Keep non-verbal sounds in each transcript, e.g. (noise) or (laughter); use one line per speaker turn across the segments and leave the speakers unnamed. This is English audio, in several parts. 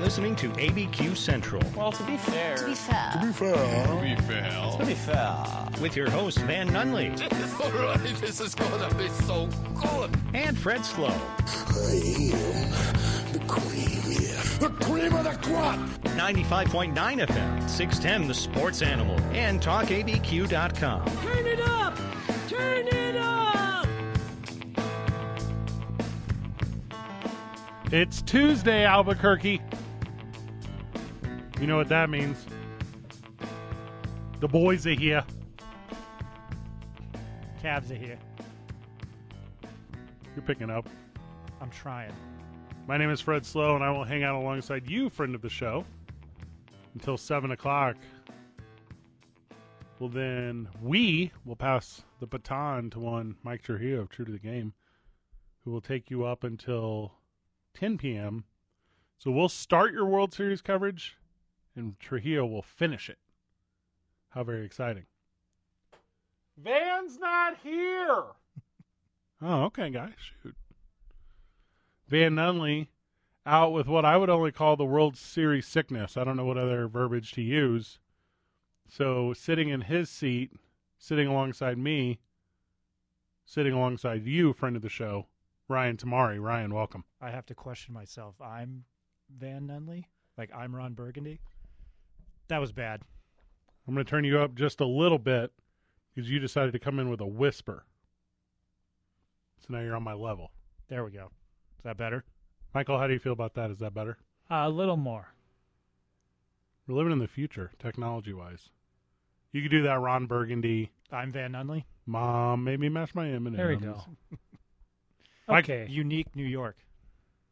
listening to ABQ Central
Well, to be fair,
To be fair.
to be fair,
with your hosts Van Nunley
All right, this is gonna be so good.
and Fred Slow.
I am the cream, yeah. The cream of the crop!
95.9 FM, 610 The Sports Animal, and TalkABQ.com.
Turn it up! Turn it up!
It's Tuesday, Albuquerque. You know what that means. The boys are here.
Cavs are here.
You're picking up.
I'm trying.
My name is Fred Slow, and I will hang out alongside you, friend of the show, until 7 o'clock. Well, then we will pass the baton to one Mike Trujillo of True to the Game, who will take you up until 10 p.m. So we'll start your World Series coverage, and Trujillo will finish it. How very exciting. Van's not here. (laughs) oh, okay, guys. Shoot. Van Nunley out with what I would only call the World Series sickness. I don't know what other verbiage to use. So, sitting in his seat, sitting alongside me, sitting alongside you, friend of the show, Ryan Tamari. Ryan, welcome.
I have to question myself. I'm Van Nunley? Like, I'm Ron Burgundy? That was bad.
I'm going to turn you up just a little bit because you decided to come in with a whisper. So now you're on my level.
There we go. Is that better?
Michael, how do you feel about that? Is that better?
Uh, a little more.
We're living in the future, technology wise. You could do that, Ron Burgundy.
I'm Van Nunley.
Mom made me mash my M&Ms.
There we
(laughs)
go.
Mike,
okay.
Unique New York.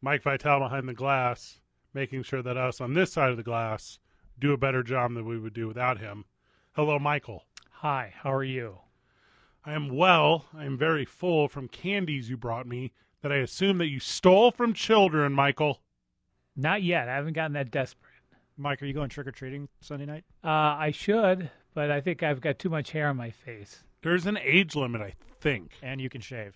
Mike Vitale behind the glass, making sure that us on this side of the glass do a better job than we would do without him. Hello, Michael.
Hi, how are you?
I am well. I am very full from candies you brought me that I assume that you stole from children, Michael.
Not yet. I haven't gotten that desperate.
Mike, are you going trick or treating Sunday night?
Uh, I should, but I think I've got too much hair on my face.
There's an age limit, I think.
And you can shave.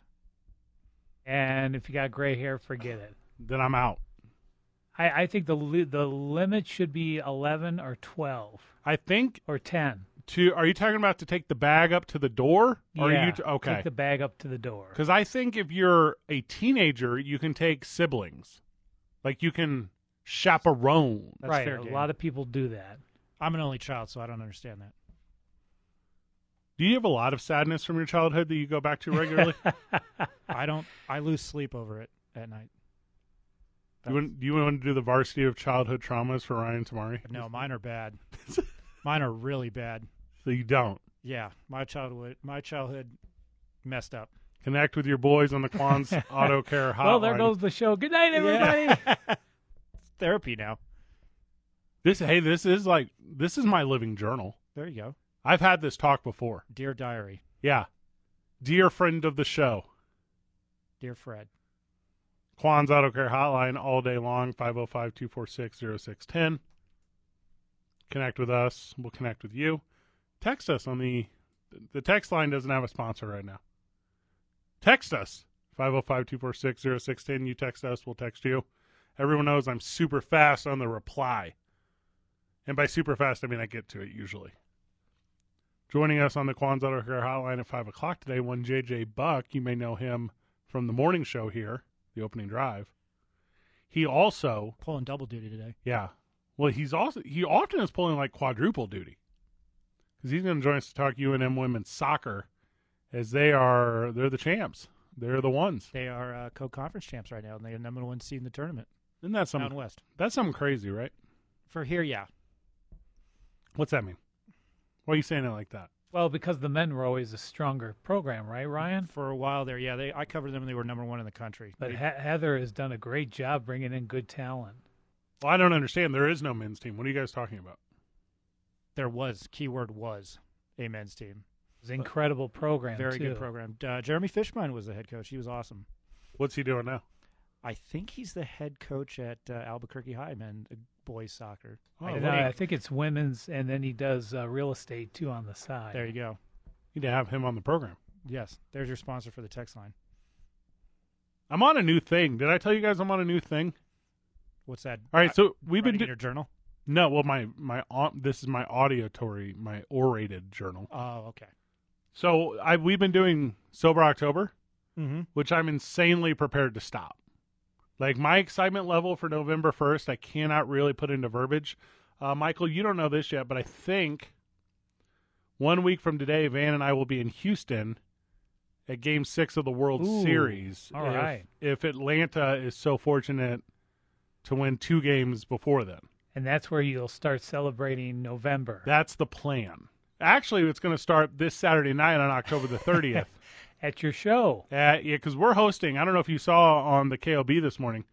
And if you got gray hair, forget it.
Then I'm out.
I, I think the li- the limit should be 11 or 12
I think
or 10.
to are you talking about to take the bag up to the door? Or
yeah,
Are you t- okay?
Take the bag up to the door.
Because I think if you're a teenager, you can take siblings, like you can chaperone.
That's
right.
fair
a
game.
lot of people do that.
I'm an only child, so I don't understand that.
Do you have a lot of sadness from your childhood that you go back to
(laughs)
regularly?
I don't. I lose sleep over it at night.
you want, do you want to do the varsity of childhood traumas for Ryan Tamari?
No, mine
(laughs)
are bad. mine are really bad.
So you don't
Yeah, my childhood, my childhood, messed up.
connect with your boys on the
(laughs)
Quan's Auto Care Hotline.
Well, there goes the show. Good night, everybody.
It's therapy now.
this. Hey, this is like this is my living journal.
There you go,
I've had this talk before.
dear diary,
Yeah, dear friend of the show.
dear Fred.
Quan's Auto Care Hotline all day long, 505 246 0610. Connect with us. We'll connect with you. Text us on the. The text line doesn't have a sponsor right now. Text us, 505 246 0610. You text us, we'll text you. Everyone knows I'm super fast on the reply. And by super fast, I mean I get to it usually. Joining us on the Quan's Auto Care Hotline at 5 o'clock today, one JJ Buck. You may know him from the morning show here the opening drive. He also,
Pulling double duty today.
yeah, well, he's also he often is pulling like quadruple duty because he's going to join us to talk UNM women's soccer as they are they're the champs, they're the ones.
They are uh, co-conference champs right now, and they're number one seed in the tournament.
Isn't that
Mountain
something?
West
That's something crazy, right?
for here, yeah.
What's that mean? Why are you saying it like that?
well, because the men were always a stronger program, right, Ryan?
For a while there, yeah, they I covered them. and They were number one in the country.
But
They-
he- Heather has done a great job bringing in good talent.
Well, I don't understand. There is no men's team. What are you guys talking about?
there was keyword was a men's team,
It's an incredible program.
very good
too.
program. Uh, Jeremy Fishmine was the head coach. He was awesome.
What's he doing now?
I think he's the head coach at uh, Albuquerque High men uh, boys soccer.
Oh,
I,
what
no,
do you-
I think it's women's, and then he does uh, real estate too on the side.
There you go.
need to have him on the program.
Yes, there's your sponsor for the text line.
I'm on a new thing. Did I tell you guys I'm on a new thing?
What's that? Uh,
All right, so we've been
writing in
do-
your journal.
no. Well, my my au- this is my auditory, my orated journal.
Oh, okay.
So I we've been doing sober October,
Mm-hmm.
which I'm insanely prepared to stop. Like my excitement level for November first, I cannot really put into verbiage. Uh, Michael, you don't know this yet, but I think one week from today, Van and I will be in Houston at Game Six of the World
Ooh,
Series.
all
if,
right.
if Atlanta is so fortunate to win two games before then.
and that's where you'll start celebrating November
That's the plan. Actually, it's going to start this Saturday night on October the 30th.
(laughs) at your show.
uh, yeah, because we're hosting. I don't know if you saw on the KOB this morning.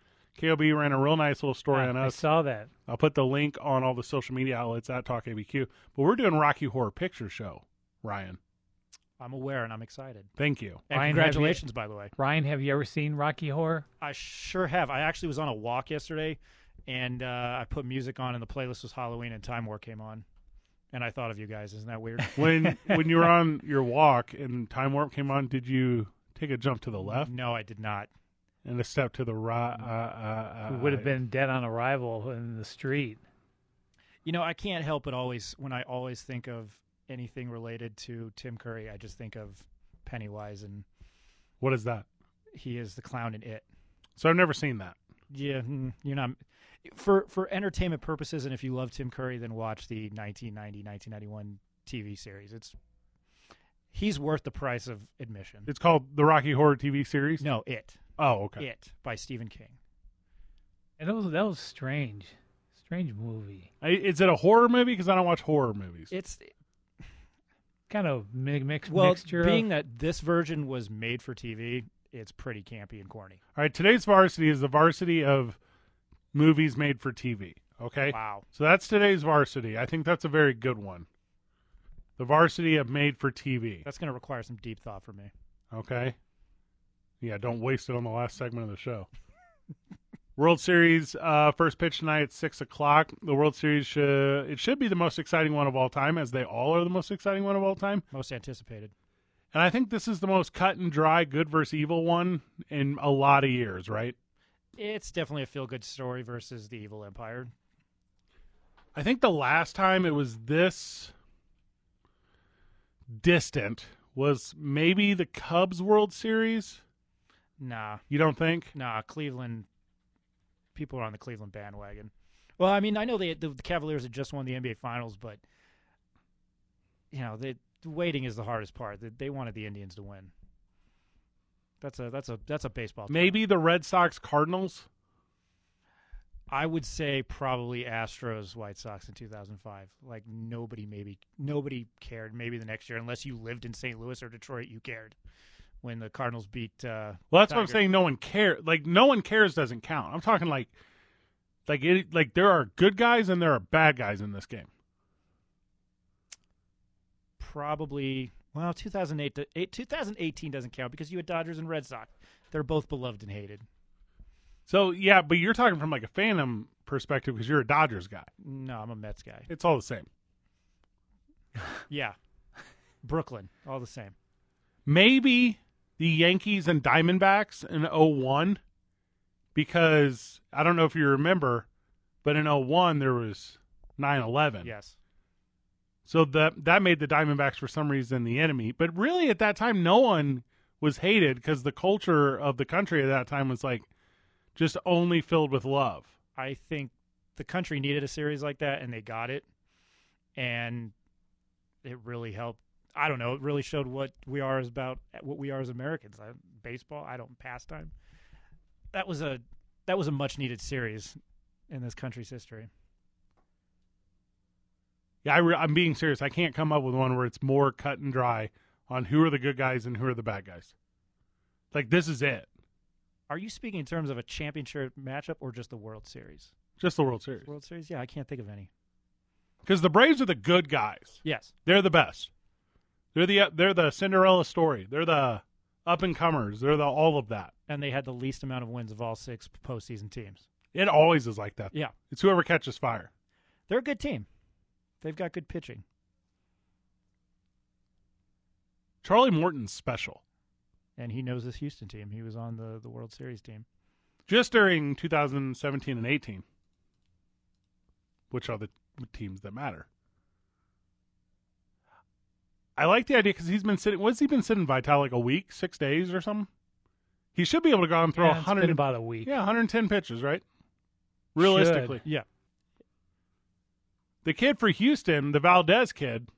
KOB ran a real nice little story on
Ah, I
us.
saw that.
I'll put the link on all the social media outlets at Talk ABQ. But we're doing Rocky Horror Picture Show, Ryan.
I'm aware and I'm excited.
Thank
(laughs)
you.
And
Ryan, have you-
congratulations, by the way.
Ryan, have you ever seen Rocky Horror?
I sure have. I actually was on a walk yesterday, and uh, I put music on, and the playlist was Halloween, and Time War came on, and I thought of you guys. Isn't
(laughs)
that weird?
When when you were on your walk and Time Warp came on, did you take a jump to the left
(laughs) no, I did not.
and a step to the right? Uh, uh, uh,
Who would have been dead on arrival in the street.
You know, I can't help but always when I always think of anything related to Tim Curry, I just think of Pennywise, and
What is that?
he is the clown in it.
So I've never seen that.
Yeah, mm, you're not for for entertainment purposes, and if you love Tim Curry, then watch the 1990 1991 TV series. It's he's worth the price of admission.
It's called the Rocky Horror TV series.
No, it.
Oh, okay.
It by Stephen King.
And that was that was strange, strange movie.
I- Is it a horror movie? Because I don't watch horror movies.
It's
Kind of mi- mix,
well,
mixture.
being
of,
that this version was made for TV, it's pretty campy and corny.
All right, today's varsity is the varsity of movies made for TV. Okay,
Wow.
so that's today's varsity. I think that's a very good one. The varsity of made for TV.
That's going to require some deep thought from me.
Okay, yeah, don't waste it on the last segment of the show. World Series uh, first pitch tonight at six o'clock. The World Series should it should be the most exciting one of all time, as they all are the most exciting one of all time.
Most anticipated.
And I think this is the most cut and dry good versus evil one in a lot of years, right?
It's definitely a feel good story versus the evil empire.
I think the last time it was this distant was maybe the Cubs World Series.
Nah,
You don't think?
nah. Cleveland. People are on the Cleveland bandwagon. Well, I mean, I know they, the Cavaliers had just won the NBA Finals, but you know, they, the waiting is the hardest part. They, they wanted the Indians to win. That's a that's a that's a baseball. term.
Maybe the Red Sox Cardinals.
I would say probably Astros White Sox in 2005. Like nobody maybe nobody cared maybe the next year unless you lived in St. Louis or Detroit you cared when the Cardinals beat uh
Well, that's what I'm
Tiger.
saying. No one cares. Like no one cares doesn't count. I'm talking like, like it. Like there are good guys and there are bad guys in this game.
probably well 2008 to, eight- 2018 doesn't count because you had Dodgers and Red Sox. They're both beloved and hated.
So yeah, but you're talking from like a fandom perspective because you're a Dodgers guy.
No, I'm a Mets guy.
It's all the same.
Yeah. Brooklyn, all the same.
maybe the Yankees and Diamondbacks in 01 because I don't know if you remember, but in 01 there was 9/11.
Yes.
So that that made the Diamondbacks for some reason the enemy. But really at that time no one was hated cuz the culture of the country at that time was like just only filled with love.
I think the country needed a series like that, and they got it, and it really helped. I don't know. It really showed what we are as about what we are as Americans. I, baseball, I don't pastime. That was a that was a much needed series in this country's history.
Yeah, I re- I'm being serious. I can't come up with one where it's more cut and dry on who are the good guys and who are the bad guys. Like this is it.
Are you speaking in terms of a championship matchup or just the World Series?
Just the World Series.
World Series? Yeah, I can't think of any.
because the Braves are the good guys.
Yes,
They're the best. They're the they're the Cinderella story. They're the up and comers. They're the all of that.
and they had the least amount of wins of all six postseason teams.
It always is like that.
Yeah,
It's whoever catches fire.
they're a good team. They've got good pitching.
Charlie Morton's special.
and he knows this Houston team. He was on the the World Series team.
just during 2017 and 18, which are the teams that matter. I like the idea because he's been sitting. What's he been sitting by? Ty, like a week, six days, or something. He should be able to go out and throw
yeah,
a
it's
100.
been about a week.
Yeah, 110 pitches, right? Realistically.
Yeah.
The kid for Houston, the Valdez kid.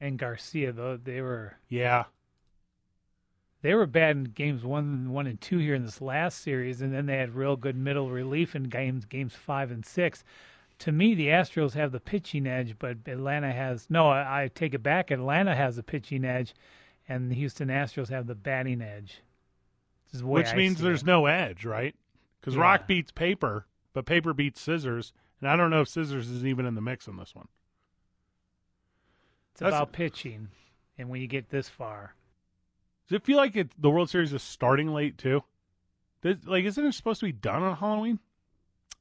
And Garcia, though, they were
Yeah.
they were bad in games one, one and two here in this last series, and then they had real good middle relief in games games five and six. To me, the Astros have the pitching edge, but Atlanta has no. I, I take it back. Atlanta has the pitching edge, and the Houston Astros have the batting edge. This is the way
Which
I
means
see
there's
it.
no edge, right? Because
Yeah.
rock beats paper, but paper beats scissors. And I don't know if scissors is even in the mix in this one.
It's
that's-
about pitching, and when you get this far,
Does it feel like it, the World Series is starting late, too? Does, like, isn't it supposed to be done on Halloween?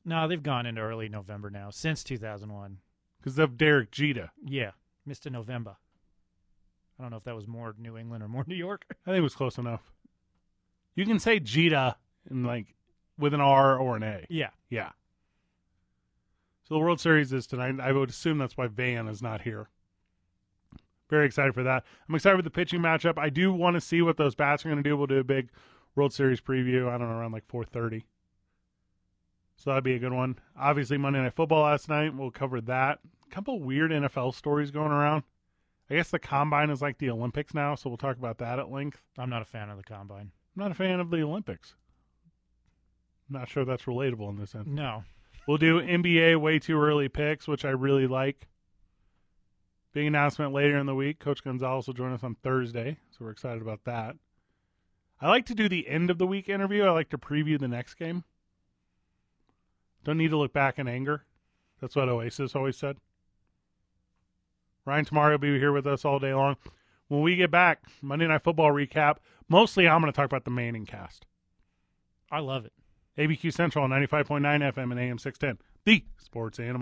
No, they've gone into early November now since 2001.
Because of Derek Jeter.
Yeah, Mr. November. I don't know if that was more New England or more (laughs) New York.
I think it was close enough. You can say Jeter in like with an R or an A.
Yeah.
Yeah. So the World Series is tonight. I would assume that's why Van is not here. Very excited for that. I'm excited for the pitching matchup. I do want to see what those bats are going to do. We'll do a big World Series preview. I don't know around like 4:30. So that'd be a good one. Obviously Monday Night Football last night. We'll cover that. A couple weird NFL stories going around. I guess the combine is like the Olympics now, so we'll talk about that at length.
I'm not a fan of the combine.
I'm not a fan of the Olympics. Not sure that's relatable in this end.
No.
We'll do NBA way too early picks, which I really like. Big announcement later in the week. Coach Gonzalez will join us on Thursday, so we're excited about that. I like to do the end of the week interview. I like to preview the next game. Don't need to look back in anger. That's what Oasis always said. Ryan tomorrow will be here with us all day long. When we get back, Monday Night Football recap. Mostly, I'm going to talk about the Manning cast.
I love it.
ABQ Central on 95.9 FM and AM 610. The Sports Animal.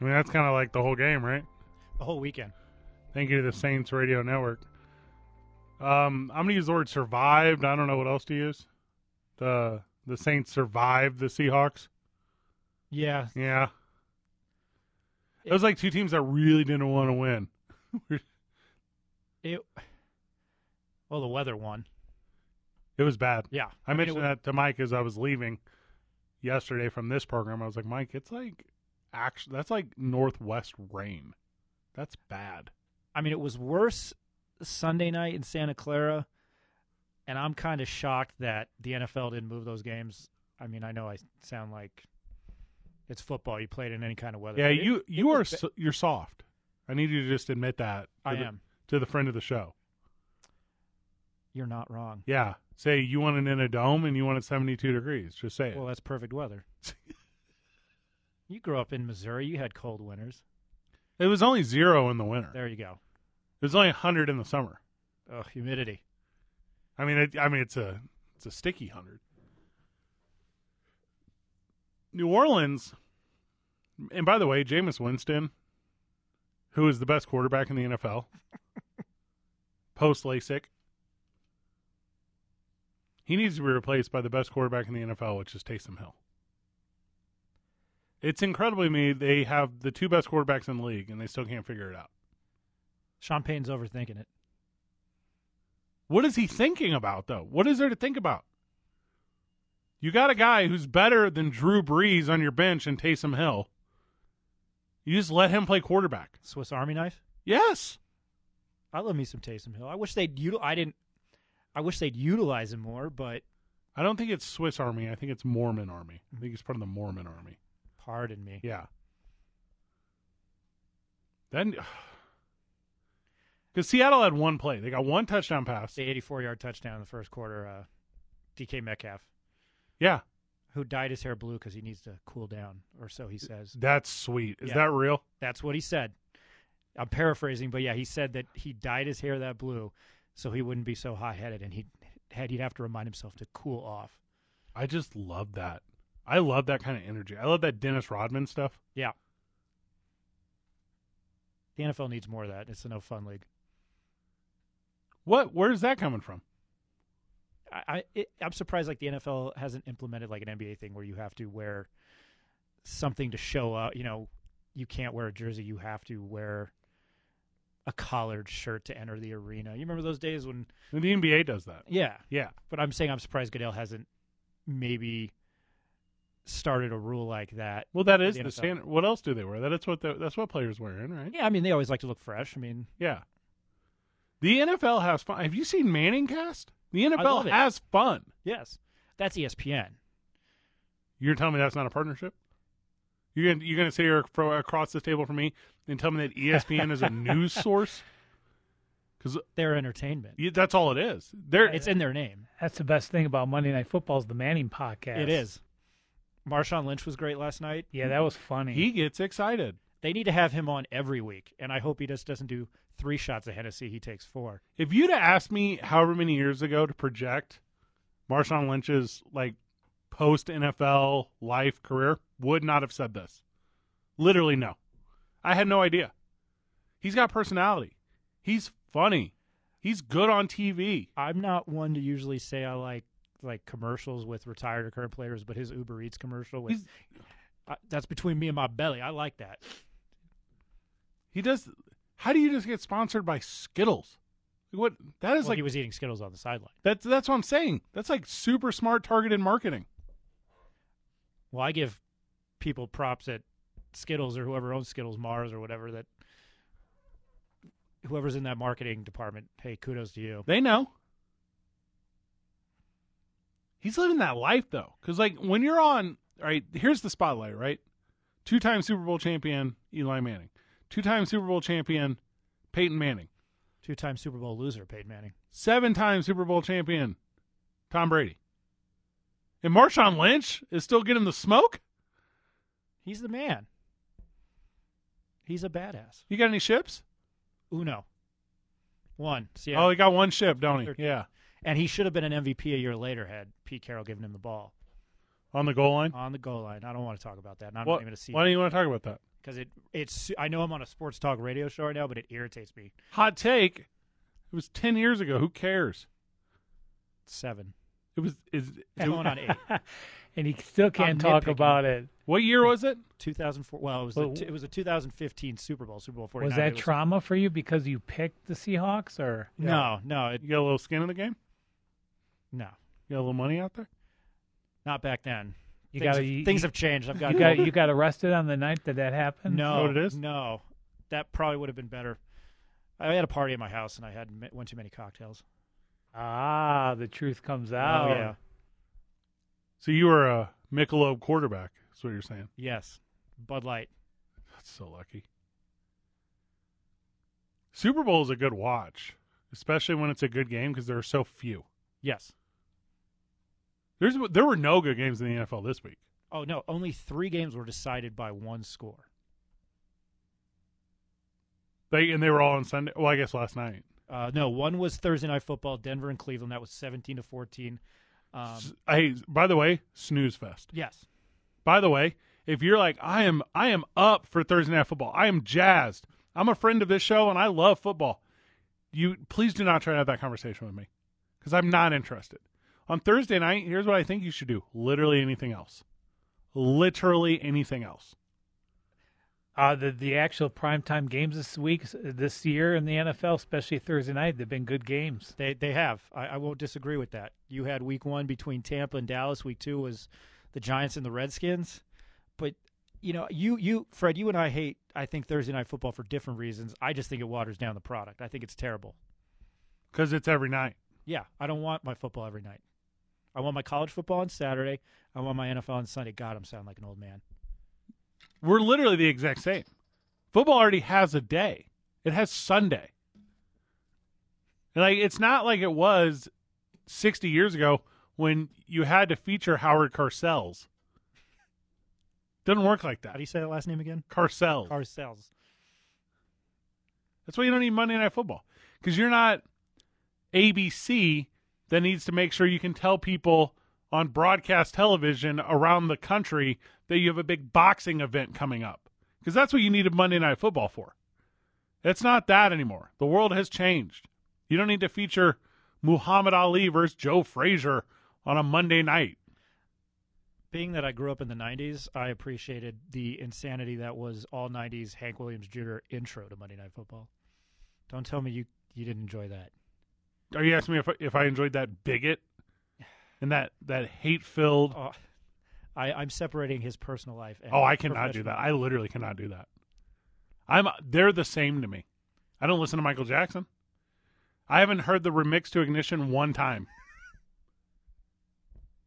I mean, that's kind of like the whole game, right?
The whole weekend.
Thank you to the Saints Radio Network. Um, I'm going to use the word survived. I don't know what else to use. The the Saints survived the Seahawks.
Yeah.
Yeah. It was like two teams that really didn't want to win.
It. Well, the weather won.
It was bad.
Yeah.
I
mean, it
mentioned
was-
that to Mike as I was leaving yesterday from this program. I was like, Mike, it's like actually that's like northwest rain. That's bad.
I mean, it was worse Sunday night in Santa Clara, and I'm kind of shocked that the NFL didn't move those games. I mean, I know I sound like it's football. You played in any kind of weather.
Yeah,
but it-
you
it
you
was
are
ba-
so, you're soft. I need you to just admit that. To
I
the,
am.
to the friend of the show.
You're not wrong.
Yeah, say you want it in a dome and you want it 72 degrees. Just say it.
Well, that's
(laughs)
perfect weather. you grew up in Missouri. You had cold winters.
it was only zero in the winter.
There you go.
It was only 100 in the summer.
Oh, humidity.
I mean, it, I mean, it's a it's a sticky hundred. New Orleans, and by the way, Jameis Winston, who is the best quarterback in the NFL, post LASIK, he needs to be replaced by the best quarterback in the NFL, which is Taysom Hill. It's incredible to me they have the two best quarterbacks in the league, and they still can't figure it out.
Sean Payton's overthinking it.
What is he thinking about though? What is there to think about? You got a guy who's better than Drew Brees on your bench and Taysom Hill. You just let him play quarterback.
Swiss Army knife.
Yes.
I love me some Taysom Hill. I wish they'd util- I didn't. I wish they'd utilize him more, but
I don't think it's Swiss Army. I think it's Mormon Army. I think it's part of the Mormon Army.
pardon me.
Yeah. Then, (sighs) because Seattle had one play, they got one touchdown pass.
The 84 yard touchdown in the first quarter, uh, DK Metcalf,
Yeah,
who dyed his hair blue because he needs to cool down, or so he says.
that's sweet. Is
Yeah.
that real?
That's what he said. I'm paraphrasing, but yeah, he said that he dyed his hair that blue so he wouldn't be so hot headed and he had he'd have to remind himself to cool off.
I just love that. I love that kind of energy. I love that Dennis Rodman stuff.
Yeah. The NFL needs more of that. It's a no fun league.
What? Where's that coming from?
I, I it, I'm surprised like the NFL hasn't implemented like an NBA thing where you have to wear something to show up. You know, you can't wear a jersey. You have to wear a collared shirt to enter the arena. You remember those days when?
The NBA does that.
Yeah,
Yeah.
but I'm saying I'm surprised Goodell hasn't maybe started a rule like that.
Well, that is
The
the,
NFL.
standard. What else do they wear? That's what the, that's what players wear in, right?
Yeah, I mean they always like to look fresh. I mean,
Yeah. The NFL has fun. Have you seen Manning cast? The
love
NFL
it.
has fun.
yes, that's E ESPN.
You're telling me that's not a partnership? You're gonna, you're gonna sit here fro- across this table from me and tell me that E ESPN
(laughs)
is a news source? Because
Their entertainment.
that's all it is. There,
It's in their name.
That's the best thing about Monday Night Football is the Manning podcast.
It is. Marshawn Lynch was great last night.
Yeah, that was funny. (laughs)
he gets excited.
They need to have him on every week, and I hope he just doesn't do three shots of Hennessy. He takes four.
If you'd have asked me however many years ago to project Marshawn Lynch's like post NFL life career, would not have said this. Literally, no. I had no idea. He's got personality. He's funny. He's good on TV.
I'm not one to usually say I like like commercials with retired or current players, but his Uber Eats commercial with I, that's between me and my belly. I like that.
He does. How do you just get sponsored by Skittles? What that is
Well,
like.
he was eating Skittles on the sideline.
that's that's what I'm saying. That's like super smart targeted marketing.
Well, I give people props at Skittles or whoever owns Skittles, Mars or whatever that whoever's in that marketing department. Hey, kudos to you.
They know. He's living that life though, because like when you're on, all right. Here's the spotlight, right? Two-time Super Bowl champion Eli Manning, two-time Super Bowl champion Peyton Manning,
Two-time Super Bowl loser, Peyton Manning.
seven-time Super Bowl champion Tom Brady, and Marshawn Lynch is still getting the smoke.
He's the man. He's a badass.
You got any ships?
Uno. One. Seattle.
Oh, he got one ship, don't he?
Thirteen.
Yeah,
and he should have been an MVP a year later had Pete Carroll given him the ball
on the goal line.
on the goal line. I don't want to talk about that. and I'm
What-
not even going to see
why do you want to talk about that?
because it it's. I know I'm on a sports talk radio show right now, but it irritates me.
Hot take. It was ten years ago. Who cares?
Seven.
It was is
It's going on eight. (laughs)
(laughs) and he still can't
I'm
talk
nitpicking.
about it.
What year was it?
2004. Well, it was the,
Well,
it was a 2015 Super Bowl. Super Bowl 49.
Was
It
that trauma for you because you picked the Seahawks or
No, no, it,
You got a little skin in the game?
no.
You got a little money out there?
Not back then.
you
things
got
have,
you,
things
you,
have changed. I've got
you got you got arrested on the night that that happened?
(laughs) No,
what it is?
No, that probably would have been better. I had a party at my house and I had m- one too many cocktails.
Ah, the truth comes out.
Oh, yeah,
So you were a Michelob quarterback. That's what you're saying.
yes, Bud Light.
That's so lucky. Super Bowl is a good watch, especially when it's a good game because there are so few.
Yes.
There's there were no good games in the NFL this week.
Oh no, only three games were decided by one score.
They and they were all on Sunday. Well, I guess last night.
Uh, no, one was Thursday night football, Denver and Cleveland. That was seventeen to fourteen. Um,
S- hey, by the way, snooze fest.
yes,
By the way, if you're like I am, I am up for Thursday night football. I am jazzed. I'm a friend of this show and I love football. You please do not try to have that conversation with me because I'm not interested. On Thursday night, here's what I think you should do: literally anything else, literally anything else.
Uh, the the actual primetime games this week, this year in the NFL, especially Thursday night, they've been good games.
they they have. I, I won't disagree with that. You had week one between Tampa and Dallas. Week two was the Giants and the Redskins. But you know, you you Fred, you and I hate. I think Thursday night football for different reasons. I just think it waters down the product. I think it's terrible.
Because it's every night.
Yeah, I don't want my football every night. I want my college football on Saturday. I want my NFL on Sunday. God, I'm sounding like an old man.
We're literally the exact same. Football already has a day. It has Sunday. And like it's not like it was 60 years ago when you had to feature Howard Carcells. Doesn't work like
How
that.
do you say that last name again?
Carcells.
Ourselves.
That's why you don't need Monday Night Football because you're not ABC that needs to make sure you can tell people on broadcast television around the country that you have a big boxing event coming up because that's what you needed Monday Night Football for. It's not that anymore. The world has changed. You don't need to feature Muhammad Ali versus Joe Frazier on a Monday night.
Being that I grew up in the 90s, I appreciated the insanity that was all 90s Hank Williams Jr. intro to Monday Night Football. Don't tell me you, you didn't enjoy that.
Are you asking me if I, if I enjoyed that bigot and that that hate filled?
Oh, I, I'm separating his personal life. And
Oh, I cannot do
professional-
that. I literally cannot do that. I'm they're the same to me. I don't listen to Michael Jackson. I haven't heard the remix to Ignition one time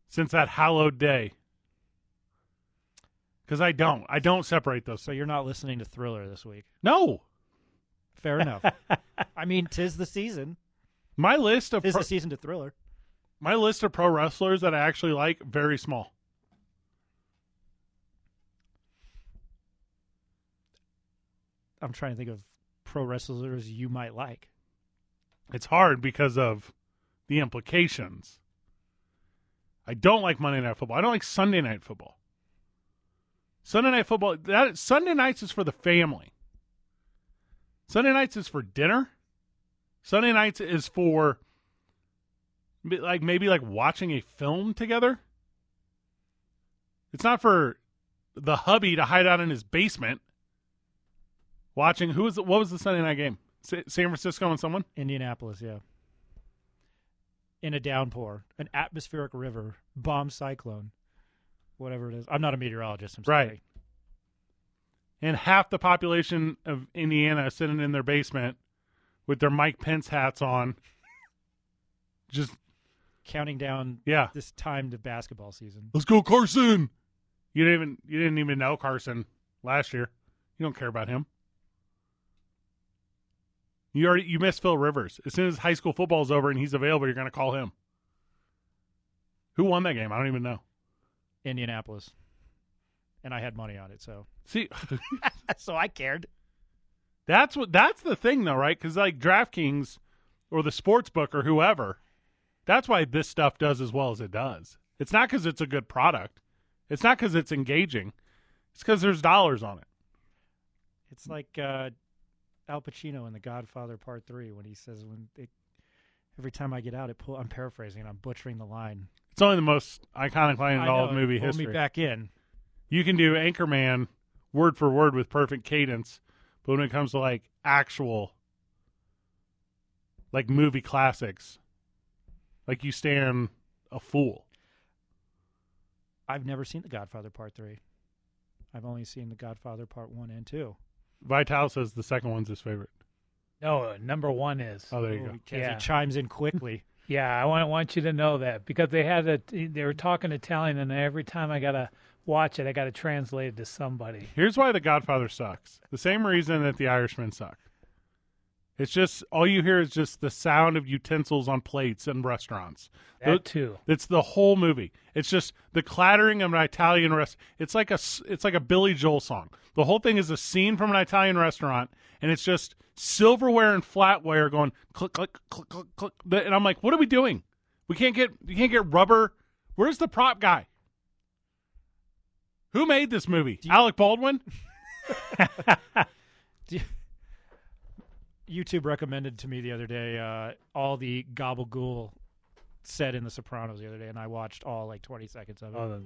since that hallowed day. Because I don't, I don't separate those.
So you're not listening to Thriller this week.
No,
Fair (laughs) enough. I mean, tis the season.
my list of
Tis
pro,
the season to Thriller.
my list of pro wrestlers that I actually like very small.
I'm trying to think of pro wrestlers you might like.
It's hard because of the implications. I don't like Monday Night Football. I don't like Sunday Night Football. Sunday Night Football that Sunday nights is for the family. Sunday nights is for dinner. Sunday nights is for m- like maybe like watching a film together. It's not for the hubby to hide out in his basement watching who was the, what was the Sunday night game? Sa- San Francisco and someone?
Indianapolis, yeah. In a downpour, an atmospheric river, bomb cyclone, whatever it is. I'm not a meteorologist. I'm sorry.
Right. and half the population of Indiana is sitting in their basement with their Mike Pence hats on. Just
Counting down
yeah,
this time to basketball season.
let's go Carson. You didn't even you didn't even know Carson last year. You don't care about him. You already you miss Phil Rivers. As soon as high school football is over and he's available, you're going to call him. Who won that game? I don't even know.
Indianapolis. And I had money on
(laughs)
it, so
See,
so I cared.
That's what that's the thing though, right? Cuz like DraftKings or the sports book or whoever, that's why this stuff does as well as it does. It's not cuz it's a good product. It's not cuz it's engaging. It's cuz there's dollars on it.
It's like uh, Al Pacino in The Godfather Part Three when he says, "When it, every time I get out, it pull." I'm paraphrasing and I'm butchering the line.
It's only the most iconic line in
I
all of
know, it
movie
pulled
history.
me back in.
You can do Anchorman word for word with perfect cadence, but when it comes to like actual like movie classics, like you stand a fool.
I've never seen The Godfather Part Three. I've only seen The Godfather Part One and Two.
Vital says the second one's his favorite.
No, uh, number one is.
Oh, there you go.
As
Yeah.
he chimes in quickly.
Yeah, I want want you to know that because they had a they were talking Italian, and every time I gotta watch it, I gotta translate it to somebody.
Here's why The Godfather sucks. The same reason that The Irishman suck. It's just all you hear is just the sound of utensils on plates in restaurants. Tho-
That too.
It's the whole movie. It's just the clattering of an Italian rest. It's like a s- it's like a Billy Joel song. The whole thing is a scene from an Italian restaurant, and it's just silverware and flatware going click click click click click. The- And I'm like, what are we doing? We can't get you can't get rubber. Where's the prop guy? Who made this movie? Alec Baldwin. (laughs)
YouTube recommended to me the other day uh, all the gobbledygook said in The Sopranos the other day, and I watched all like 20 seconds of it.
Oh, the,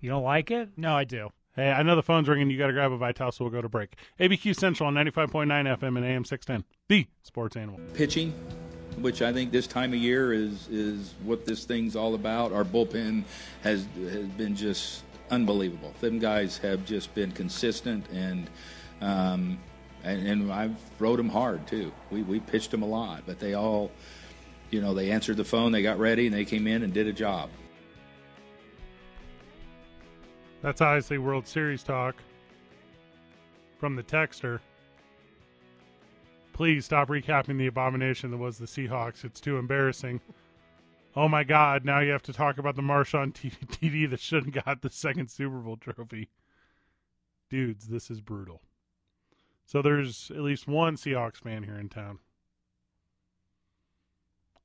you don't like it?
no, I do.
Hey, I know the phone's ringing. You got to grab a Vital, so we'll go to break. ABQ Central on 95.9 FM and AM 610. The sports animal.
pitching, which I think this time of year is is what this thing's all about. Our bullpen has has been just unbelievable. Them guys have just been consistent and. Um, and, and I've rode them hard too. We, we pitched them a lot, but they all you know, they answered the phone, they got ready, and they came in and did a job.
That's obviously World Series talk from the texter. Please stop recapping the abomination that was the Seahawks. It's too embarrassing. Oh my God! Now you have to talk about the Marshawn TD that shouldn't got the second Super Bowl trophy. Dudes, this is brutal. So there's at least one Seahawks fan here in town.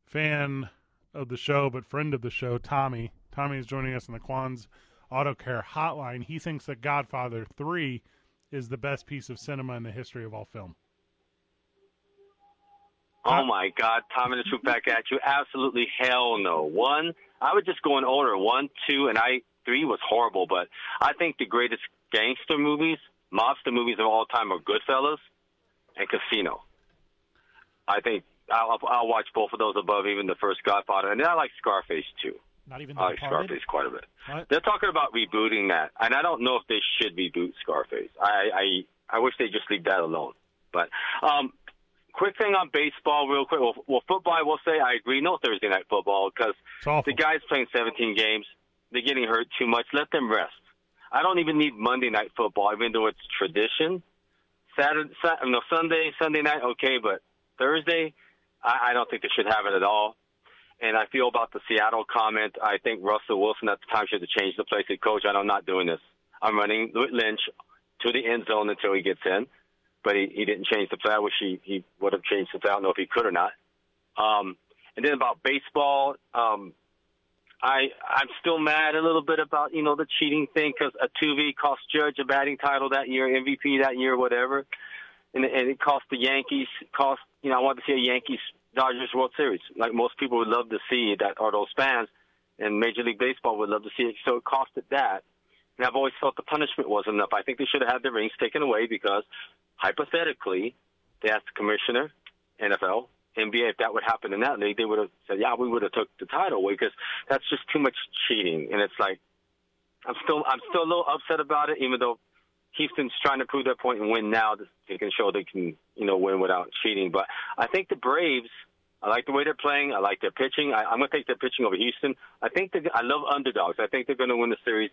Fan of the show, but friend of the show, Tommy. Tommy is joining us on the Quan's Auto Care Hotline. He thinks that Godfather 3 is the best piece of cinema in the history of all film.
Oh my God, Tommy the Truth back at you. Absolutely hell no. One, I would just go in order. One, two, and I three was horrible, but I think the greatest gangster movies, mobster movies of all time are Goodfellas and Casino. I think I'll, I'll watch both of those above even the first Godfather, and then I like Scarface too.
Not even
I like
Departed?
Scarface quite a bit.
What?
They're talking about rebooting that, and I don't know if they should reboot Scarface. I I, I wish they just leave that alone. But um, quick thing on baseball, real quick. Well, well, football, I will say I agree. No Thursday night football because
It's awful.
the guys playing 17 games, they're getting hurt too much. Let them rest. I don't even need Monday night football, even though it's tradition. Saturday, Sat no Sunday, Sunday night, okay, but Thursday, I, I don't think they should have it at all. And I feel about the Seattle comment. I think Russell Wilson at the time should have changed the play. Said, "Coach, I'm not doing this. I'm running with Lynch to the end zone until he gets in." But he, he didn't change the play. I wish he, he would have changed the play. I don't know if he could or not. Um, and then about baseball, um, I I'm still mad a little bit about you know the cheating thing because Atuvi cost Judge a batting title that year, MVP that year, whatever, and and it cost the Yankees. Cost you know I wanted to see a Yankees Dodgers World Series like most people would love to see that are those fans, and Major League Baseball would love to see it. So it costed that. And I've always thought the punishment wasn't enough. I think they should have had the rings taken away because hypothetically, they asked the commissioner, NFL, NBA, if that would happen in that league, they would have said, yeah, we would have took the title away because that's just too much cheating. And it's like, I'm still, I'm still a little upset about it, even though Houston's trying to prove their point and win now. They can show they can, you know, win without cheating. But I think the Braves, I like the way they're playing. I like their pitching. I, I'm going to take their pitching over Houston. I think they're, I love underdogs. I think they're going to win the series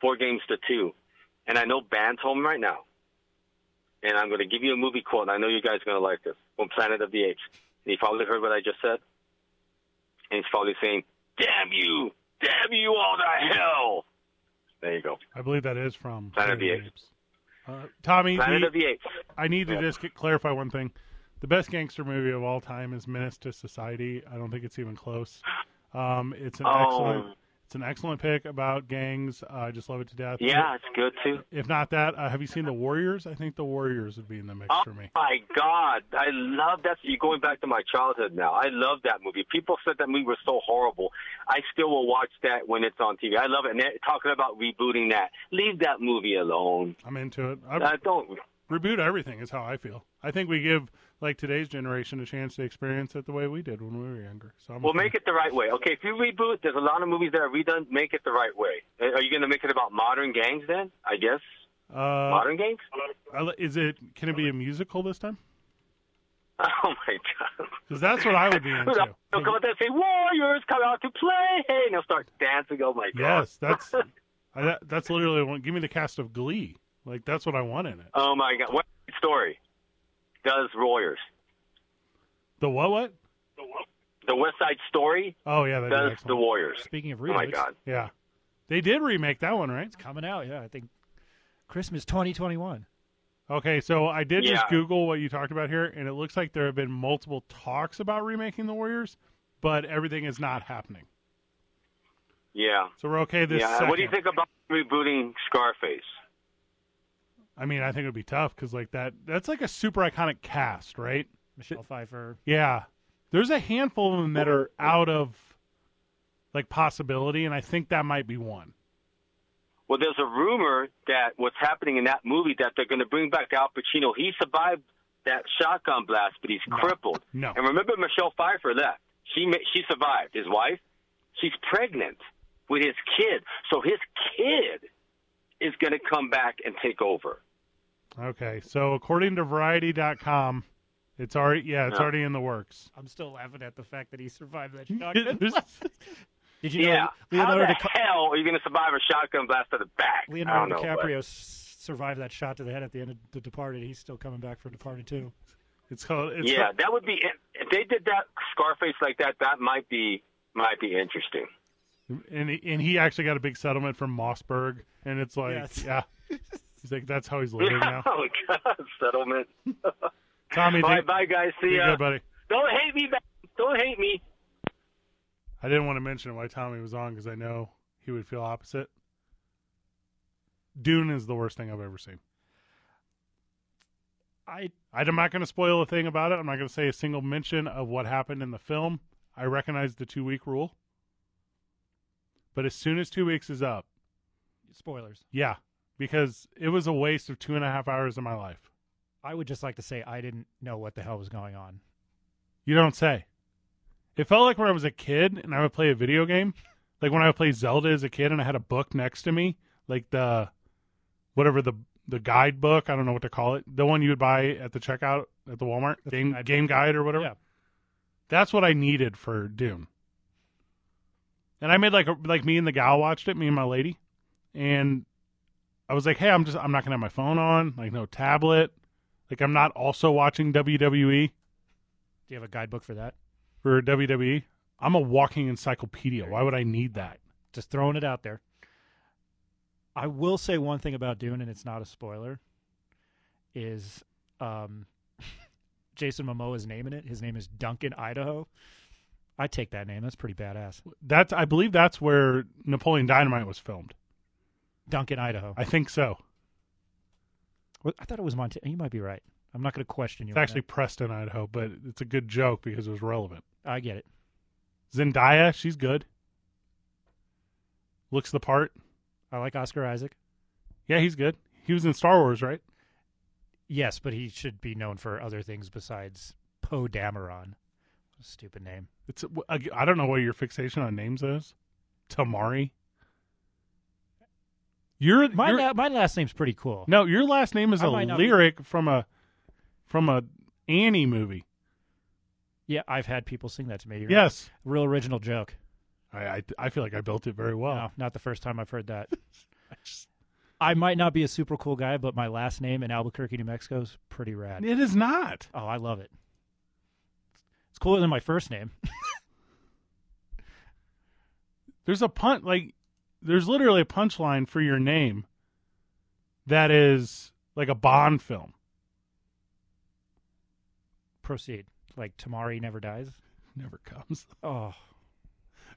four games to two. And I know Band's home right now and I'm going to give you a movie quote, and I know you guys are going to like this from Planet of the Apes. And you probably heard what I just said, and he's probably saying, "Damn you, damn you all to hell." There you go.
I believe that is from
Planet of the Apes.
Uh, Tommy,
Planet
the-
of the Apes.
I need to just get, clarify one thing. The best gangster movie of all time is Menace to Society. I don't think it's even close. Um, it's an
Oh.
excellent, it's an excellent pick about gangs. Uh, I just love it to death.
Yeah, it's good too.
If not that, uh, have you seen The Warriors? I think The Warriors would be in the mix
Oh.
for me.
My God, I love that. You're going back to my childhood now. I love that movie. People said that movie was so horrible. I still will watch that when it's on TV. I love it. And they're talking about rebooting that. Leave that movie alone.
I'm into it. I,
I don't.
reboot everything is how I feel. I think we give like today's generation a chance to experience it the way we did when we were younger. So I'm
Well,
okay.
make it the right way. Okay, if you reboot, there's a lot of movies that are redone. Make it the right way. Uh, Are you going to make it about modern gangs then? I guess
Uh,
modern gangs. (laughs)
I'll- is it? Can it be a musical this time?
Oh my god!
Because that's what I would be
(laughs)
into.
They'll come out there and say, "Warriors, come out to play!" and they'll start dancing. Oh my god! (laughs)
Yes, that's I, that, that's literally one. Give me the cast of Glee. Like that's what I want in it.
Oh my god! What story does Warriors?
The what? What?
The West Side Story
Oh yeah, that
does the Warriors.
Speaking of
Oh my
remakes,
god!
Yeah, they did remake that one, right?
coming out, yeah, I think Christmas 2021.
Okay, so I did just
Yeah.
Google what you talked about here, and it looks like there have been multiple talks about remaking the Warriors, but everything is not happening.
Yeah,
So we're okay this
yeah.
second.
What do you think about rebooting Scarface?
I mean, I think it would be tough because like that that's like a super iconic cast, right?
Michelle Pfeiffer.
Yeah. There's a handful of them that are out of like possibility, and I think that might be one.
Well, there's a rumor that what's happening in that movie that they're going to bring back Al Pacino. He survived that shotgun blast, but he's crippled.
No.
And remember, Michelle Pfeiffer left. She ma- she survived. His wife, she's pregnant with his kid. So his kid is going to come back and take over.
Okay, so according to Variety.com, It's already yeah, it's already in the works.
I'm still laughing at the fact that he survived that shotgun. blast. Did you
Yeah.
know
How the
Leonardo, Dica-
hell are you going to survive a shotgun blast to the back? I don't
Leonardo
know, but-
DiCaprio s- survived that shot to the head at the end of The Departed? He's still coming back for Departed too.
It's called
yeah, that would be if they did that Scarface like that. That might be might be interesting.
and he, and he actually got a big settlement from Mossberg, and it's like
Yes.
yeah, he's like that's how he's living now.
(laughs) oh God, settlement.
(laughs) Tommy,
All right,
thank-
bye guys. See
be
ya.
good, buddy.
Don't hate me. Back. Don't hate me.
I didn't want to mention why Tommy was on because I know he would feel opposite. Dune is the worst thing I've ever seen.
I
I'm not going to spoil a thing about it. I'm not going to say a single mention of what happened in the film. I recognize the two week rule, but as soon as two weeks is up,
Spoilers.
yeah, because it was a waste of two and a half hours of my life.
I would just like to say I didn't know what the hell was going on.
You don't say. It felt like when I was a kid and I would play a video game, like when I would play Zelda as a kid and I had a book next to me, like the whatever the the guide book, I don't know what to call it, the one you would buy at the checkout at the Walmart, game game guide or whatever. That's what I needed for Doom. And I made like a, like me and the gal watched it, me and my lady, and I was like, "Hey, I'm just I'm not gonna have my phone on, like no tablet, like I'm not also watching E." WWE."
Do you have a guidebook for that?
for WWE. I'm a walking encyclopedia. Why would I need that?
Just throwing it out there. I will say one thing about Dune, and it's not a spoiler, is um, (laughs) Jason Momoa's name in it. His name is Duncan Idaho. I take that name. That's pretty badass.
That's I believe that's where Napoleon Dynamite was filmed.
Duncan, Idaho.
I think so.
Well, I thought it was Montana. You might be right. I'm not going to question you.
It's
on
actually Preston, Idaho, but it's a good joke because it was relevant.
that. I get it.
Zendaya, she's good. Looks the part.
I like Oscar Isaac.
Yeah, he's good. He was in Star Wars, right?
Yes, but he should be known for other things besides Poe Dameron. Stupid name.
It's I don't know what your fixation on names is. Tamari. You're
My
you're-
la- my last name's pretty cool.
No, your last name is
I
a
might not be-
lyric from a from a Annie movie.
Yeah, I've had people sing that to me. You're
Yes.
right. real original joke.
I, I I feel like I built it very well.
No, not the first time I've
(laughs)
heard that. I might not be a super cool guy, but my last name in Albuquerque, New Mexico is pretty rad.
It is not.
Oh, I love it. It's cooler than my first name.
There's a pun like there's literally a punchline for your name that is like a Bond film.
Proceed. Like Tamari never dies.
Never comes. (laughs)
Oh,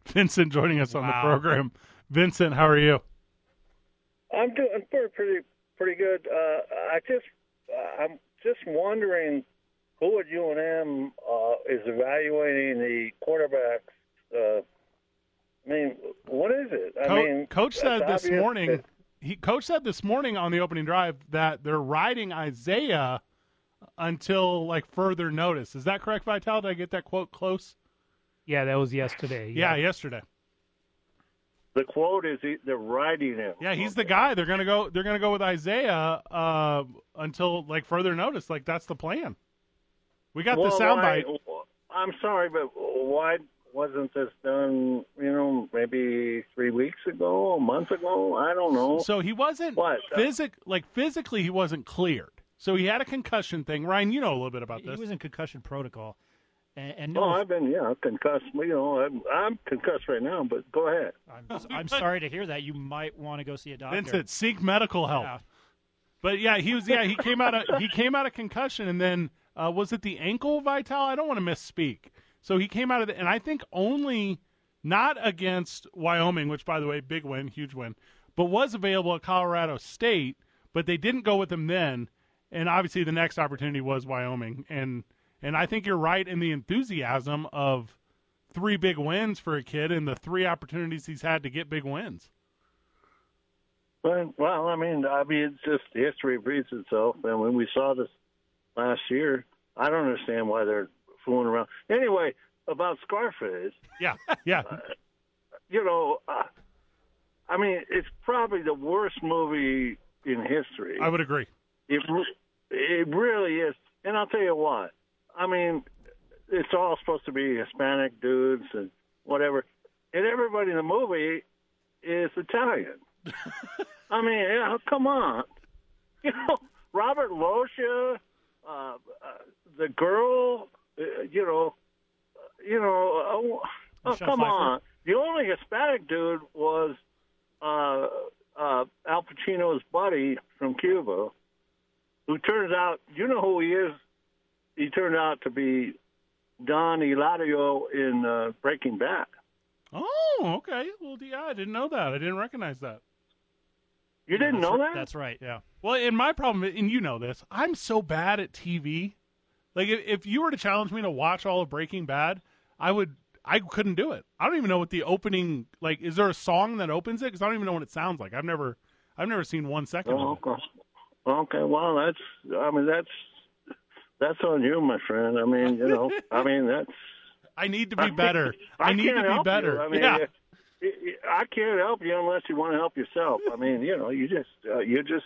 Vincent joining us on the
Wow.
program. Vincent, how are you?
I'm doing I'm pretty pretty, pretty good. Uh, I just uh, I'm just wondering who at UNM uh, is evaluating the quarterbacks. Uh, I mean, what is it? I
Co-
mean,
coach
it's
said this
obvious
morning.
that-
He coach said this morning on the opening drive that they're riding Isaiah until like further notice. Is that correct, Vital? Did I get that quote close?
Yeah, that was yesterday.
Yeah, yesterday.
the quote is he- they're riding him.
Yeah, he's the guy. They're gonna go. They're gonna go with Isaiah uh, until like further notice. Like that's the plan. We got
Well,
the
why-
soundbite.
I'm sorry, but why wasn't this done? You know, maybe three weeks ago, a month ago. I don't know.
So he wasn't
What?
physic like physically he wasn't cleared. So he had a concussion thing. Ryan, you know a little bit about
he
this.
was in concussion protocol. And, and
Oh,
no,
I've been yeah concussed. You know, I'm, I'm concussed right now. But go ahead.
I'm, I'm sorry to hear that. You might want to go see a doctor.
Vincent, seek medical help.
Yeah.
But yeah, he was yeah he came out of he came out of concussion and then uh, was it the ankle Vital? I don't want to misspeak. So he came out of the and I think only not against Wyoming, which by the way, big win, huge win, but was available at Colorado State, but they didn't go with him then. And obviously the next opportunity was Wyoming. And and I think you're right in the enthusiasm of three big wins for a kid and the three opportunities he's had to get big wins.
Well, well, I mean, I mean, it's just history repeats itself, and when we saw this last year, I don't understand why they're fooling around. Anyway, about Scarface,
Yeah. Yeah.
you know, uh, I mean, it's probably the worst movie in history.
I would agree.
It re- it really is, and I'll tell you why.
I mean, it's all supposed to be Hispanic dudes and whatever, and everybody in the movie is
(laughs)
Italian. I mean, yeah, come on, (laughs) you know, Robert Loggia, uh, uh, the girl, uh, you know, uh, you know, uh, oh,
Michelle
come
Pfeiffer.
on. The only Hispanic dude was uh, uh, Al Pacino's buddy from Cuba, who turns out, you know who he is. He turned out to be Don Eladio in uh, Breaking Bad.
Oh, okay. Well, yeah, I didn't know that. I didn't recognize that.
You
didn't that's know right- that? that's right. Yeah.
Well, and my problem, and you know this, I'm so bad at TV. Like, if, if you were to challenge me to watch all of Breaking Bad, I would. I couldn't do it. I don't even know what the opening like. Is there a song that opens it? Because I don't even know what it sounds like. I've never, I've never seen one second. of it.
Oh, okay. Okay, well, that's. I mean, that's that's on you, my friend. I mean, you know, I mean, that's.
I need to (laughs) be
(laughs)
better. I need
can't
to be
help
better.
You. I mean,
Yeah.
it- it- I can't help you unless you want to help yourself. I mean, you know, you just uh, you just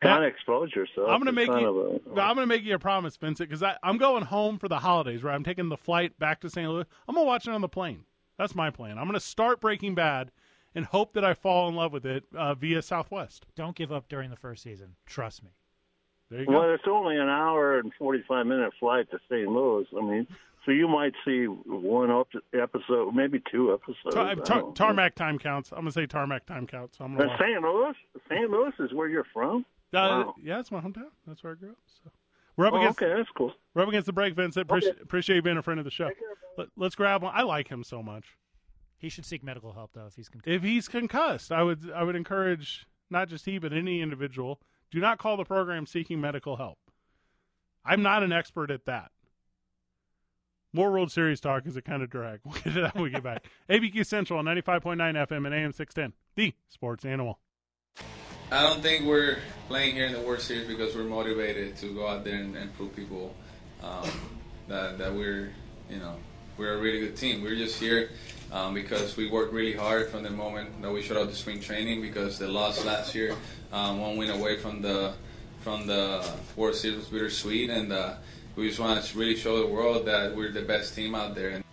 kind of expose yourself.
I'm gonna
It's
make
kind of
you. i I'm gonna make you a promise, Vincent, because I'm going home for the holidays. Right, I'm taking the flight back to St. Louis. I'm gonna watch it on the plane. That's my plan. I'm gonna start Breaking Bad, and hope that I fall in love with it uh, via Southwest.
Don't give up during the first season. Trust me.
There you
a- well, it's only an hour and forty-five minute flight to St. Louis. I mean, so you might see one up episode, maybe two episodes.
Tar- uh,
I
tar-
don't know.
tarmac time counts. I'm gonna say tarmac time counts. I'm
But
gonna.
St. Louis, St. Louis is where you're from.
Uh,
Wow.
Yeah, that's my hometown. That's where I grew up. So we're up
Oh,
against.
okay, that's cool.
We're up against the break, Vincent. Appreci-
Okay.
Appreciate you being a friend of the show. Let, let's grab one. I like him so much.
He should seek medical help though if he's con-
If he's concussed, I would I would encourage not just he but any individual do not call the program seeking medical help. I'm not an expert at that. More World Series talk is a kind of drag. (laughs) We'll get to that when we get back. ABQ Central on 95.9 FM and AM 610, the sports animal.
I don't think we're playing here in the World Series because we're motivated to go out there and, and prove people um, that that we're you know we're a really good team. We're just here um, because we worked really hard from the moment that we showed up to spring training because the loss last year, um, one win away from the from the World Series was bittersweet, and uh, we just want to really show the world that we're the best team out there. And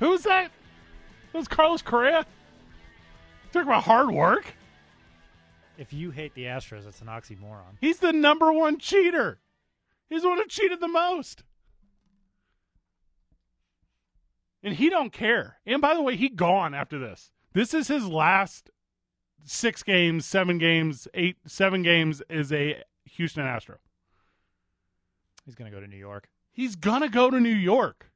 Who's that? That was Carlos Correa. Talk about hard work.
If you hate the Astros, it's an oxymoron.
He's the number one cheater. He's the one who cheated the most. And he don't care. And by the way, he gone after this. This is his last six games, seven games, eight, seven games is a Houston Astro.
He's going to go to New York.
He's gonna go to New York.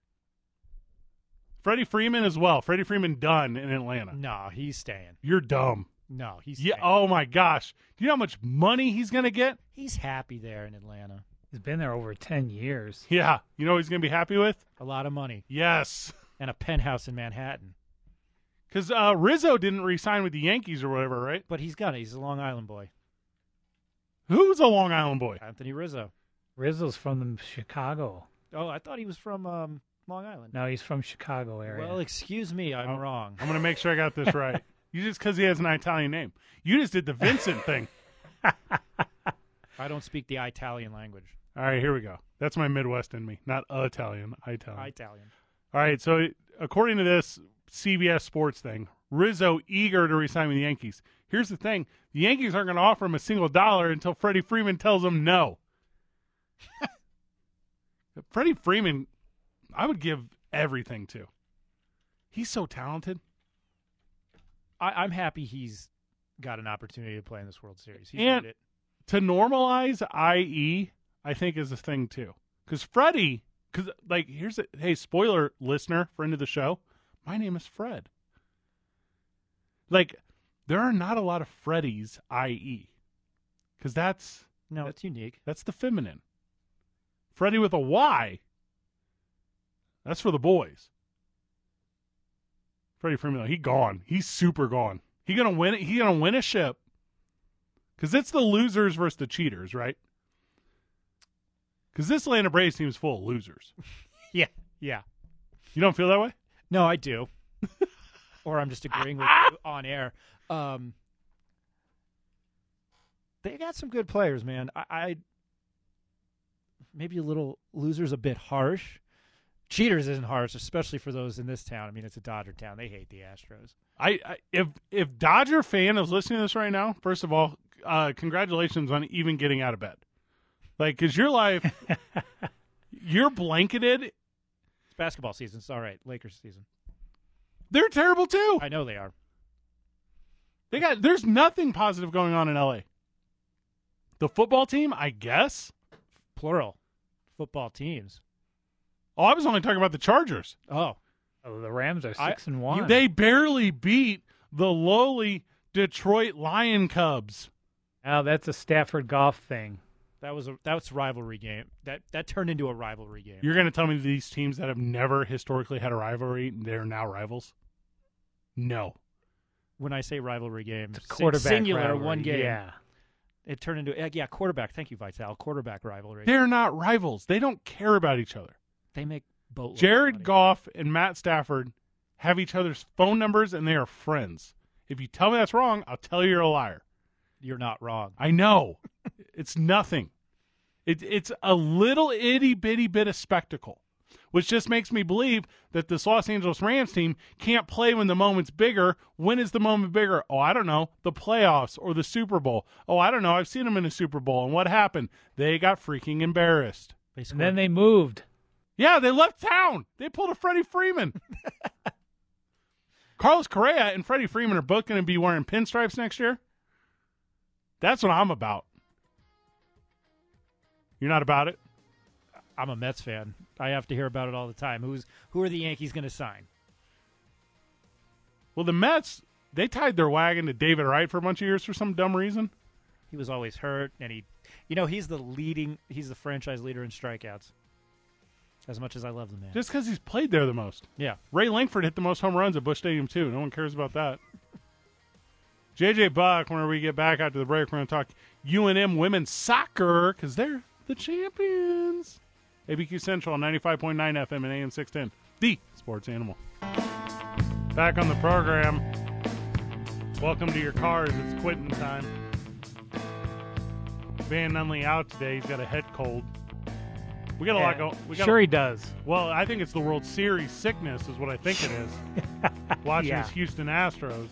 Freddie Freeman as well. Freddie Freeman done in Atlanta.
No, he's staying.
You're dumb.
No, he's
yeah. Oh my gosh. Do you know how much money he's gonna get?
He's happy there in Atlanta.
He's been there over 10 years.
Yeah. You know what he's going to be happy with?
A lot of money.
Yes.
And a penthouse in Manhattan.
Because uh, Rizzo didn't re-sign with the Yankees or whatever, right?
But he's got it. He's a Long Island boy.
Who's a Long Island boy?
Anthony Rizzo.
Rizzo's from Chicago.
Oh, I thought he was from um, Long Island. Oh.
No, he's from Chicago area.
Well, excuse me, I'm wrong.
I'm going to make sure I got this right. you just because he has an Italian name. You just did the Vincent thing.
I don't speak the Italian language.
All right, here we go. That's my Midwest in me. Not Italian,
Oh.
Italian.
Italian.
All right, so it- according to this CBS Sports thing, Rizzo eager to resign with the Yankees. Here's the thing: the Yankees aren't going to offer him a single dollar until Freddie Freeman tells them no. (laughs) Freddie Freeman, I would give everything to. He's so talented.
I, I'm happy he's got an opportunity to play in this World Series. He's
and
earned it.
to normalize IE, I think is a thing too. Because Freddie, because like here's a hey spoiler listener friend of the show, my name is Fred. Like there are not a lot of Freddies IE, because that's
no, it's unique.
That's the feminine. Freddie with a Y. That's for the boys. Freddie Freeman, though, he gone. He's super gone. He gonna win. He gonna win a ship. Cause it's the losers versus the cheaters, right? Cause this Atlanta Braves team's full of losers.
(laughs) Yeah, yeah.
You don't feel that way?
No, I do. or I'm just agreeing with
(laughs)
you on air. Um, they got some good players, man. I, I maybe a little losers a bit harsh. Cheaters isn't harsh, especially for those in this town. I mean, it's a Dodger town. They hate the Astros.
I, I if if Dodger fan is listening to this right now, first of all, uh, congratulations on even getting out of bed. Like, cause your life, you're blanketed. It's
basketball season. It's all right. Lakers season.
They're terrible too.
I know they are.
They got. There's nothing positive going on in L.A. The football team, I guess.
Plural, football teams.
Oh, I was only talking about the Chargers.
Oh,
Oh, the Rams are six and one.
They barely beat the lowly Detroit Lion Cubs.
Oh, that's a Stafford Golf thing.
That was a that's rivalry game. That that turned into a rivalry game.
You're going to tell me these teams that have never historically had a rivalry, they're now rivals? No.
When I say rivalry game,
a quarterback
sing- singular
rivalry,
one game.
yeah.
It turned into eh, yeah quarterback. Thank you, Vital. Quarterback rivalry.
They're not rivals. They don't care about each other.
They make boatloads.
Jared Goff and Matt Stafford have each other's phone numbers and they are friends. If you tell me that's wrong, I'll tell you you're a liar.
You're not wrong.
I know. it's nothing. It, it's a little itty bitty bit of spectacle, which just makes me believe that this Los Angeles Rams team can't play when the moment's bigger. When is the moment bigger? Oh, I don't know. The playoffs or the Super Bowl. Oh, I don't know. I've seen them in a Super Bowl. And what happened? They got freaking embarrassed.
And then they moved.
Yeah, they left town. They pulled a Freddie Freeman. Carlos Correa and Freddie Freeman are both going to be wearing pinstripes next year. That's what I'm about. You're not about it.
I'm a Mets fan. I have to hear about it all the time. Who's who are the Yankees going to sign?
Well, the Mets, they tied their wagon to David Wright for a bunch of years for some dumb reason.
He was always hurt, and he, you know, he's the leading. He's the franchise leader in strikeouts. As much as I love the man,
Just because he's played there the most.
Yeah.
Ray Langford hit the most home runs at Bush Stadium, too. No one cares about that. JJ Buck, whenever we get back after the break, we're going to talk UNM women's soccer because they're the champions. ABQ Central, 95.9 FM and AM 610, the sports animal. Back on the program. Welcome to your cars. It's quitting time. Van Nunley out today. He's got a head cold. We
Oh,
got a lot
Yeah.
going. We got
Sure
a-
he does.
Well, I think it's the World Series sickness, is what I think it is. Watching
Yeah.
his Houston Astros.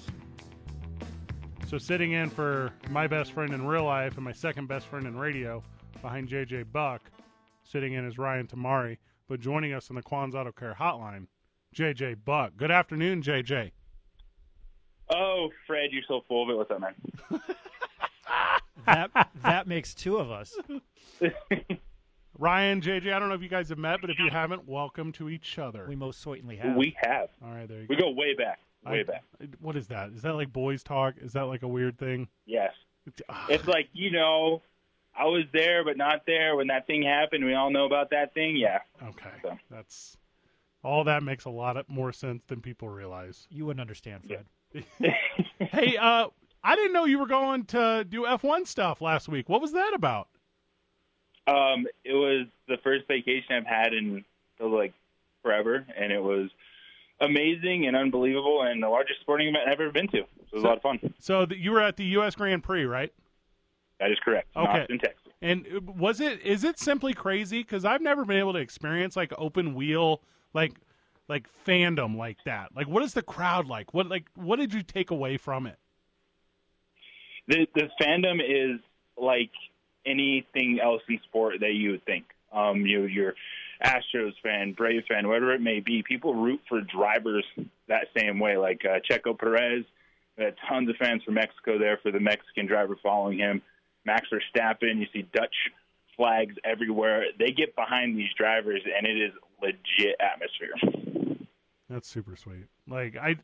So sitting in for my best friend in real life and my second best friend in radio, behind JJ Buck, sitting in is Ryan Tamari. But joining us on the Quan's Auto Care Hotline, JJ Buck. Good afternoon, JJ.
Oh, Fred, you're so full of it. What's up, man?
that that makes two of us. (laughs)
Ryan, JJ, I don't know if you guys have met, but if you haven't, welcome to each other. We
most certainly
We have.
All right, there you
We
go.
go way back, way
I-
back.
What is that? Is that like boys talk? Is that like a weird thing?
Yes. It's like you know, I was there but not there when that thing happened. We all know about that thing. Yeah.
Okay. That's all that makes a lot of- more sense than people realize.
You wouldn't understand, Fred.
hey, uh, I didn't know you were going to do F1 stuff last week. What was that about?
Um, it was the first vacation I've had in oh, like forever, and it was amazing and unbelievable, and the largest sporting event I've ever been to. So it was a lot of fun.
So th- you were at the U.S. Grand Prix, right?
That is correct. In
Okay.
Austin, Texas.
And uh, was it is it simply crazy? Because I've never been able to experience like open wheel like like fandom like that. Like, what is the crowd like? What like what did you take away from it?
the the fandom is like anything else in sport that you would think. Um, you you're Astros fan, Braves fan, whatever it may be. People root for drivers that same way. Like uh, Checo Perez, uh, tons of fans from Mexico there for the Mexican driver following him. Max Verstappen, you see Dutch flags everywhere. They get behind these drivers, and it is legit atmosphere.
That's super sweet. Like I,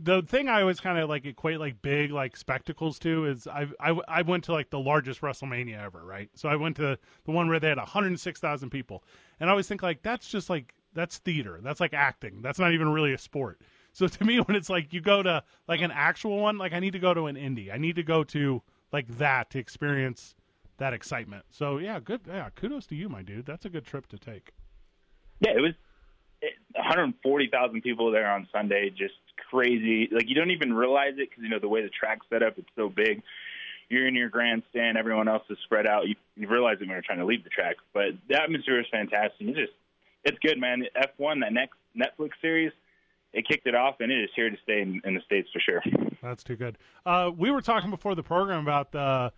the thing I always kind of like equate like big like spectacles to is I, I I went to like the largest WrestleMania ever, right? So I went to the one where they had 106,000 people, and I always think like that's just like that's theater, that's like acting, that's not even really a sport. So to me, (laughs) when it's like you go to like an actual one, like I need to go to an indie, I need to go to like that to experience that excitement. So yeah, good. Yeah, kudos to you, my dude. That's a good trip to take.
Yeah, it was it- 140,000 people there on Sunday. Just crazy. Like you don't even realize it because you know the way the track's set up, it's so big. You're in your grandstand. Everyone else is spread out. You, you realize that we were trying to leave the track, but the atmosphere is fantastic. You just, it's good, man. F1, that next Netflix series, it kicked it off, and it is here to stay in, in the states for sure.
That's too good. Uh, we were talking before the program about the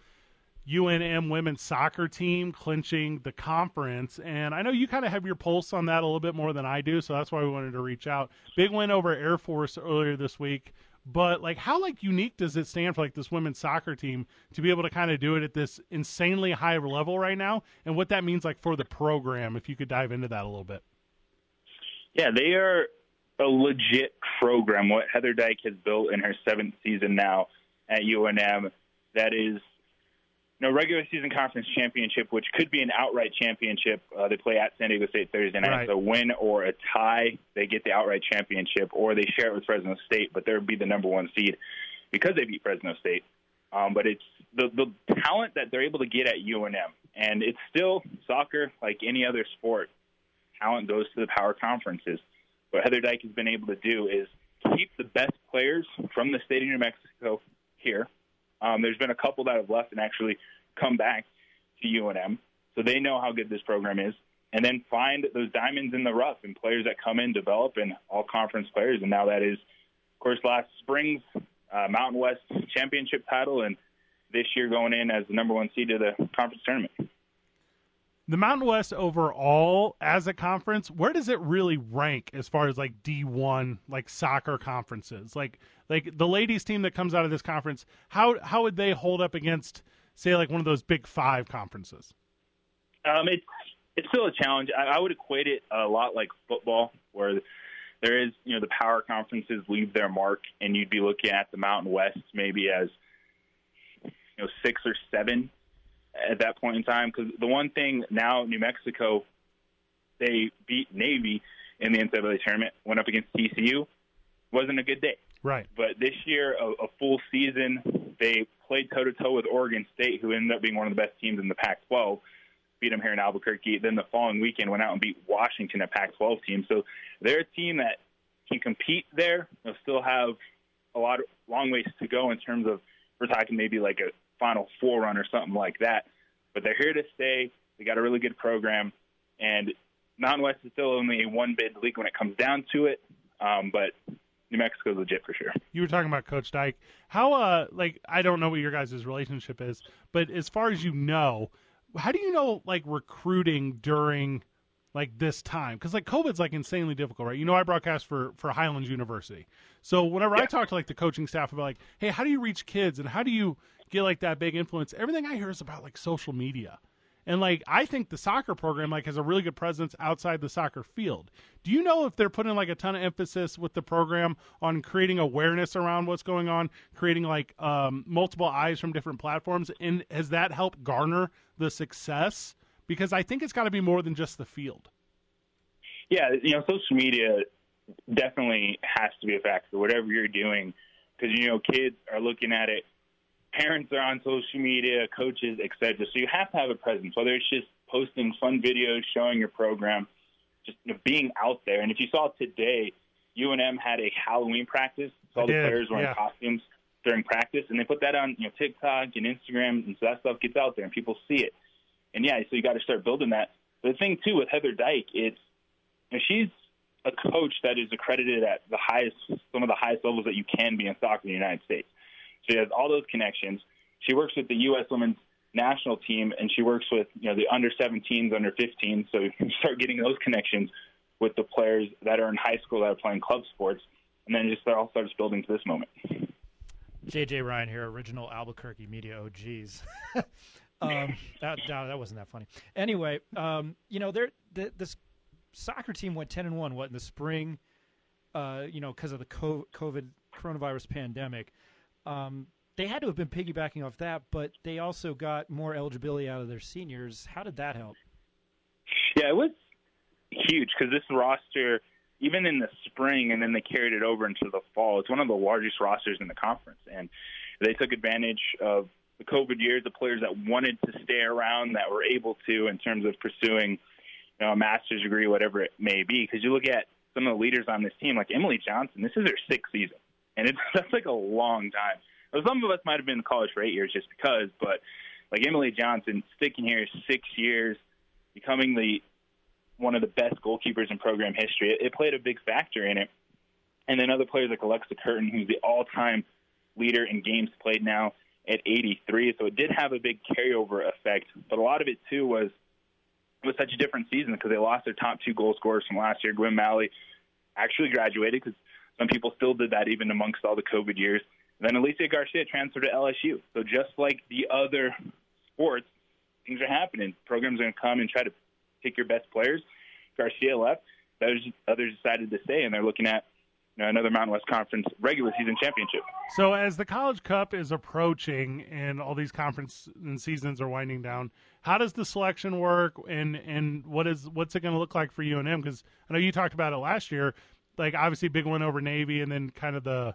UNM women's soccer team clinching the conference, and I know you kind of have your pulse on that a little bit more than I do, so that's why we wanted to reach out. Big win over Air Force earlier this week, but like how like unique does it stand for like this women's soccer team to be able to kind of do it at this insanely high level right now, and what that means like for the program? If you could dive into that a little bit.
Yeah, they are a legit program. What Heather Dyke has built in her seventh season now at UNM, that is no regular season conference championship, which could be an outright championship. Uh, they play at San Diego State Thursday night.
Right.
So win or a tie, they get the outright championship, or they share it with Fresno State, but they would be the number one seed because they beat Fresno State. Um, but it's the the talent that they're able to get at UNM, and it's still soccer like any other sport. Talent goes to the power conferences. What Heather Dyke has been able to do is keep the best players from the state of New Mexico here. Um, there's been a couple that have left and actually come back to UNM, so they know how good this program is. And then find those diamonds in the rough and players that come in, develop, and all conference players. And now that is, of course, last spring's uh, Mountain West championship title, and this year going in as the number one seed to the conference tournament.
The Mountain West overall as a conference, where does it really rank as far as like D1 like soccer conferences? Like like the ladies team that comes out of this conference, how how would they hold up against say like one of those big 5 conferences?
Um, it's it's still a challenge. I, I would equate it a lot like football, where there is you know the power conferences leave their mark, and you'd be looking at the Mountain West maybe as you know six or seven at that point in time. Because the one thing now New Mexico, they beat Navy in the NCAA tournament, went up against TCU, wasn't a good day.
Right.
But this year, a, a full season, they played toe to toe with Oregon State, who ended up being one of the best teams in the Pac 12. Beat them here in Albuquerque. Then the following weekend, went out and beat Washington, a Pac 12 team. So they're a team that can compete there. They'll still have a lot of long ways to go in terms of we're talking maybe like a Final Four run or something like that. But they're here to stay. They got a really good program, and Mountain West is still only a one bid league when it comes down to it. Um, but New Mexico's legit for sure.
You were talking about Coach Dyke. How uh like I don't know what your guys' relationship is, but as far as you know, how do you know like recruiting during like this time because like COVID's like insanely difficult, right? You know, I broadcast for for Highlands University, so whenever I talk to like the coaching staff about like, hey, how do you reach kids and how do you get like that big influence? Everything I hear is about like social media, and like I think the soccer program like has a really good presence outside the soccer field. Do you know if they're putting like a ton of emphasis with the program on creating awareness around what's going on, creating like um, multiple eyes from different platforms, and has that helped garner the success? Because I think it's got to be more than just the field.
Yeah, you know, social media definitely has to be a factor. Whatever you're doing, because you know, kids are looking at it. Parents are on social media, coaches, etc. So you have to have a presence, whether it's just posting fun videos, showing your program, just you know, being out there. And if you saw today, UNM had a Halloween practice.
I
So all the
did,
players were
yeah.
in costumes during practice, and they put that on you know TikTok and Instagram, and so that stuff gets out there and people see it. And yeah, so you got to start building that. The thing too with Heather Dyke, it's you know, she's a coach that is accredited at the highest, some of the highest levels that you can be in soccer in the United States. She has all those connections. She works with the U.S. women's national team, and she works with you know the under 17s, under 15s. So (laughs) you start getting those connections with the players that are in high school that are playing club sports, and then it just all starts building to this moment.
JJ Ryan here, original Albuquerque media OGs. (laughs) um, that, no, that wasn't that funny. Anyway, um, you know, there the, this soccer team went ten and one. What in the spring? Uh, you know, because of the co- COVID coronavirus pandemic, um, they had to have been piggybacking off that. But they also got more eligibility out of their seniors. How did that help?
Yeah, it was huge because this roster, even in the spring, and then they carried it over into the fall. It's one of the largest rosters in the conference, and they took advantage of the COVID years, the players that wanted to stay around, that were able to, in terms of pursuing you know, a master's degree, whatever it may be. Because you look at (laughs) some of the leaders on this team, like Emily Johnson, this is her sixth season, and it's that's like a long time. Well, some of us might have been in college for eight years just because, but like Emily Johnson sticking here six years, becoming the one of the best goalkeepers in program history, it, it played a big factor in it. And then other players like Alexa Curtin, who's the all-time leader in games played now at 83. So it did have a big carryover effect, but a lot of it too was it was such a different season because they lost their top two goal scorers from last year. Gwen Malley actually graduated because some people still did that even amongst all the COVID years. And then Alicia Garcia transferred to LSU. So just like the other sports, things are happening. Programs are going to come and try to pick your best players. Garcia left. Others, others decided to stay, and they're looking at you know, another Mountain West Conference regular season championship.
So as the College Cup is approaching and all these conference and seasons are winding down, how does the selection work and and what is what's it going to look like for UNM? Because I know you talked about it last year, like obviously big win over Navy and then kind of the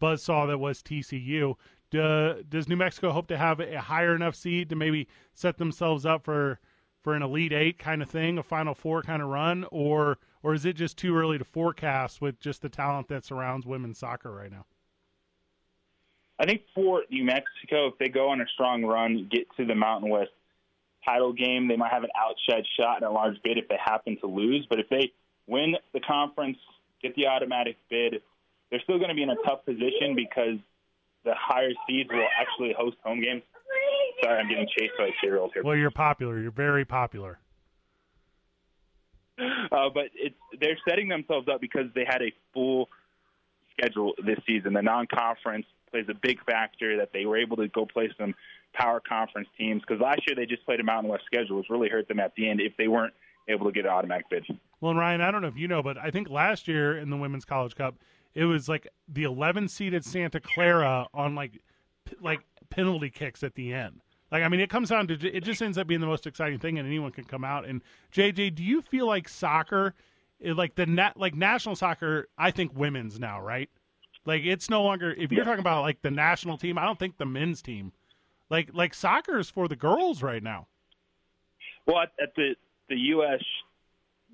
buzzsaw that was TCU. Do, does New Mexico hope to have a higher enough seed to maybe set themselves up for for an Elite Eight kind of thing, a Final Four kind of run, or or is it just too early to forecast with just the talent that surrounds women's soccer right now?
I think for New Mexico, if they go on a strong run, get to the Mountain West title game, they might have an outside shot and a large bid if they happen to lose. But if they win the conference, get the automatic bid, they're still going to be in a tough position because the higher seeds will actually host home games. Sorry, I'm getting chased by a two-year-old here.
Well, you're popular. You're very popular.
Uh, but it's they're setting themselves up because they had a full schedule this season. The non-conference plays a big factor that they were able to go play some power conference teams because last year they just played a Mountain West schedule, which really hurt them at the end if they weren't able to get an automatic bid.
Well, and Ryan, I don't know if you know, but I think last year in the Women's College Cup, it was like the 11 seeded Santa Clara on like p- like penalty kicks at the end. Like, I mean, it comes down to it just ends up being the most exciting thing, and anyone can come out. And JJ, do you feel like soccer, it- like the nat, like national soccer? I think women's now, right? Like, it's no longer if you're talking about like the national team. I don't think the men's team. Like, like soccer is for the girls right now.
Well, at, at the the U.S.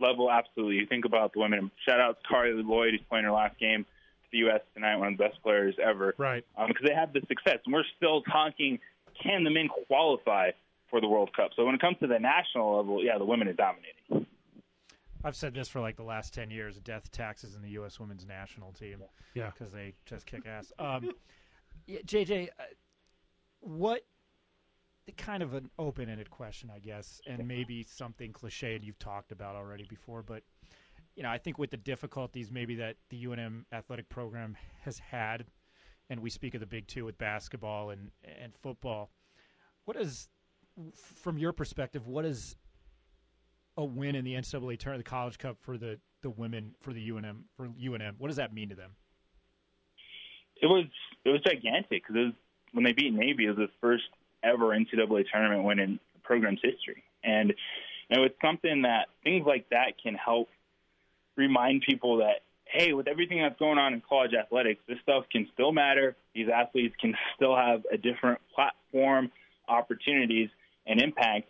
level, absolutely. You think about the women. Shout out to Carly Lloyd, who's playing her last game to the U.S. tonight, one of the best players ever.
Right.
Because they have the success, and we're still talking: can the men qualify for the World Cup? So when it comes to the national level, yeah, the women are dominating.
I've said this for like the last ten years: death taxes in the U.S. women's national team.
Yeah.
because they just kick ass. Um, (laughs) yeah, JJ, uh, what the kind of an open-ended question, I guess, and maybe something cliched you've talked about already before, but you know, I think with the difficulties maybe that the UNM athletic program has had, and we speak of the big two with basketball and and football. What is, from your perspective, what is a win in the NCAA tournament, the College Cup for the the women for the UNM for UNM? What does that mean to them?
it was it was gigantic because when they beat Navy, it was the first ever NCAA tournament win in the program's history, and you know it's something that things like that can help remind people that hey, with everything that's going on in college athletics, this stuff can still matter. These athletes can still have a different platform, opportunities, and impact.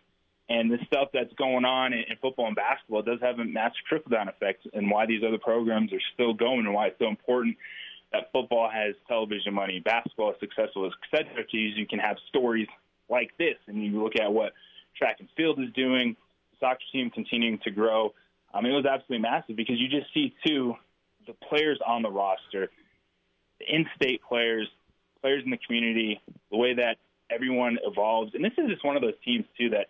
And this stuff that's going on in, in football and basketball does have a massive trickle down effect, and why these other programs are still going, and why it's so important that football has television money, basketball is successful, et cetera, to use, you can have stories like this. And you look at what track and field is doing, soccer team continuing to grow. I mean, it was absolutely massive because you just see, too, the players on the roster, the in state players, players in the community, the way that everyone evolves. And this is just one of those teams, too, that,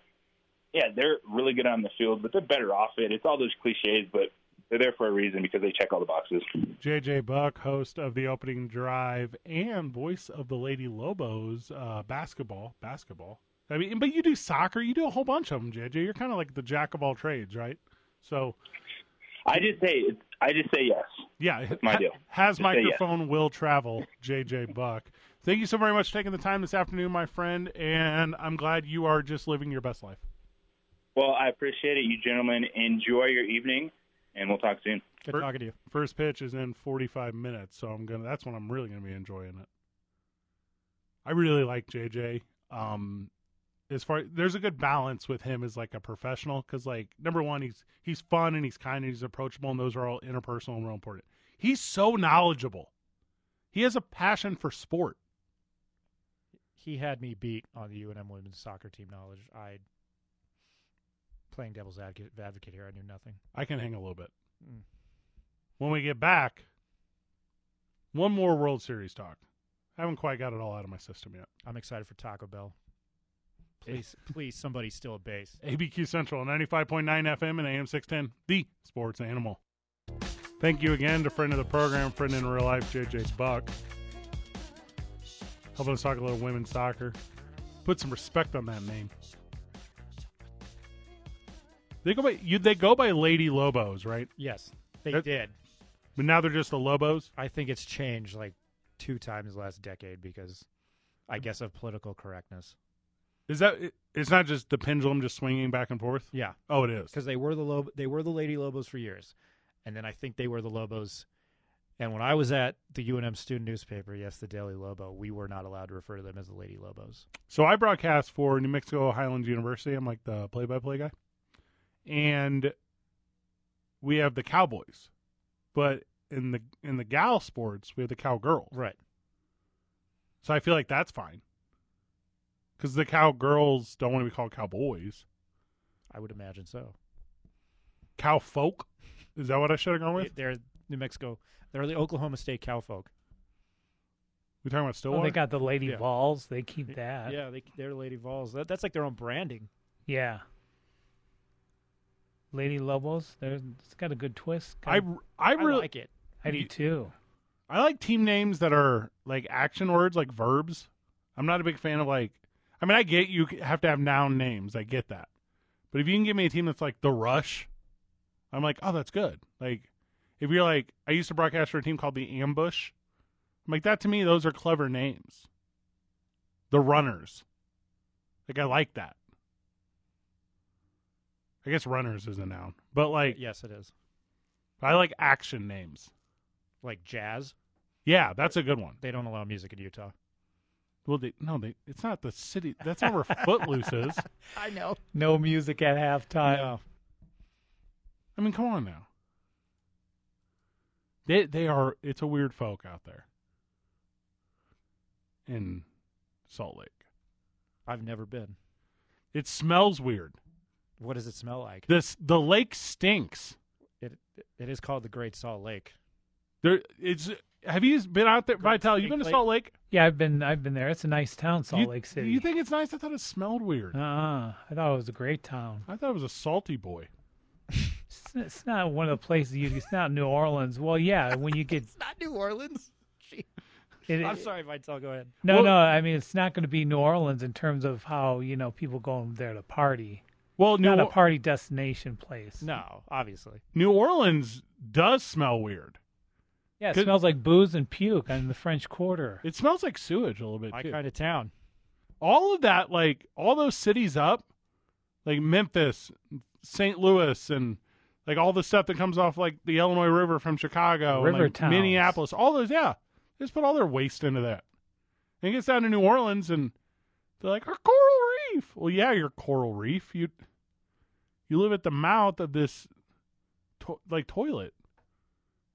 yeah, they're really good on the field, but they're better off it. It's all those cliches, but they're there for a reason because they check all the boxes.
JJ Buck, host of the opening drive and voice of the Lady Lobos uh, basketball. Basketball. I mean, but you do soccer. You do a whole bunch of them, JJ. You're kind of like the jack of all trades, right? So
I just say I just say yes.
Yeah,
That's my deal.
Has
Just say yes.
microphone will travel, JJ Buck. Thank you so very much for taking the time this afternoon, my friend. And I'm glad you are just living your best life.
Well, I appreciate it, you gentlemen. Enjoy your evening, and we'll talk soon.
Good
talking to you. First pitch is in 45 minutes, so I'm gonna. That's when I'm really gonna be enjoying it. I really like JJ. Um, as far there's a good balance with him as like a professional because like number one he's he's fun and he's kind and he's approachable and those are all interpersonal and real important. He's so knowledgeable. He has a passion for sport.
he had me beat on the UNM women's soccer team knowledge. I playing devil's advocate, advocate here. I knew nothing.
I can hang a little bit.
Mm.
When we get back, one more World Series talk. I haven't quite got it all out of my system yet.
I'm excited for Taco Bell. Please, please, somebody steal a base.
ABQ Central, 95.9 FM and AM 610, the sports animal. Thank you again to friend of the program, friend in real life, JJ Buck. Helping us talk a little women's soccer. Put some respect on that name. They go by you, they go by Lady Lobos, right?
Yes, they
That-
did.
But now they're just the Lobos.
I think it's changed like two times the last decade because, I guess, of political correctness.
Is that it- it's not just the pendulum just swinging back and forth?
Yeah.
Oh, it is.
because they were the Lob- they were the Lady Lobos for years, and then I think they were the Lobos. And when I was at the UNM student newspaper, yes, the Daily Lobo, we were not allowed to refer to them as the Lady Lobos.
So I broadcast for New Mexico Highlands University. I'm like the play-by-play guy, and we have the Cowboys, but in the in the gal sports we have the Cowgirls.
Right.
So I feel like that's fine, because the Cowgirls don't want to be called Cowboys.
I would imagine so.
Cow folk, is that what I should have gone with?
They- They're New Mexico. They're the Oklahoma State cowfolk.
We talking about Stillwater?
Well, Oh, they got the Lady
Yeah.
Vols. They keep that.
Yeah, they, they're Lady Vols. That, that's like their own branding.
Yeah. Lady Lobos. There's it's got a good twist.
I I really
like it.
I do too.
I like team names that are like action words, like verbs. I'm not a big fan of like. I mean, I get you have to have noun names. I get that, but if you can give me a team that's like the Rush, I'm like, oh, that's good. Like, if you're like, I used to broadcast for a team called the Ambush. I'm like that to me. Those are clever names. The Runners. Like I like that. I guess Runners is a noun, but like
Yes, it is.
I like action names.
Like jazz.
Yeah, that's a good one.
They don't allow music in Utah.
Well, they, no, they, it's not the city. That's
(laughs)
not where Footloose is.
I know.
No music at halftime.
I mean, come on now. They they are. It's a weird folk out there in Salt Lake.
I've never been.
It smells weird.
What does it smell like?
This the lake stinks.
It it is called the Great Salt Lake.
There, it's. Have you been out there, Vital? You been to
Lake?
Salt Lake?
Yeah, I've been I've been there. It's a nice town, Salt
You-
Lake City.
You think it's nice? I thought it smelled weird.
uh-uh. I thought it was a great town.
I thought it was a salty boy.
It's, it's not one of the places you. It's not New Orleans. Well, yeah, when you
(laughs)
get
Not New Orleans. (laughs) Gee.
It-
I'm
it-
sorry, Vital. Go ahead.
no, no. I mean, it's not going to be New Orleans in terms of how you know people go there to party.
Well,
It's
New
not a
Or-
party destination place.
No, obviously.
New Orleans does smell weird.
Yeah, it
'Cause-
smells like booze and puke in the French Quarter.
It smells like sewage a little bit.
My
too.
kind of town.
all of that, like all those cities up, like Memphis, St. Louis, and like all the stuff that comes off like the Illinois River from Chicago, and,
River
like,
towns.
Minneapolis, all those, yeah, they just put all their waste into that. And it gets down to New Orleans, and they're like, "Our coral reef." Well, yeah, your coral reef. You you live at the mouth of this to- like toilet.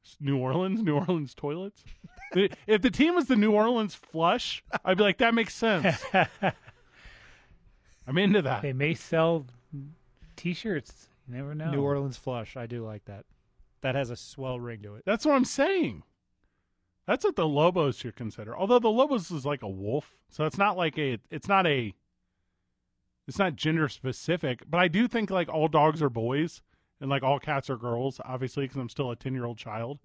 It's New Orleans, (laughs) New Orleans toilets. if the team was the New Orleans Flush, I'd be like, that makes sense. I'm into that.
They may sell T-shirts. You never know.
New Orleans flush. I do like that. That has a swell ring to it.
That's what I'm saying. That's what the Lobos should consider. Although the Lobos is like a wolf, so it's not like a it's not a it's not gender specific. But I do think like all dogs are boys and like all cats are girls. Obviously, because I'm still a ten year old child.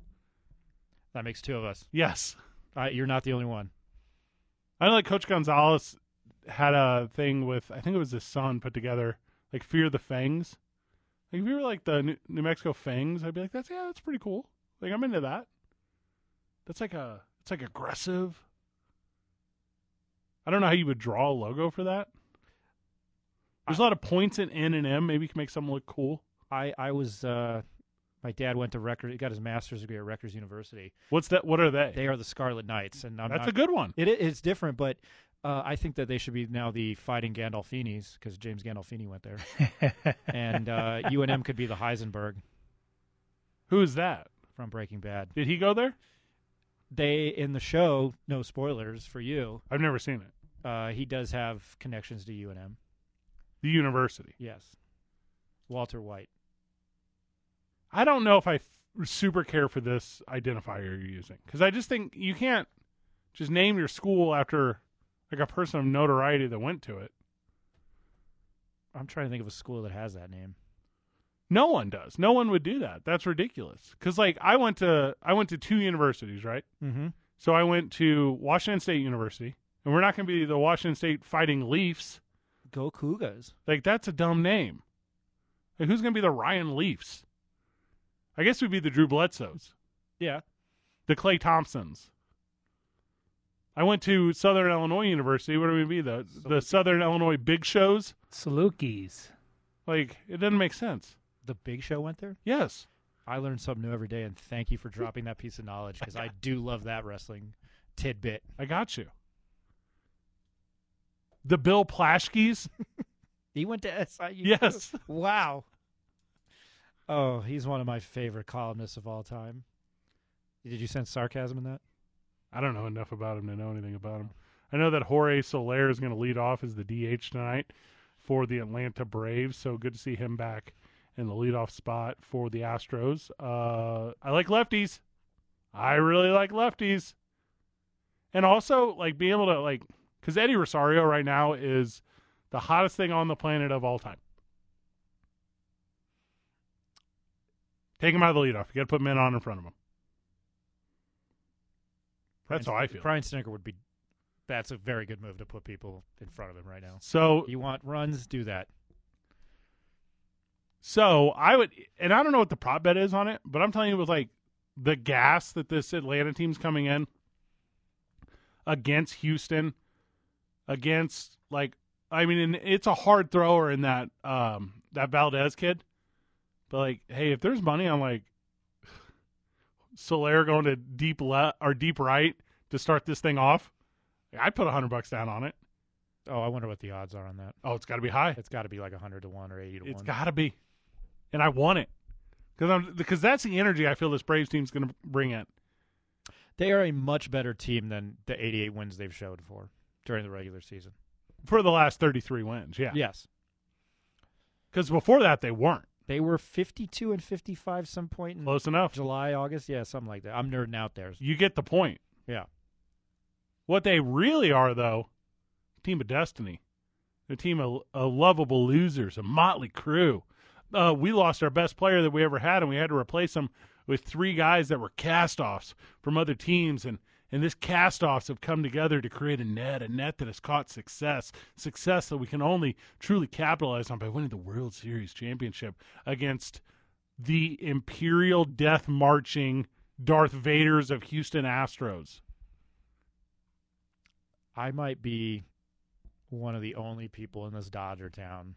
That makes two of us.
Yes,
Uh, you're not the only one.
I know like Coach Gonzalez had a thing with I think it was his son put together like Fear the Fangs. Like if you were like the New- New Mexico Fangs, I'd be like, that's yeah, that's pretty cool. Like I'm into that. That's like a it's like aggressive. I don't know how you would draw a logo for that. There's a lot of points in N and M. Maybe you can make something look cool.
I I was. Uh, my dad went to record. He got his master's degree at Rutgers University.
What's that? What are they?
They are the Scarlet Knights, and I'm
that's
not-
a good one.
It i- it's different, but uh, I think that they should be now the Fighting Gandolfinis because James Gandolfini went there,
(laughs)
and uh, UNM could be the Heisenberg
Who is that?
from Breaking Bad.
Did he go there?
They in the show, no spoilers for you.
I've never seen it.
Uh, he does have connections to UNM.
The university.
Yes, Walter White.
I don't know if I f- super care for this identifier you're using because I just think you can't just name your school after like a person of notoriety that went to it.
I'm trying to think of a school that has that name.
No one does. No one would do that. That's ridiculous. Because like I went to I went to two universities, right?
Mhm.
So I went to Washington State University, and we're not going to be the Washington State Fighting Leafs.
Go Cougars.
Like that's a dumb name. Like who's going to be the Ryan Leafs? I guess we'd be the Drew Bledsoes,
Yeah.
the Clay Thompsons. I went to Southern Illinois University. What are we be the the Southern Illinois Big Shows?
Salukis.
Like it doesn't make sense.
The Big Show went there.
Yes.
I learn something new every day, and thank you (laughs) for dropping that piece of knowledge because I do love that wrestling tidbit.
I got you. The Bill Plashkeys.
He went to SIU.
Yes.
(laughs) Wow. Oh, he's one of my favorite columnists of all time. Did you sense sarcasm in that?
I don't know enough about him to know anything about him. I know that Jorge Soler is going to lead off as the DH tonight for the Atlanta Braves. So good to see him back in the leadoff spot for the Astros. Uh, I like lefties. I really like lefties. And also, like, being able to, like, because Eddie Rosario right now is the hottest thing on the planet of all time. Take him out of the leadoff. You got to put men on in front of him. That's
Brian-
how I feel.
Brian Snicker would be. That's a very good move to put people in front of him right now.
So-
you want runs? Do that.
So I would, and I don't know what the prop bet is on it, but I'm telling you, with like the gas that this Atlanta team's coming in against Houston, against like, I mean, and it's a hard thrower in that um that Valdez kid, but like, hey, if there's money on like Solaire going to deep left or deep right to start this thing off, I'd put a hundred bucks down on it.
Oh, I wonder what the odds are on that.
Oh, it's got to be high.
It's got to be like hundred to one or eighty to
It's
one.
got to be, and I want it because I'm because that's the energy I feel this Braves team's going to bring in.
They are a much better team than the eighty-eight wins they've showed for during the regular season.
for the last 33 wins. Yeah.
Yes.
Because before that, they weren't.
They were 52 and 55 some point in
Close enough.
July, August. Yeah, something like that. I'm nerding out there.
You get the point.
Yeah.
What they really are, though, team of destiny, a team of, of lovable losers, a motley crew. Uh, we lost our best player that we ever had, and we had to replace him with three guys that were cast offs from other teams. And, and this cast offs have come together to create a net, a net that has caught success, success that we can only truly capitalize on by winning the World Series championship against the Imperial Death Marching Darth Vaders of Houston Astros.
I might be one of the only people in this Dodger town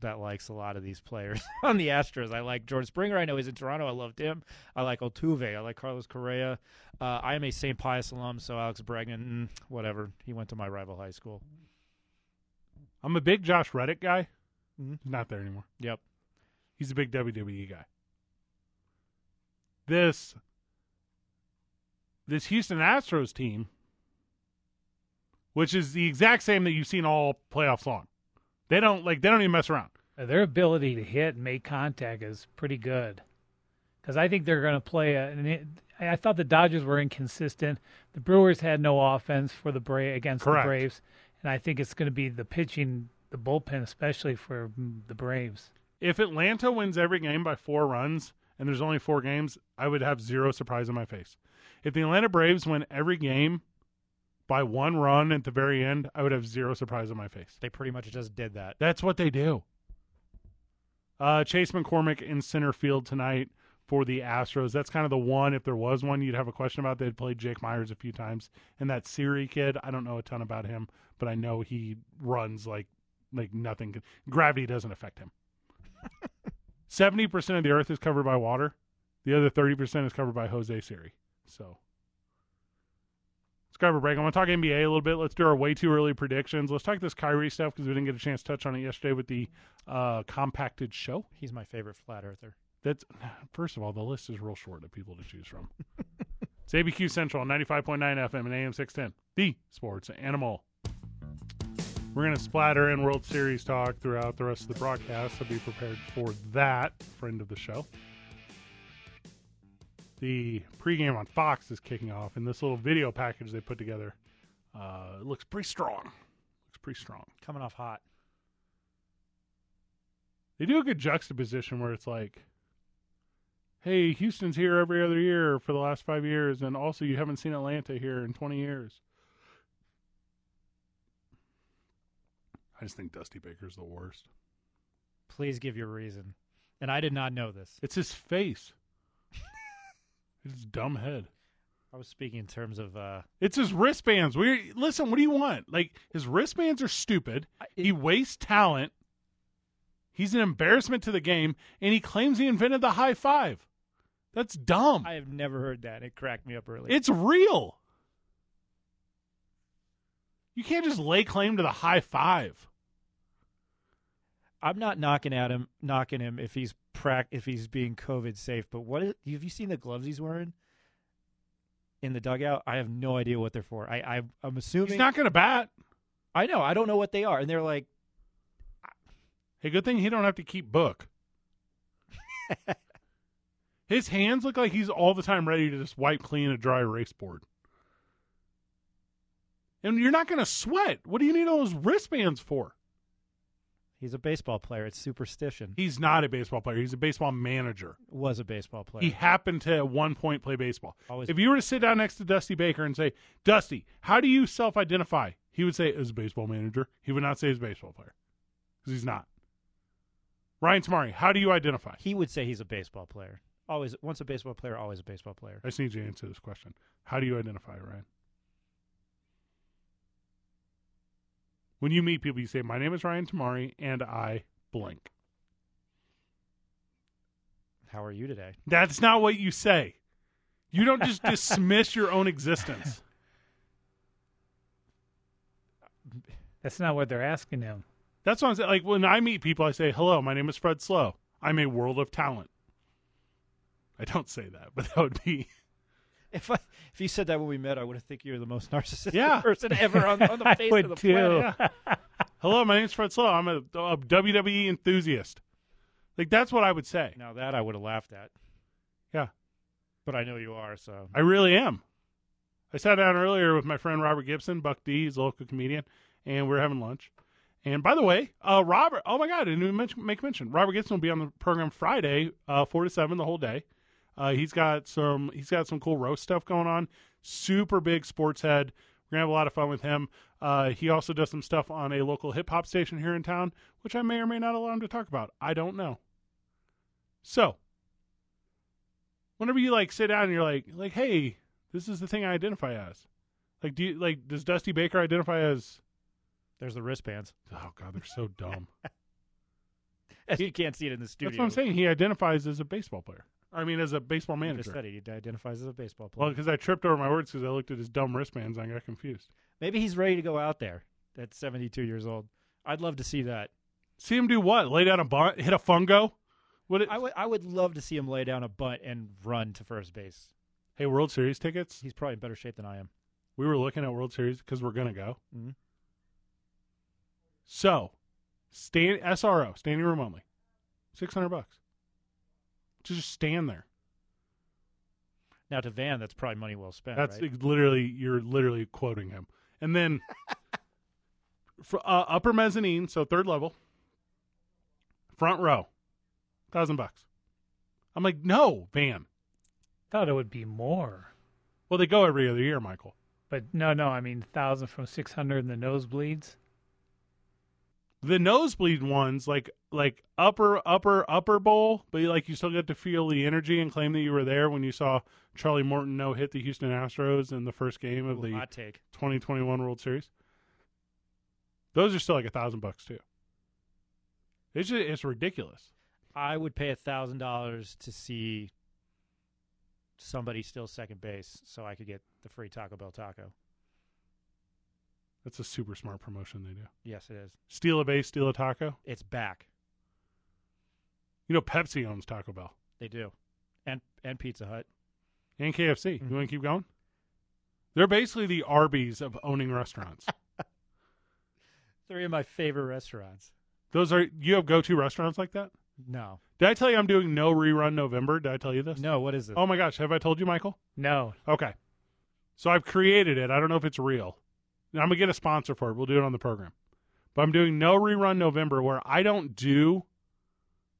that likes a lot of these players (laughs) on the Astros. I like George Springer. I know he's in Toronto. I loved him. I like Altuve. I like Carlos Correa. Uh, I am a St. Pius alum, so Alex Bregman, mm, whatever. He went to my rival high school.
I'm a big Josh Reddick guy.
Mhm.
He's not there anymore.
Yep.
He's a big WWE guy. This this Houston Astros team, which is the exact same that you've seen all playoffs long. They don't like they don't even mess around.
Uh, Their ability to hit and make contact is pretty good. Because I think they're going to play. A, and it, I I thought the Dodgers were inconsistent. The Brewers had no offense for the Bra- against
Correct.
the Braves, and I think it's going to be the pitching, the bullpen, especially for mm, the Braves.
If Atlanta wins every game by four runs and there's only four games, I would have zero surprise on my face. If the Atlanta Braves win every game by one run at the very end, I would have zero surprise on my face.
They pretty much just did that.
That's what they do. Uh, Chase McCormick in center field tonight for the Astros. That's kind of the one, if there was one, you'd have a question about. They'd played Jake Myers a few times, and that Siri kid. I don't know a ton about him, but I know he runs like like nothing. could- Gravity doesn't affect him. (laughs) Seventy percent of the Earth is covered by water. The other thirty percent is covered by Jose Siri. So. Let's grab a break. I want to talk NBA a little bit. Let's do our way too early predictions. Let's talk this Kyrie stuff because we didn't get a chance to touch on it yesterday with the uh, compacted show.
He's my favorite flat earther.
(sighs) That's first of all, the list is real short of people to choose from. It's ABQ Central, 95.9 FM and AM 610, the sports animal. We're going to splatter in World Series talk throughout the rest of the broadcast, so be prepared for that, friend of the show. The pregame on Fox is kicking off, and this little video package they put together uh, looks pretty strong. Looks pretty strong.
Coming off hot.
They do a good juxtaposition where it's like, hey, Houston's here every other year for the last five years, and also you haven't seen Atlanta here in 20 years. I just think Dusty Baker's the worst.
Please give your reason. And I did not know this.
It's his face. it's his dumb head.
I was speaking in terms of uh
It's his wristbands. We listen. What do you want? Like his wristbands are stupid. he wastes talent. He's an embarrassment to the game, and he claims he invented the high five. That's dumb.
I have never heard that. It cracked me up early.
It's real. You can't just lay claim to the high five.
I'm not knocking at him, knocking him if he's prac if he's being COVID safe. But what is, have you seen the gloves he's wearing in the dugout? I have no idea what they're for. I, I I'm assuming
He's not going to bat.
I know. I don't know what they are, and they're like,
Hey, good thing he don't have to keep book. His hands look like he's all the time ready to just wipe clean a dry erase board. And you're not going to sweat. What do you need all those wristbands for?
he's a baseball player. It's superstition.
He's not a baseball player. He's a baseball manager.
Was a baseball player.
He happened to at one point play baseball.
Always-
If you were to sit down next to Dusty Baker and say, Dusty, how do you self identify? He would say, as a baseball manager. He would not say, as a baseball player, because he's not. Ryan Tamari, how do you identify?
He would say he's a baseball player. Always, once a baseball player, always a baseball player.
I just need you to answer this question. How do you identify, Ryan? When you meet people, you say, My name is Ryan Tamari, and I blank.
How are you today? (laughs)
That's not what you say. You don't just dismiss your own existence.
That's not what they're asking him.
That's what I'm saying. Like when I meet people, I say, "Hello, my name is Fred Slow. I'm a world of talent." I don't say that, but that would be
If I, if you said that when we met, I would have think you're the most narcissistic
yeah
(laughs) person ever on,
(laughs)
(laughs)
on the face of the planet.
Yeah. Hello, my name's Fred Slow. I'm a, a WWE enthusiast. Like that's what I would say.
Now that I would have laughed at.
Yeah.
But I know you are, so
I really am. I sat down earlier with my friend Robert Gibson, Buck D, he's a local comedian, and we were having lunch. And by the way, uh, Robert, oh my God, I didn't even mention, make mention. Robert Gibson will be on the program Friday, uh, four to seven, the whole day. Uh, he's got some he's got some cool roast stuff going on. Super big sports head. We're gonna have a lot of fun with him. Uh, he also does some stuff on a local hip hop station here in town, which I may or may not allow him to talk about. I don't know. So, whenever you like sit down and you're like, like, hey, this is the thing I identify as. Like, do you like does Dusty Baker identify as?
There's the wristbands. (laughs)
Oh God, they're so dumb.
As you can't see it in the studio.
That's what I'm saying. He identifies as a baseball player. I mean, as a baseball
You just
manager.
said he identifies as a baseball player.
Well, because I tripped over my words because I looked at his dumb wristbands and I got confused.
Maybe he's ready to go out there at 72 years old. I'd love to see that.
See him do what? Lay down a bunt, hit a fungo. What? It,
I would I would love to see him lay down a bunt and run to first base.
hey, World Series tickets.
He's probably in better shape than I am.
We were looking at World Series because we're gonna go.
Mhm.
So, stand SRO standing room only, six hundred bucks. Just stand there.
Now to Van, that's probably money well spent.
That's
right?
ex- literally you're literally quoting him. And then fr- uh, upper mezzanine, so third level, front row, thousand bucks. I'm like, no, Van.
Thought it would be more,
Well, they go every other year, Michael.
but no, no. I mean, thousand from six hundred and the nosebleeds.
The nosebleed ones, like like upper upper upper bowl, but like you still get to feel the energy and claim that you were there when you saw Charlie Morton no hit the Houston Astros in the first game of
Ooh,
the
hot take.
2021 World Series. Those are still like a thousand bucks too. It's just, it's ridiculous.
I would pay a thousand dollars to see somebody steal second base so I could get the free Taco Bell taco.
That's a super smart promotion they do.
Yes, it is.
Steal a base, steal a taco.
It's back.
You know Pepsi owns Taco Bell.
They do, and and Pizza Hut.
and KFC. You want to keep going? They're basically the Arby's of owning restaurants.
Three of my favorite restaurants.
Those are you have go to restaurants like that?
No.
Did I tell you I'm doing no rerun November? Did I tell you this?
No, what is it?
Oh my gosh, have I told you, Michael?
(laughs)
No.
Okay. So I've created it. I don't know if it's real. And I'm gonna get a sponsor for it. We'll do it on the program. But I'm doing no rerun November where I don't do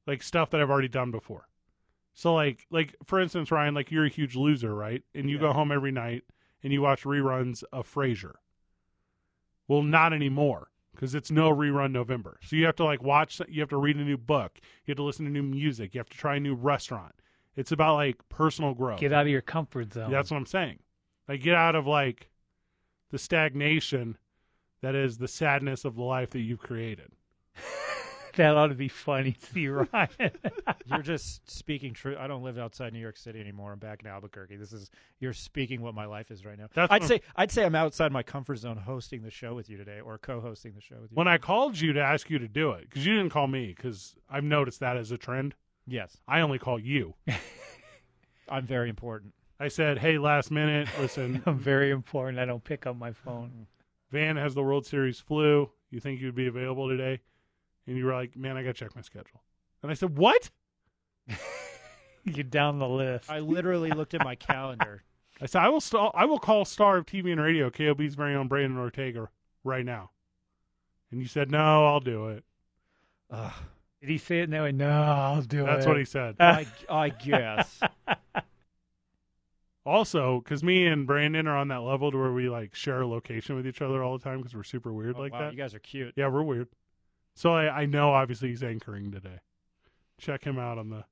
like stuff that I've already done before. So like like for instance, Ryan, like you're a huge loser, right? And you go home every night and you watch reruns of Frasier. Well, not anymore because it's no rerun November. So you have to like watch, you have to read a new book, you have to listen to new music, you have to try a new restaurant. It's about like personal growth.
Get out of your comfort zone.
That's what I'm saying. Like get out of like the stagnation that is the sadness of the life that you've created.
(laughs) That ought to be funny, see Ryan. (laughs)
You're just speaking truth. I don't live outside New York City anymore. I'm back in Albuquerque. This is you're speaking what my life is right now.
That's
I'd
what-
say I'd say I'm outside my comfort zone hosting the show with you today or co-hosting the show with you.
When I called you to ask you to do it, because you didn't call me, because I've noticed that as a trend.
Yes.
I only call you.
I'm very important.
I said, hey, last minute, listen.
I'm very important. I don't pick up my phone.
Van has the World Series flu. You think you'd be available today? And you were like, man, I got to check my schedule. And I said, what?
You're down the list.
I literally looked at my calendar.
I said, I will st- I will call star of TV and radio, KOB's very own Brandon Ortega, right now. And you said, no, I'll do it.
Did he say it in that way? No, I'll do it.
That's what he said.
(laughs) I, I (laughs) guess.
Also, because me and Brandon are on that level to where we like share a location with each other all the time because we're super weird
Oh,
like
wow,
that.
you guys are cute.
Yeah, we're weird. So I, I know obviously he's anchoring today. Check him out on the.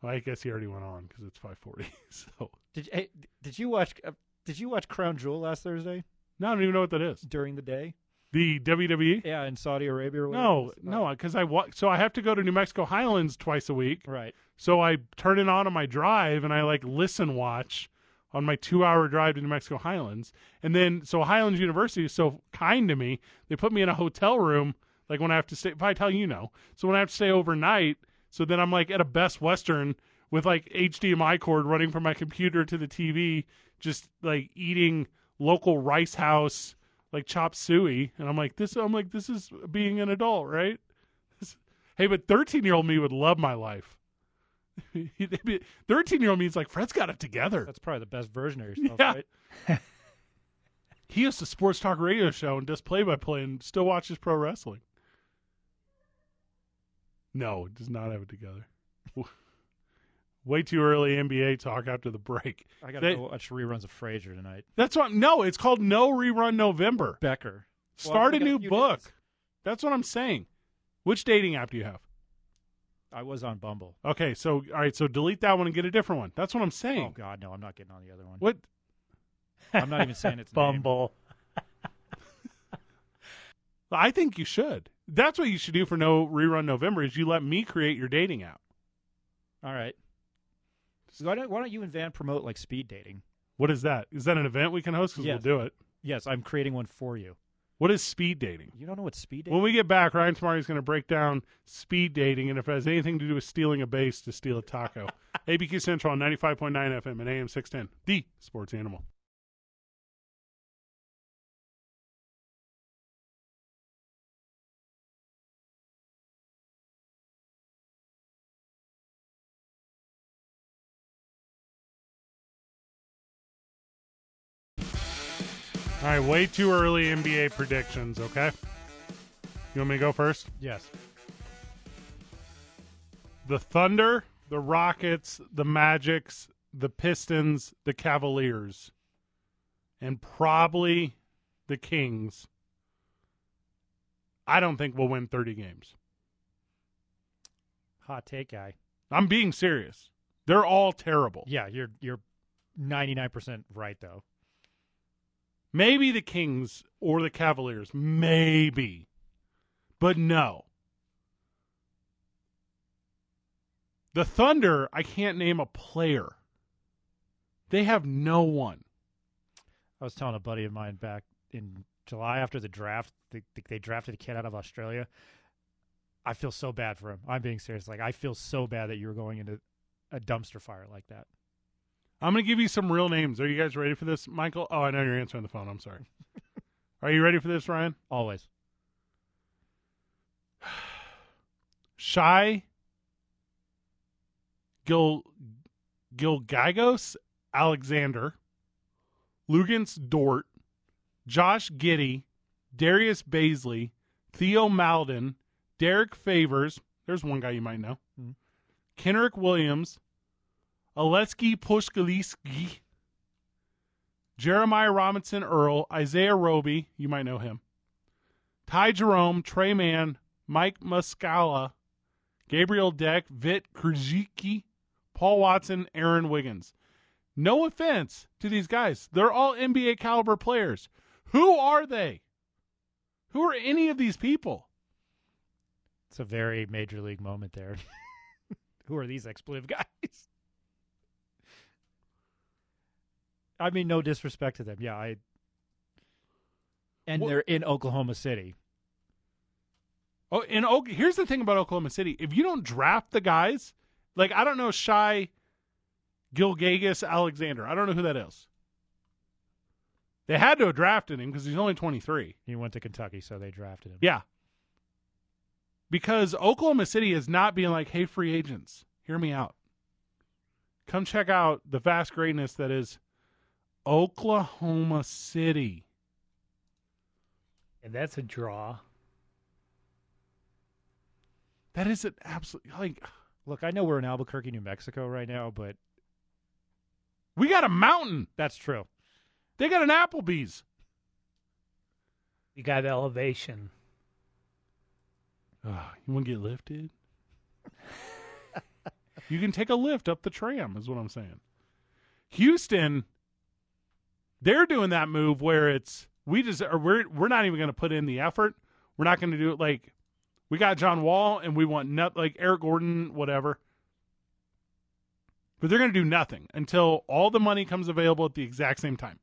Well, I guess he already went on because it's five forty. (laughs) So
Did hey, did you watch uh, did you watch Crown Jewel last Thursday
no, I don't even know what that is.
during the day?
The WWE?
Yeah, in Saudi Arabia. Or whatever it
No,
was. Oh.
no, because I wa- so I have to go to New Mexico Highlands twice a week.
Right.
So I turn it on on my drive and I like listen watch on my two hour drive to New Mexico Highlands, and then so Highlands University is so kind to me. They put me in a hotel room like when I have to stay. If I tell you, you know, so when I have to stay overnight, so then I'm like at a Best Western with like HDMI cord running from my computer to the TV, just like eating local rice house like chop suey, and I'm like this. I'm like this is being an adult, right? This- hey, but 13 year old me would love my life. (laughs) 13 year old me's like Fred's got it together.
That's probably the best version of yourself,
Yeah.
right?
(laughs) He hosts a sports talk radio show and does play by play and still watches pro wrestling. No, does not have it together. (laughs) Way too early NBA talk after the break.
I gotta
That-
go watch reruns of Frasier tonight.
That's what. No, it's called No Rerun November.
Becker.
Start
we
a
got a
new
few
book.
days.
That's what I'm saying. Which dating app do you have?
I was on Bumble.
Okay, so all right, so delete that one and get a different one. That's what I'm
Oh
saying.
God, no! I'm not getting on the other one.
What?
I'm not even (laughs) saying it's
Bumble.
I think you should. That's what you should do for No Rerun November is you let me create your dating app.
All right. So why don't why don't you and Van promote like speed dating?
What is that? Is that an event we can host? Because
Yes.
we'll do it.
Yes, I'm creating one for you.
What is speed dating?
You don't know what speed dating?
When we get back, Ryan Tamari is going to break down speed dating and if it has anything to do with stealing a base to steal a taco. ABQ Central on 95.9 FM and AM 610, the sports animal. All right, way too early NBA predictions, okay? You want me to go first?
yes.
the Thunder, the Rockets, the Magics, the Pistons, the Cavaliers, and probably the Kings. I don't think we'll win 30 games.
Hot take guy.
I'm being serious. They're all terrible.
Yeah, you're you're 99 percent right though.
Maybe the Kings or the Cavaliers. Maybe. But no. The Thunder, I can't name a player. They have no one.
I was telling a buddy of mine back in July after the draft, they, they drafted a kid out of Australia. I feel so bad for him. I'm being serious. Like I feel so bad that you were going into a dumpster fire like that.
I'm going to give you some real names. Are you guys ready for this, Michael? Oh, I know you're answering the phone. I'm sorry. Are you ready for this, Ryan?
Always.
Shy Gil Gilgagos Alexander, Lugans Dort, Josh Giddy, Darius Baisley, Theo Malden, Derek Favors. There's one guy you might know. Kenrick Williams, Aleski Pushkaliski, Jeremiah Robinson Earl, Isaiah Roby, you might know him, Ty Jerome, Trey Mann, Mike Muscala, Gabriel Deck, Vit Krzyzewski, Paul Watson, Aaron Wiggins. No offense to these guys. They're all NBA caliber players. Who are they? Who are any of these people?
It's a very major league moment there. (laughs) Who are these expletive guys? I mean, no disrespect to them. Yeah, I. And
Well-
they're in Oklahoma City.
Oh, and O- here's the thing about Oklahoma City: if you don't draft the guys, like I don't know Shy Gilgagas Alexander, I don't know who that is. They had to have drafted him because he's only 23.
He went to Kentucky, so they drafted him.
Yeah, because Oklahoma City is not being like, "Hey, free agents, hear me out. Come check out the vast greatness that is Oklahoma City."
And that's a draw.
That is an absolute like.
Look, I know we're in Albuquerque, New Mexico right now, but
we got a mountain.
That's true.
They got an Applebee's.
You got elevation.
Ah, you want to get lifted? you can take a lift up the tram, is what I'm saying. Houston, they're doing that move where it's we just or we're we're not even going to put in the effort. We're not going to do it like we got John Wall and we want not like Eric Gordon, whatever. But they're going to do nothing until all the money comes available at the exact same time.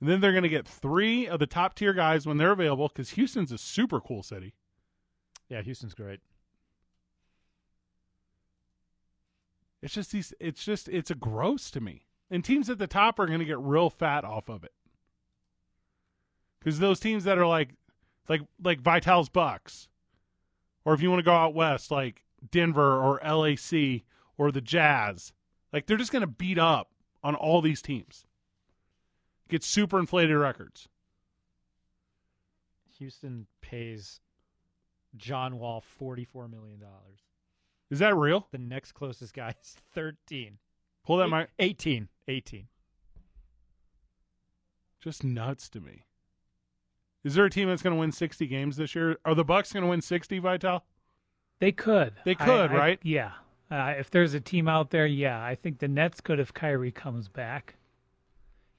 And then they're going to get three of the top tier guys when they're available because Houston's a super cool city.
Yeah, Houston's great.
It's just these. It's just it's a gross to me. And teams at the top are going to get real fat off of it because those teams that are like, like like Vital's Bucks, or if you want to go out west, like Denver or LAC or the Jazz, like they're just going to beat up on all these teams. Get super inflated records.
Houston pays John Wall forty-four million dollars.
Is that real?
The next closest guy is thirteen.
Pull that
Eight-
mic.
Eighteen. Eighteen.
just nuts to me. Is there a team that's going to win 60 games this year? Are the Bucks going to win 60, Vital?
They could.
They could,
I- I-
right?
Yeah. Uh, if there's a team out there, yeah, I think the Nets could if Kyrie comes back.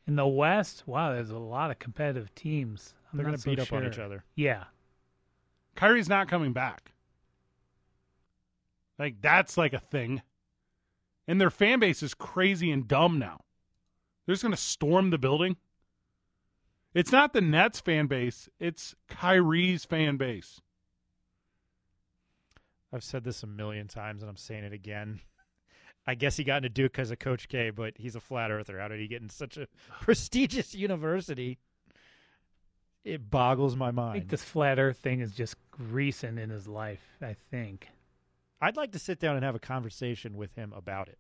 In the West, wow, there's a lot of competitive teams. I'm
They're
not
gonna
so
beat up on
sure.
each other.
Yeah.
Kyrie's not coming back. Like that's like a thing. And their fan base is crazy and dumb now. They're just going to storm the building. It's not the Nets fan base, it's Kyrie's fan base.
I've said this a million times, and I'm saying it again. (laughs) I guess he got into Duke because of Coach K, but he's a flat earther. How did he get in such a (laughs) prestigious university? It boggles my
I think
mind.
this flat earth thing is just recent in his life, I think.
I'd like to sit down and have a conversation with him about it.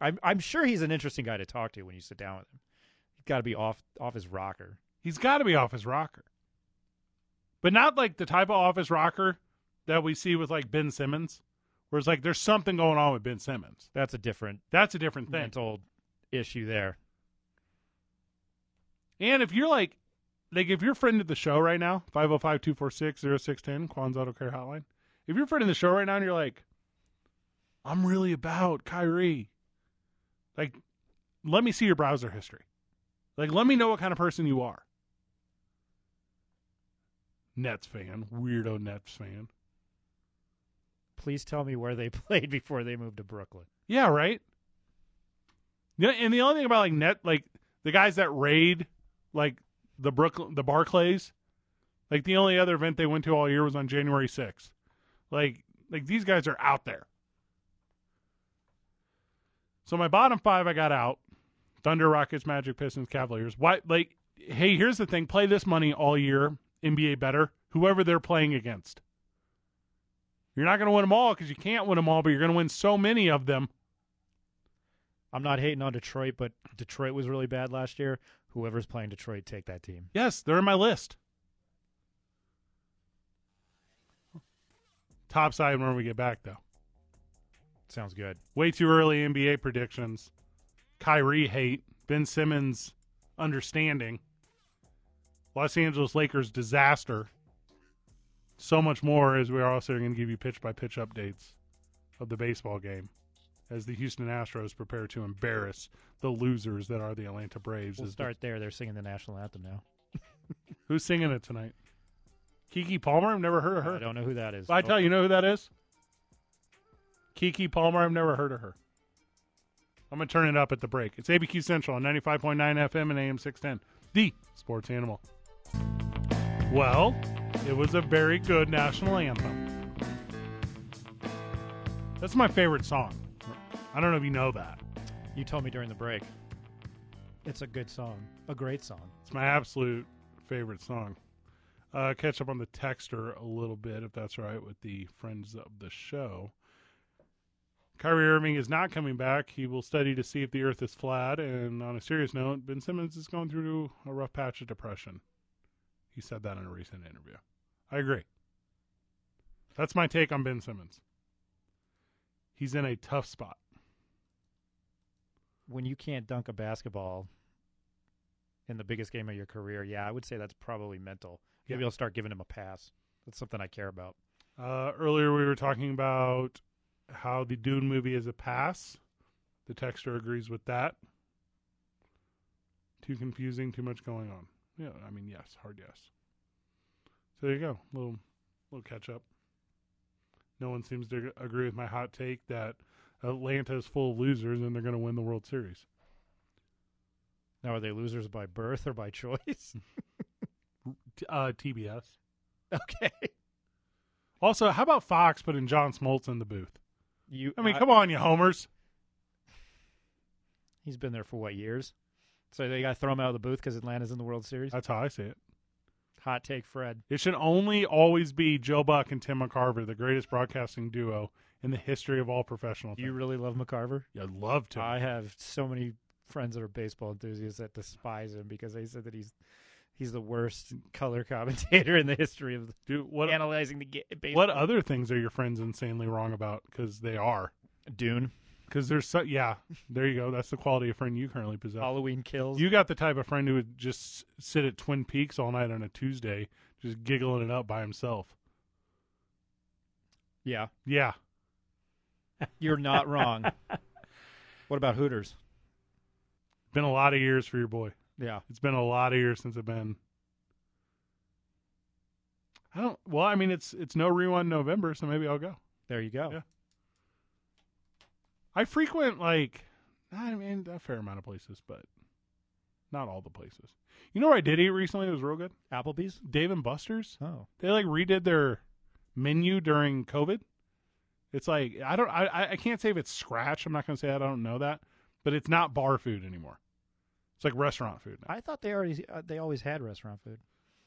I'm I'm sure he's an interesting guy to talk to when you sit down with him. He's got to be off off his rocker.
He's got to be off his rocker. But not like the type of office rocker that we see with like Ben Simmons, where it's like there's something going on with Ben Simmons.
That's a different
That's a different thing.
mental issue there.
And if you're like, like if you're a friend of the show right now, 505-246-0610, Quan's Auto Care Hotline. If you're a friend of the show right now and you're like, I'm really about Kyrie, like, let me see your browser history. Like, let me know what kind of person you are. Nets fan, weirdo Nets fan.
Please tell me where they (laughs) played before they moved to Brooklyn.
Yeah, right. Yeah, and the only thing about like net, like the guys that raid, like the Brooklyn, the Barclays, like the only other event they went to all year was on January sixth. Like Like these guys are out there. So my bottom five I got out. Thunder, Rockets, Magic, Pistons, Cavaliers. Why like hey, here's the thing, play this money all year, NBA better, whoever they're playing against. You're not going to win them all because you can't win them all, but you're going to win so many of them.
I'm not hating on Detroit, but Detroit was really bad last year. Whoever's playing Detroit, take that team.
Yes, they're in my list. Top side when we get back, though.
Sounds good.
Way too early NBA predictions. Kyrie hate. Ben Simmons understanding. Los Angeles Lakers disaster. So much more as we are also going to give you pitch by pitch updates of the baseball game as the Houston Astros prepare to embarrass the losers that are the Atlanta Braves.
We'll
as the-
start there. They're singing the national anthem now.
who's singing it tonight? Kiki Palmer? I've never heard of her.
I don't know who that is. Oh,
I tell you, you know who that is? Kiki Palmer. I've never heard of her. I'm going to turn it up at the break. It's ABQ Central on 95.9 FM and AM 610. The sports animal. Well, it was a very good national anthem. That's my favorite song. I don't know if you know that.
You told me during the break. It's a good song, a great song.
It's my absolute favorite song. Uh, catch up on the texter a little bit, if that's all right, with the friends of the show. Kyrie Irving is not coming back. He will study to see if the earth is flat. And on a serious note, Ben Simmons is going through a rough patch of depression. He said that in a recent interview. I agree. That's my take on Ben Simmons. He's in a tough spot.
When you can't dunk a basketball in the biggest game of your career, yeah, I would say that's probably mental. Maybe I'll start giving him a pass. That's something I care about.
Uh, earlier, we were talking about how the Dune movie is a pass. The texter agrees with that. Too confusing, too much going on. Yeah, I mean, yes, hard yes. So there you go, little little catch up. No one seems to agree with my hot take that Atlanta is full of losers and they're going to win the World Series.
Now, are they losers by birth or by (laughs) choice?
(laughs) uh, TBS.
Okay.
Also, how about Fox putting John Smoltz in the booth?
You,
I mean, come on, you homers.
He's been there for what years? So they got to throw him out of the booth because Atlanta's in the World Series.
That's how I see it.
Hot take, Fred.
It should only always be Joe Buck and Tim McCarver, the greatest broadcasting duo in the history of all professional.
You really love McCarver?
Yeah, I love Tim.
I have so many friends that are baseball enthusiasts that despise him because they said that he's he's the worst color commentator (laughs) in the history of
Dude, what,
analyzing the ga- baseball.
What other things are your friends insanely wrong about? Because they are
Dune.
Because there's so yeah, there you go. That's the quality of friend you currently possess.
Halloween kills.
You got the type of friend who would just sit at Twin Peaks all night on a Tuesday, just giggling it up by himself.
Yeah,
Yeah,
you're not wrong. (laughs) what about Hooters?
been a lot of years for your boy.
Yeah.
It's been a lot of years since I've been. I don't. Well, I mean, it's it's no rewind November, so maybe I'll go.
There you go.
Yeah. I frequent like, I mean, a fair amount of places, but not all the places. You know where I did eat recently? It was real good.
Applebee's,
Dave and Buster's.
Oh,
they like redid their menu during COVID. It's like I don't. I I- I can't say if it's scratch. I'm not going to say that. I don't know that, but it's not bar food anymore. It's like restaurant food.
I thought they already uh, they always had restaurant food.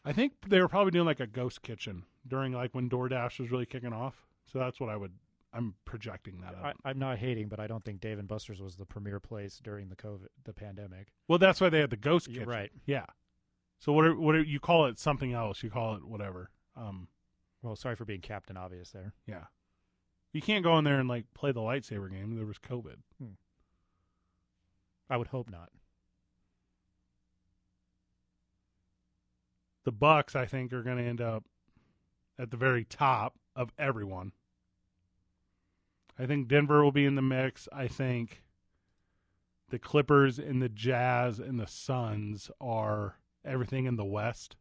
I think they were probably doing like a ghost kitchen during like when DoorDash was really kicking off. So that's what I would. I'm projecting that.
I,
Out.
I'm not hating, but I don't think Dave and Buster's was the premier place during the COVID the pandemic.
Well, that's why they had the ghost
You're
kitchen.
right.
Yeah. So what? Are, what are, you call it? Something else? You call it whatever. Um.
Well, sorry for being Captain Obvious there.
Yeah. You can't go in there and like play the lightsaber game. There was COVID.
I would hope not.
The Bucks, I think, are going to end up at the very top of everyone. I think Denver will be in the mix. I think the Clippers and the Jazz and the Suns are everything in the West.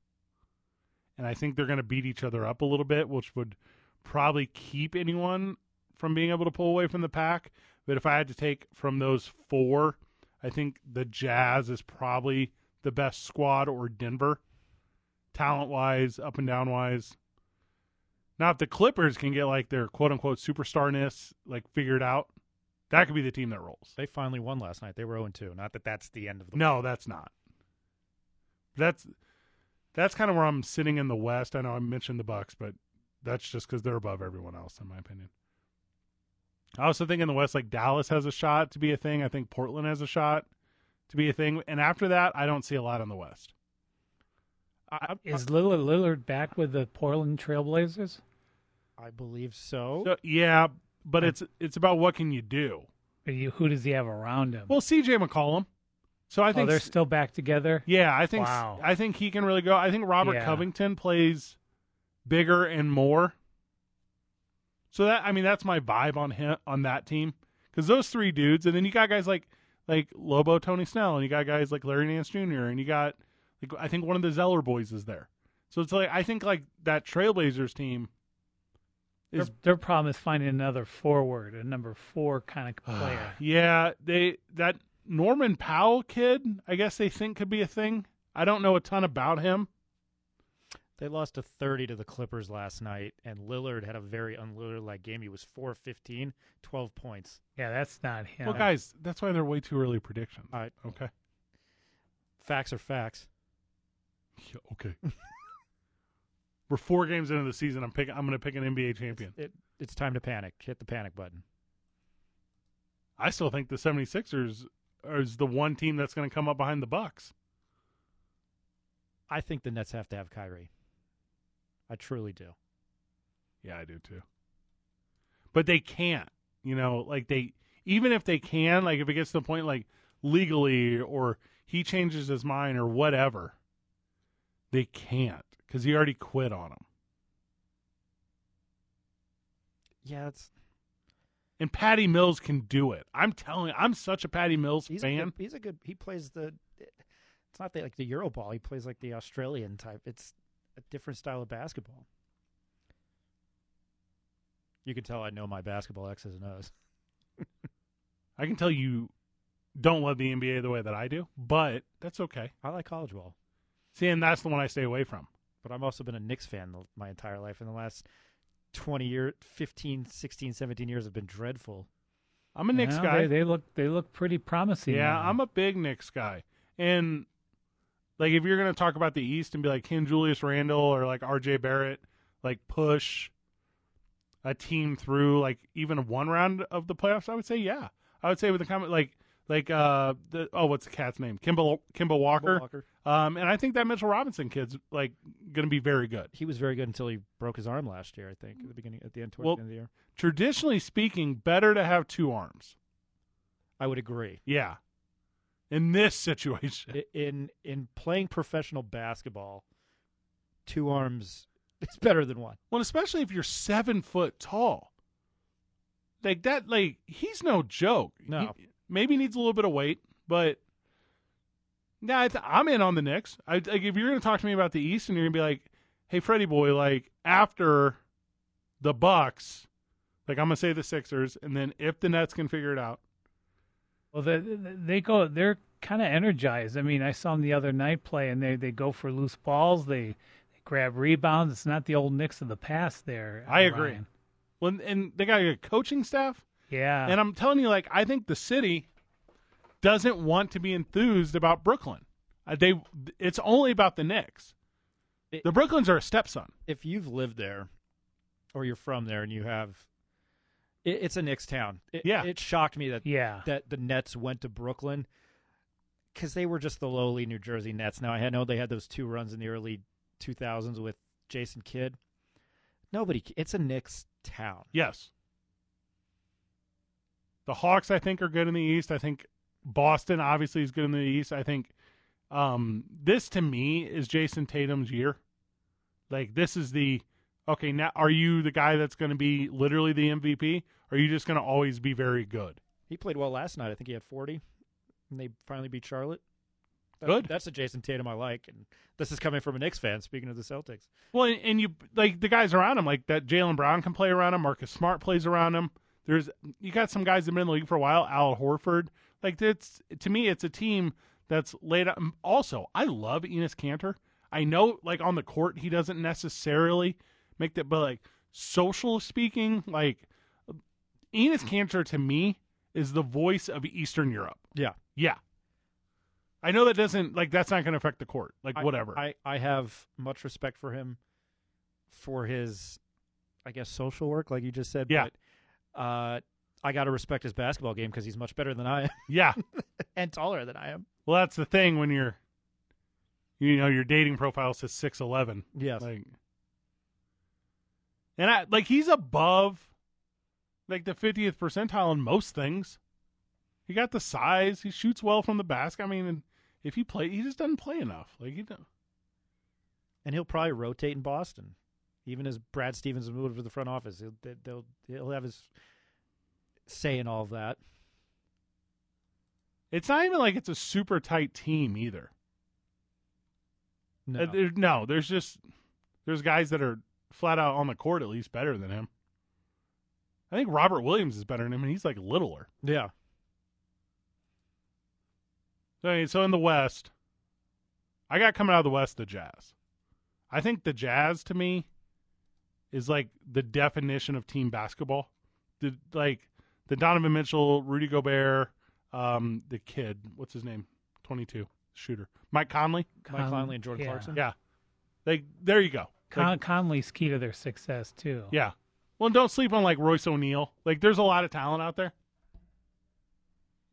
And I think they're going to beat each other up a little bit, which would probably keep anyone from being able to pull away from the pack. But if I had to take from those four, I think the Jazz is probably the best squad or Denver, talent wise, up and down wise. Now, if the Clippers can get like their quote unquote superstarness like figured out, that could be the team that rolls.
They finally won last night. They were 0 2. Not that that's the end of the.
No, that's not. That's that's kind of where I'm sitting in the West. I know I mentioned the Bucks, but that's just because they're above everyone else, in my opinion. I also think in the West, like Dallas has a shot to be a thing. I think Portland has a shot to be a thing, and after that, I don't see a lot in the West. I,
Is Lillard, Lillard back with the Portland Trailblazers?
I believe so.
So, yeah, but it's it's about what can you do.
who does he have around him?
Well, CJ McCollum. So I
oh,
think
they're
s-
still back together.
Yeah, I think
Wow.
I think he can really go. I think Robert
Yeah.
Covington plays bigger and more. So that I mean that's my vibe on him on that team because those three dudes, and then you got guys like like Lobo Tony Snell, and you got guys like Larry Nance Jr., and you got like I think one of the Zeller boys is there. So it's like I think like that Trailblazers team
Their,
is
their problem is finding another forward, a number four kind of player.
Yeah, they that Norman Powell kid, I guess they think could be a thing. I don't know a ton about him.
They lost a 30 to the Clippers last night, and Lillard had a very unlillard like game. He was 4 of 15, 12 points.
Yeah, that's not him.
Well, guys, that's why they're way too early predictions.
All right.
Okay.
Facts are facts.
Yeah, okay. (laughs) We're four games into the season. I'm picking. I'm going to pick an NBA champion.
It, it's time to panic. Hit the panic button.
I still think the 76ers are- is the one team that's going to come up behind the Bucks.
I think the Nets have to have Kyrie. I truly do.
Yeah, I do too. But they can't. You know, like they even if they can, like if it gets to the point like legally or he changes his mind or whatever, they can't because he already quit on him.
Yeah, it's
And Patty Mills can do it. I'm telling. I'm such a Patty Mills
he's
fan.
A good, he's a good. He plays the. It's not the, like the Euro ball. He plays like the Australian type. It's a different style of basketball. You can tell I know my basketball X's and O's.
I can tell you don't love the NBA the way that I do, but that's okay.
I like college ball,
See, and that's the one I stay away from.
but I've also been a Knicks fan the- my entire life. In the last 20 year, 15, 16, 17 years have been dreadful.
I'm a Knicks
Well,
guy.
They, they look they look pretty promising.
yeah,
now.
I'm a big Knicks guy. And like if you're gonna talk about the East and be like can Julius Randle or like RJ Barrett like push a team through like even one round of the playoffs, I would say yeah. I would say with the comment like like uh the oh what's the cat's name? Kimball Kimball Walker.
Walker.
Um and I think that Mitchell Robinson kid's like gonna be very good.
He was very good until he broke his arm last year. I think at the beginning, at the end, toward
Well-
the end of the year.
Traditionally speaking, better to have two arms.
I would agree.
Yeah. In this situation.
I- in in playing professional basketball, two arms (laughs) is better than one.
Well, especially if you're seven foot tall. Like that, like he's no joke.
No.
He- maybe needs a little bit of weight, but nah, I th- I'm in on the Knicks. I, like if you're going to talk to me about the East and you're going to be like, "Hey, Freddie boy, like after the Bucks, like I'm going to say the Sixers, and then if the Nets can figure it out,
Well, they, they go. They're kind of energized. I mean, I saw them the other night play, and they they go for loose balls. They, they grab rebounds. It's not the old Knicks of the past. There,
I agree.
Ryan.
Well, and- and they got a good coaching staff,
Yeah,
and I'm telling you, like I think the city doesn't want to be enthused about Brooklyn. Uh, they, it's only about the Knicks.
It-
the Brooklyns are a stepson.
If you've lived there, or you're from there, and you have, it, it's a Knicks town. It,
Yeah.
it shocked me that
Yeah.
that the Nets went to Brooklyn because they were just the lowly New Jersey Nets. Now I had- know they had those two runs in the early 2000s with Jason Kidd. Nobody, ca- it's a Knicks town.
Yes. The Hawks, I think, are good in the East. I think Boston obviously is good in the East. I think um, this to me is Jason Tatum's year. Like this is the okay. Now, are you the guy that's going to be literally the MVP? Or are you just going to always be very good?
He played well last night. I think he had 40, and they finally beat Charlotte. That-
Good.
That's a Jason Tatum I like, and this is coming from a Knicks fan. Speaking of the Celtics,
Well, and, and you like the guys around him, like that Jalen Brown can play around him, Marcus Smart plays around him. There's you got some guys that have been in the league for a while, Al Horford. Like it's to me, it's a team that's laid out. Also, I love Enos Cantor. I know, like on the court, he doesn't necessarily make that, but like social speaking, like Enos Cantor to me is the voice of Eastern Europe.
Yeah.
Yeah. I know that doesn't like that's not going to affect the court. Like
I-
whatever.
I, I have much respect for him for his, I guess, social work, like you just said.
Yeah.
But, uh, I got to respect his basketball game because he's much better than I am (laughs)
yeah.
and taller than I am.
Well, that's the thing when you're you know, your dating profile says 6'11.
Yes.
Like And I like he's above like the 50th percentile in most things. He got the size, he shoots well from the basket. I mean, and if he play, he just doesn't play enough. Like he don't.
And he'll probably rotate in Boston, even as Brad Stevens has moved to the front office. He'll, they- they'll, he'll have his say in all of that.
It's not even like it's a super tight team either.
No.
Uh, there- no, there's just there's guys that are flat out on the court at least better than him. I think Robert Williams is better than him, and he's like littler.
Yeah.
So, I mean, so in the West, I got coming out of the West the Jazz. I think the Jazz to me is like the definition of team basketball. The like the Donovan Mitchell, Rudy Gobert, um, the kid, what's his name, twenty two shooter, Mike Conley,
Mike Conley and Jordan
yeah.
Clarkson.
Yeah, like there you go.
Con-
Like,
Conley's key to their success too.
yeah. Well, don't sleep on like Royce O'Neal. Like, there's a lot of talent out there.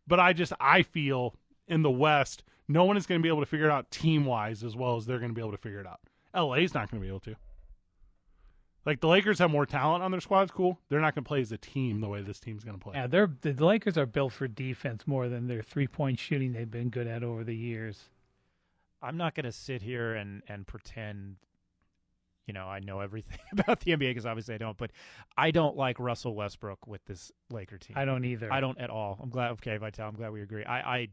But I just I feel in the West, no one is going to be able to figure it out team wise as well as they're going to be able to figure it out. LA's not going to be able to. Like the Lakers have more talent on their squads, cool. They're not going to play as a team the way this team's going to play.
Yeah, they're the Lakers are built for defense more than their three point shooting they've been good at over the years.
I'm not going to sit here and and pretend, you know, I know everything (laughs) about the NBA because obviously I don't. But I don't like Russell Westbrook with this Laker team.
I don't either.
I don't at all. I'm glad. Okay, Vital. I'm glad we agree. I I,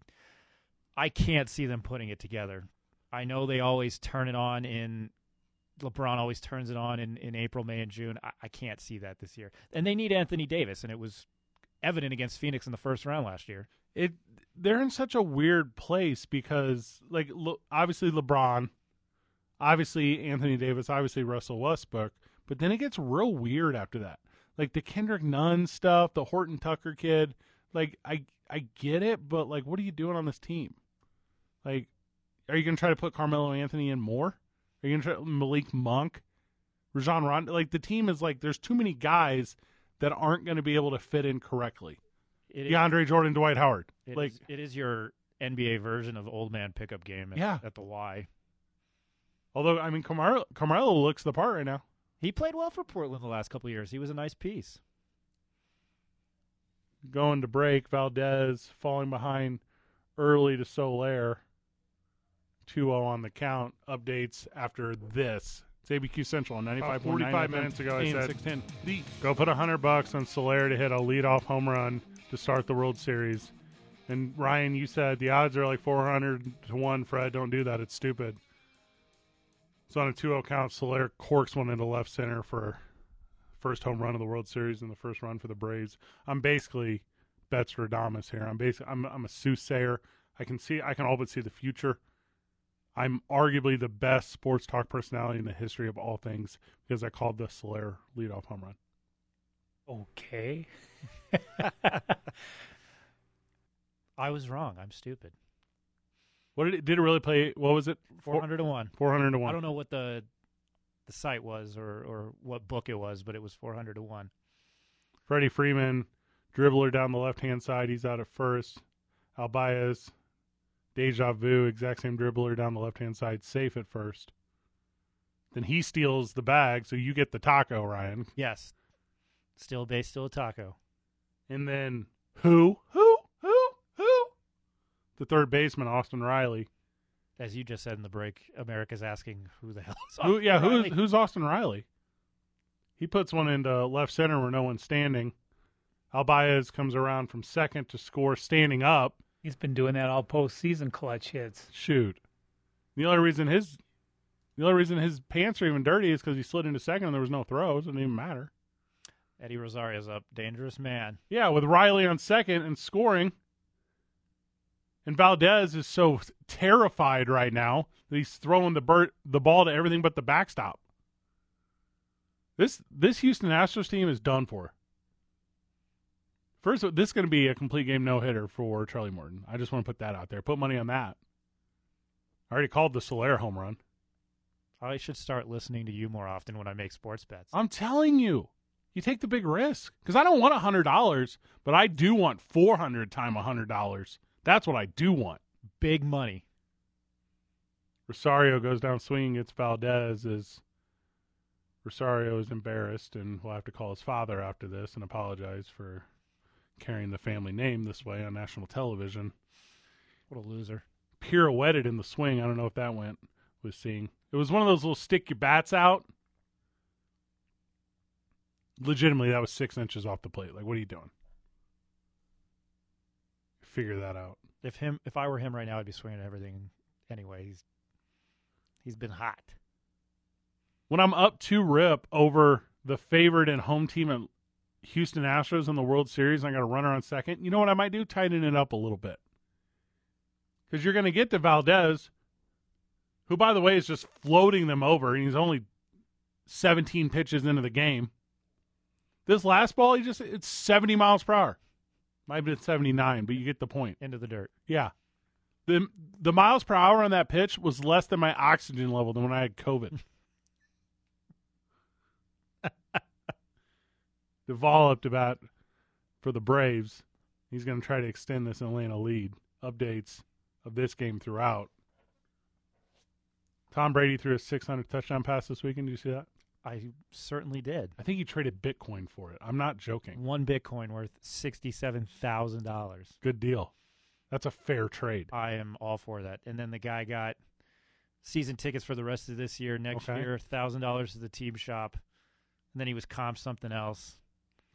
I can't see them putting it together. I know they always turn it on in. LeBron always turns it on in, in April, May, and June. I, I can't see that this year. And they need Anthony Davis, and it was evident against Phoenix in the first round last year.
it they're in such a weird place because like lo- obviously LeBron, obviously Anthony Davis, obviously Russell Westbrook, but then it gets real weird after that. Like the Kendrick Nunn stuff, the Horton Tucker kid, like I I get it, but like what are you doing on this team? Like are you going to try to put Carmelo Anthony in more? Are you going to try Malik Monk, Rajon Rondo? Like the team is like there's too many guys that aren't going to be able to fit in correctly.
It is-
DeAndre Jordan, Dwight Howard.
It
like
is- it is your NBA version of old man pickup game. At,
Yeah.
at the Y.
Although I mean, Carmelo, Carmelo looks the part right now.
He played well for Portland the last couple of years. He was a nice piece.
Going to break, Valdez falling behind early to Solaire. 2-0 on the count. Updates after this. It's ABQ Central on 95.9 About 45 FM, minutes ago, I AM said, 610. The Go put a hundred bucks on Solaire to hit a leadoff home run to start the World Series. And Ryan, you said the odds are like four hundred to one. Fred, don't do that. It's stupid. So on a 2-0 count, Solaire corks one into left center for first home run of the World Series and the first run for the Braves. I'm basically Betts Radamas here. I'm basically I'm I'm a soothsayer. I can see I can all but see the future. I'm arguably the best sports talk personality in the history of all things because I called the Solaire leadoff home run.
Okay.
(laughs) I was wrong. I'm stupid.
What did it, did it really play? What was it?
Four hundred to one.
Four hundred to one.
I don't know what the the site was or or what book it was, but it was four hundred to one.
Freddie Freeman, dribbler down the left hand side. He's out at first. Albias, deja vu, exact same dribbler down the left hand side, safe at first. Then he steals the bag, so you get the taco, Ryan.
Yes. Still base, still a taco.
And then who? Who? Who? Who? The third baseman, Austin Riley.
As you just said in the break, America's asking (laughs) who the hell is
Who,
Austin
yeah, who's
Riley?
who's Austin Riley? He puts one into left center where no one's standing. Albias comes around from second to score standing up.
He's been doing that all postseason clutch hits.
Shoot. The only reason his the only reason his pants are even dirty is because he slid into second and there was no throws. It didn't even matter.
Eddie Rosario's up. Dangerous man.
Yeah, with Riley on second and scoring. And Valdez is so terrified right now that he's throwing the bir- the ball to everything but the backstop. This this Houston Astros team is done for. First, of- this is going to be a complete game no hitter for Charlie Morton. I just want to put that out there. Put money on that. I already called the Solaire home run.
I should start listening to you more often when I make sports bets.
I'm telling you, you take the big risk because I don't want hundred dollars, but I do want four hundred times hundred dollars. That's what I do want.
Big money.
Rosario goes down swinging against Valdez. Is Rosario is embarrassed and will have to call his father after this and apologize for carrying the family name this way on national television.
What a loser!
Pirouetted in the swing. I don't know if that went was seeing. It was one of those little stick your bats out. Legitimately, that was six inches off the plate. Like, what are you doing? Figure that out.
If him, if I were him right now, I'd be swinging at everything. Anyway, he's he's been hot.
when I'm up two rip over the favored and home team at Houston Astros in the World Series, and I got a runner on second. You know what I might do? Tighten it up a little bit. Because you're going to get to Valdez, who, by the way, is just floating them over, and he's only 17 pitches into the game. This last ball, he just, it's 70 miles per hour. Might have been 79, but you get the point.
Into the dirt.
Yeah. The, the miles per hour on that pitch was less than my oxygen level than when I had COVID. (laughs) Duvall up to bat for the Braves. He's going to try to extend this Atlanta lead. Updates of this game throughout. Tom Brady threw a 600 touchdown pass this weekend. Did you see that?
I certainly did.
I think he traded Bitcoin for it. I'm not joking.
One Bitcoin worth sixty-seven thousand dollars.
Good deal. That's a fair trade.
I am all for that. And then the guy got season tickets for the rest of this year, next
Okay.
year, thousand dollars to the team shop, and then he was comped something else.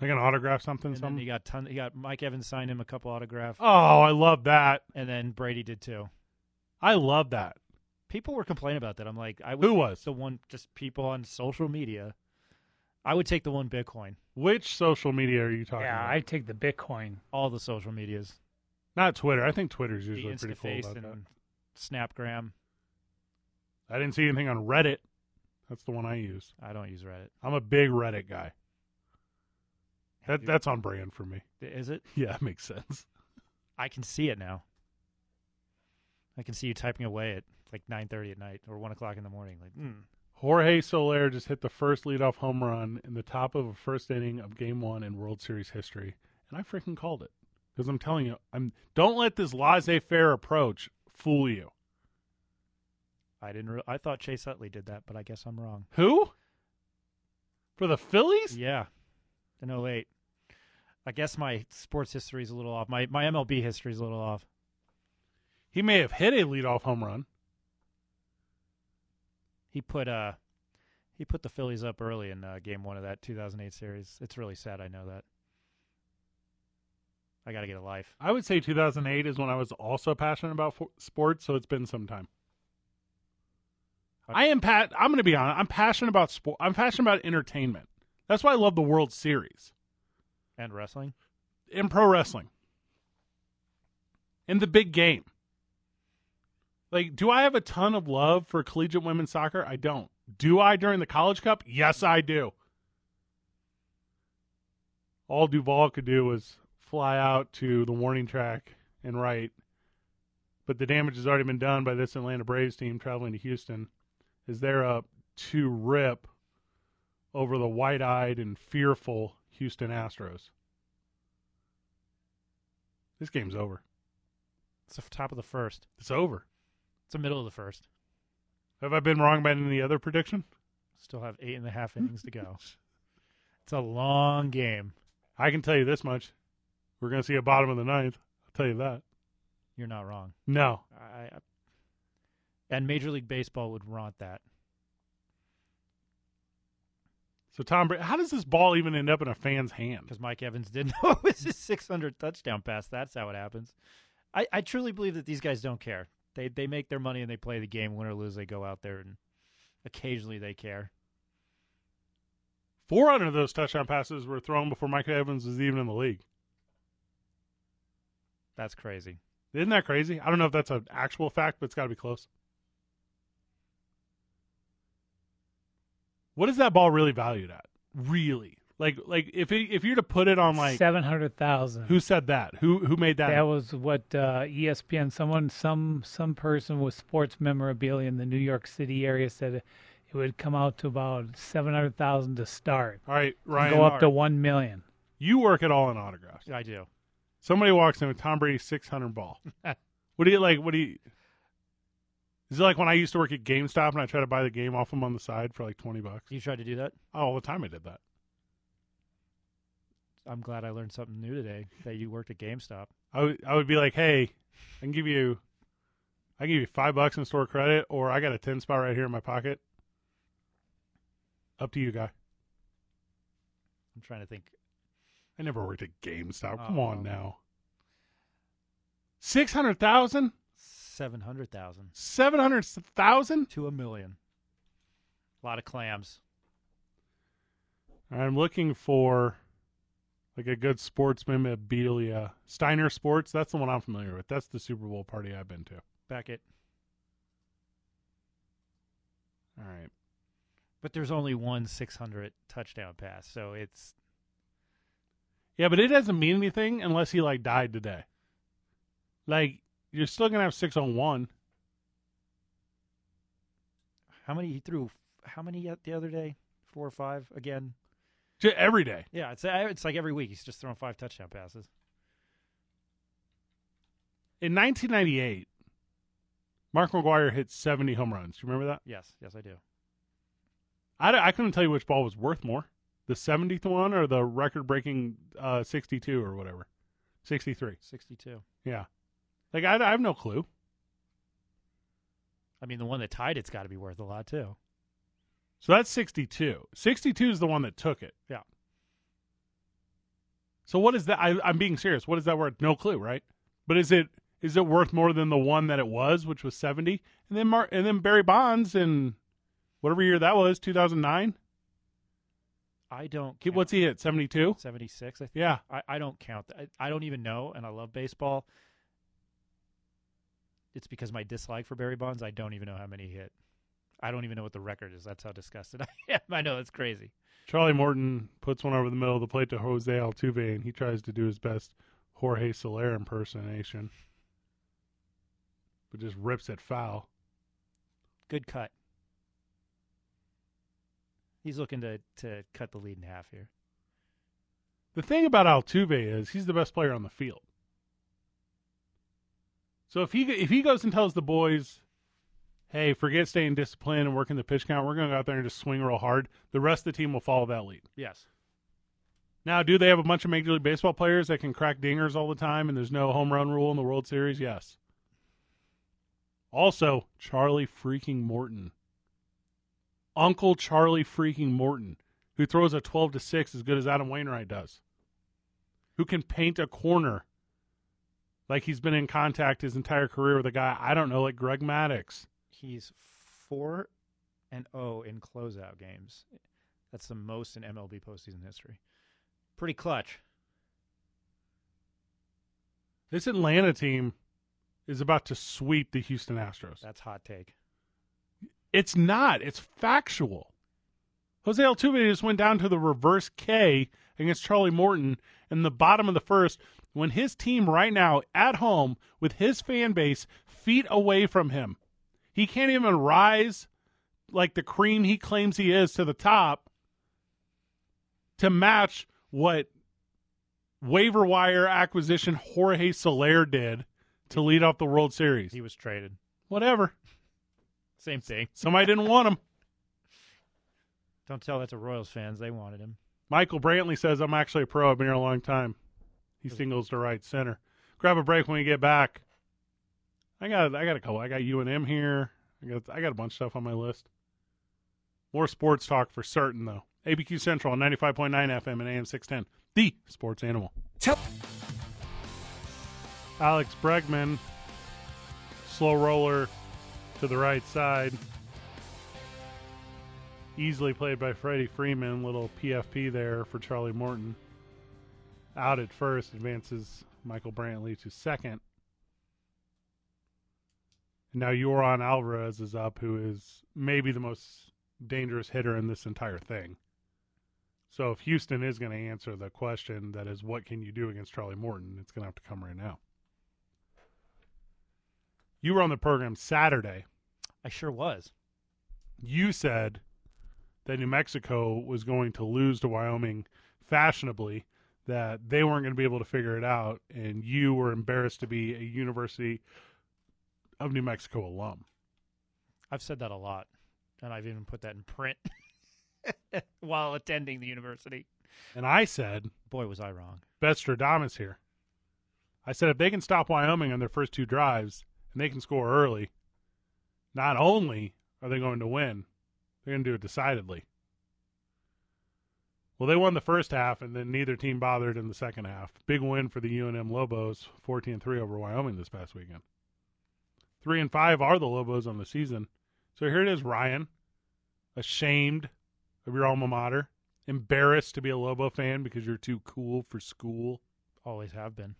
Like an autograph something,
And then
something.
he got ton. He got Mike Evans signed him a couple autographs.
Oh, I love that.
and then Brady did too.
I love that.
People were complaining about that. I'm like, I
Who
would
was?
the one? Just people on social media. I would take the one Bitcoin.
Which social media are you talking
Yeah,
about?
I take the Bitcoin.
All the social medias,
Not Twitter. I think Twitter's
the
usually pretty cool
InstaFace
about
and
that.
Snapgram.
I didn't see anything on Reddit. That's the one I use.
I don't use Reddit.
I'm a big Reddit guy. That that's on brand for me. (laughs)
Is it?
Yeah, it makes sense.
I can see it now. I can see you typing away at like nine thirty at night or one o'clock in the morning. Like, mm.
Jorge Soler just hit the first leadoff home run in the top of a first inning of Game One in World Series history, and I freaking called it because I'm telling you, I'm don't let this laissez-faire approach fool you.
I didn't. Re- I thought Chase Utley did that, but I guess I'm wrong.
Who? For the Phillies?
Yeah, in 08. I guess my sports history is a little off. My my MLB history is a little off.
He may have hit a leadoff home run.
He put uh, he put the Phillies up early in uh, Game One of that 2008 series. It's really sad. I know that. I got to get a life.
I would say 2008 is when I was also passionate about fo- sports, so it's been some time. I am pat. I'm going to be honest. I'm passionate about sport. I'm passionate about entertainment. That's why I love the World Series
And wrestling.
in pro wrestling, in the big game. Like, do I have a ton of love for collegiate women's soccer? I don't. Do I during the College Cup? Yes, I do. All Duvall could do was fly out to the warning track and right. But the damage has already been done by this Atlanta Braves team traveling to Houston as they're up to rip over the wide eyed and fearful Houston Astros. This game's over.
It's the f- top of the first.
It's over.
It's the middle of the first.
Have I been wrong about any other prediction?
Still have eight and a half innings to go. It's a long game.
I can tell you this much. We're going to see a bottom of the ninth. I'll tell you that.
You're not wrong.
No.
I, I and Major League Baseball would want that.
So, Tom, Brady, how does this ball even end up in a fan's hand?
because Mike Evans didn't (laughs) know it was his 600 touchdown pass. That's how it happens. I, I truly believe that these guys don't care. They they make their money and they play the game, win or lose. They go out there and occasionally they care.
Four hundred of those touchdown passes were thrown before Mike Evans was even in the league.
That's crazy.
Isn't that crazy? I don't know if that's an actual fact, but it's got to be close. What is that ball really valued at? Really? Like like if it, if you're to put it on like
seven hundred thousand.
Who said that? Who who made that?
That was what uh, ESPN. Someone, some some person with sports memorabilia in the New York City area said it would come out to about seven hundred thousand to start.
All right, Ryan
go up to
Hart.
one million.
You work at all in autographs.
I do.
Somebody walks in with Tom Brady's 600 ball. what do you like? What do you? Is it like when I used to work at GameStop and I tried to buy the game off them on the side for like 20 bucks?
You tried to do that?
Oh, all the time I did that.
I'm glad I learned something new today that you worked at GameStop.
I would, I would be like, hey, I can give you, I can give you five bucks in store credit, or I got a 10 spot right here in my pocket. Up to you, guy.
I'm trying to think.
I never worked at GameStop.
Oh,
Come on
well.
now. 600,000?
700,000.
700,000?
To a million. A lot of clams.
I'm looking for like a good sports memorabilia. Steiner Sports, that's the one I'm familiar with. That's the Super Bowl party I've been to.
Back it.
All right.
But there's only one 600 touchdown pass, so it's
Yeah, but it doesn't mean anything unless he like died today. Like you're still gonna have six on one.
how many he threw? How many the other day? Four or five again?
Ju- every day.
Yeah, it's it's like every week he's just throwing five touchdown passes.
In 1998, Mark McGuire hit 70 home runs. Do you remember that?
Yes, yes, I do.
I, d- I couldn't tell you which ball was worth more, the 70th one or the record-breaking uh, 62 or whatever, 63.
62.
Yeah, like I, I have no clue.
I mean, the one that tied it's got to be worth a lot too.
So that's 62. 62 is the one that took it.
Yeah.
So what is that? I, I'm being serious. What is that worth? No clue, right? But is it is it worth more than the one that it was, which was 70? And then Mar- and then Barry Bonds in whatever year that was, 2009.
I don't.
He- What's he at? 72.
76, I think.
Yeah.
I, I don't count. th- I, I don't even know, and I love baseball. It's because my dislike for Barry Bonds, I don't even know how many he hit. I don't even know what the record is. That's how disgusted (laughs) I am. I know, it's crazy.
Charlie Morton puts one over the middle of the plate to Jose Altuve, and he tries to do his best Jorge Soler impersonation, but just rips it foul.
Good cut. He's looking to, to cut the lead in half here.
The thing about Altuve is he's the best player on the field. So if he if he goes and tells the boys, "Hey, forget staying disciplined and working the pitch count. We're going to go out there and just swing real hard," the rest of the team will follow that lead.
Yes.
Now, do they have a bunch of Major League Baseball players that can crack dingers all the time and there's no home run rule in the World Series? Yes. Also, Charlie freaking Morton. Uncle Charlie freaking Morton, who throws a 12 to 6 as good as Adam Wainwright does, who can paint a corner like he's been in contact his entire career with a guy, I don't know, like Greg Maddox.
He's 4 and 0 in closeout games. That's the most in MLB postseason history. Pretty clutch.
This Atlanta team is about to sweep the Houston Astros.
That's hot take.
It's not. It's factual. Jose Altuve just went down to the reverse K against Charlie Morton in the bottom of the first when his team right now at home with his fan base feet away from him. He can't even rise like the cream he claims he is to the top to match what waiver wire acquisition Jorge Soler did to lead off the World Series. He
was traded.
Whatever.
Same thing.
Somebody didn't want him.
Don't tell that to Royals fans. They wanted him.
Michael Brantley says, I'm actually a pro. I've been here a long time. He singles to right center. Grab a break when we get back. I got I got a couple. I got U and M here. I got I got a bunch of stuff on my list. More sports talk for certain though. ABQ Central on 95.9 FM and AM 610. The sports animal. Alex Bregman, slow roller to the right side. Easily played by Freddie Freeman, little PFP there for Charlie Morton. Out at first, advances Michael Brantley to second. And now Yoron Alvarez is up, who is maybe the most dangerous hitter in this entire thing. So if Houston is going to answer the question that is, what can you do against Charlie Morton? It's going to have to come right now. You were on the program Saturday.
I sure was.
You said that New Mexico was going to lose to Wyoming fashionably, that they weren't going to be able to figure it out, and you were embarrassed to be a University of New Mexico alum.
I've said that a lot, and I've even put that in print (laughs) while attending the university.
And I said,
Boy, was I wrong.
Bestradamus here. I said if they can stop Wyoming on their first two drives and they can score early, not only are they going to win, they're going to do it decidedly. Well, they won the first half, and then neither team bothered in the second half. Big win for the UNM Lobos, 14 3 over Wyoming this past weekend. Three and five are the Lobos on the season. So here it is, Ryan, ashamed of your alma mater, embarrassed to be a Lobo fan because you're too cool for school.
Always have been.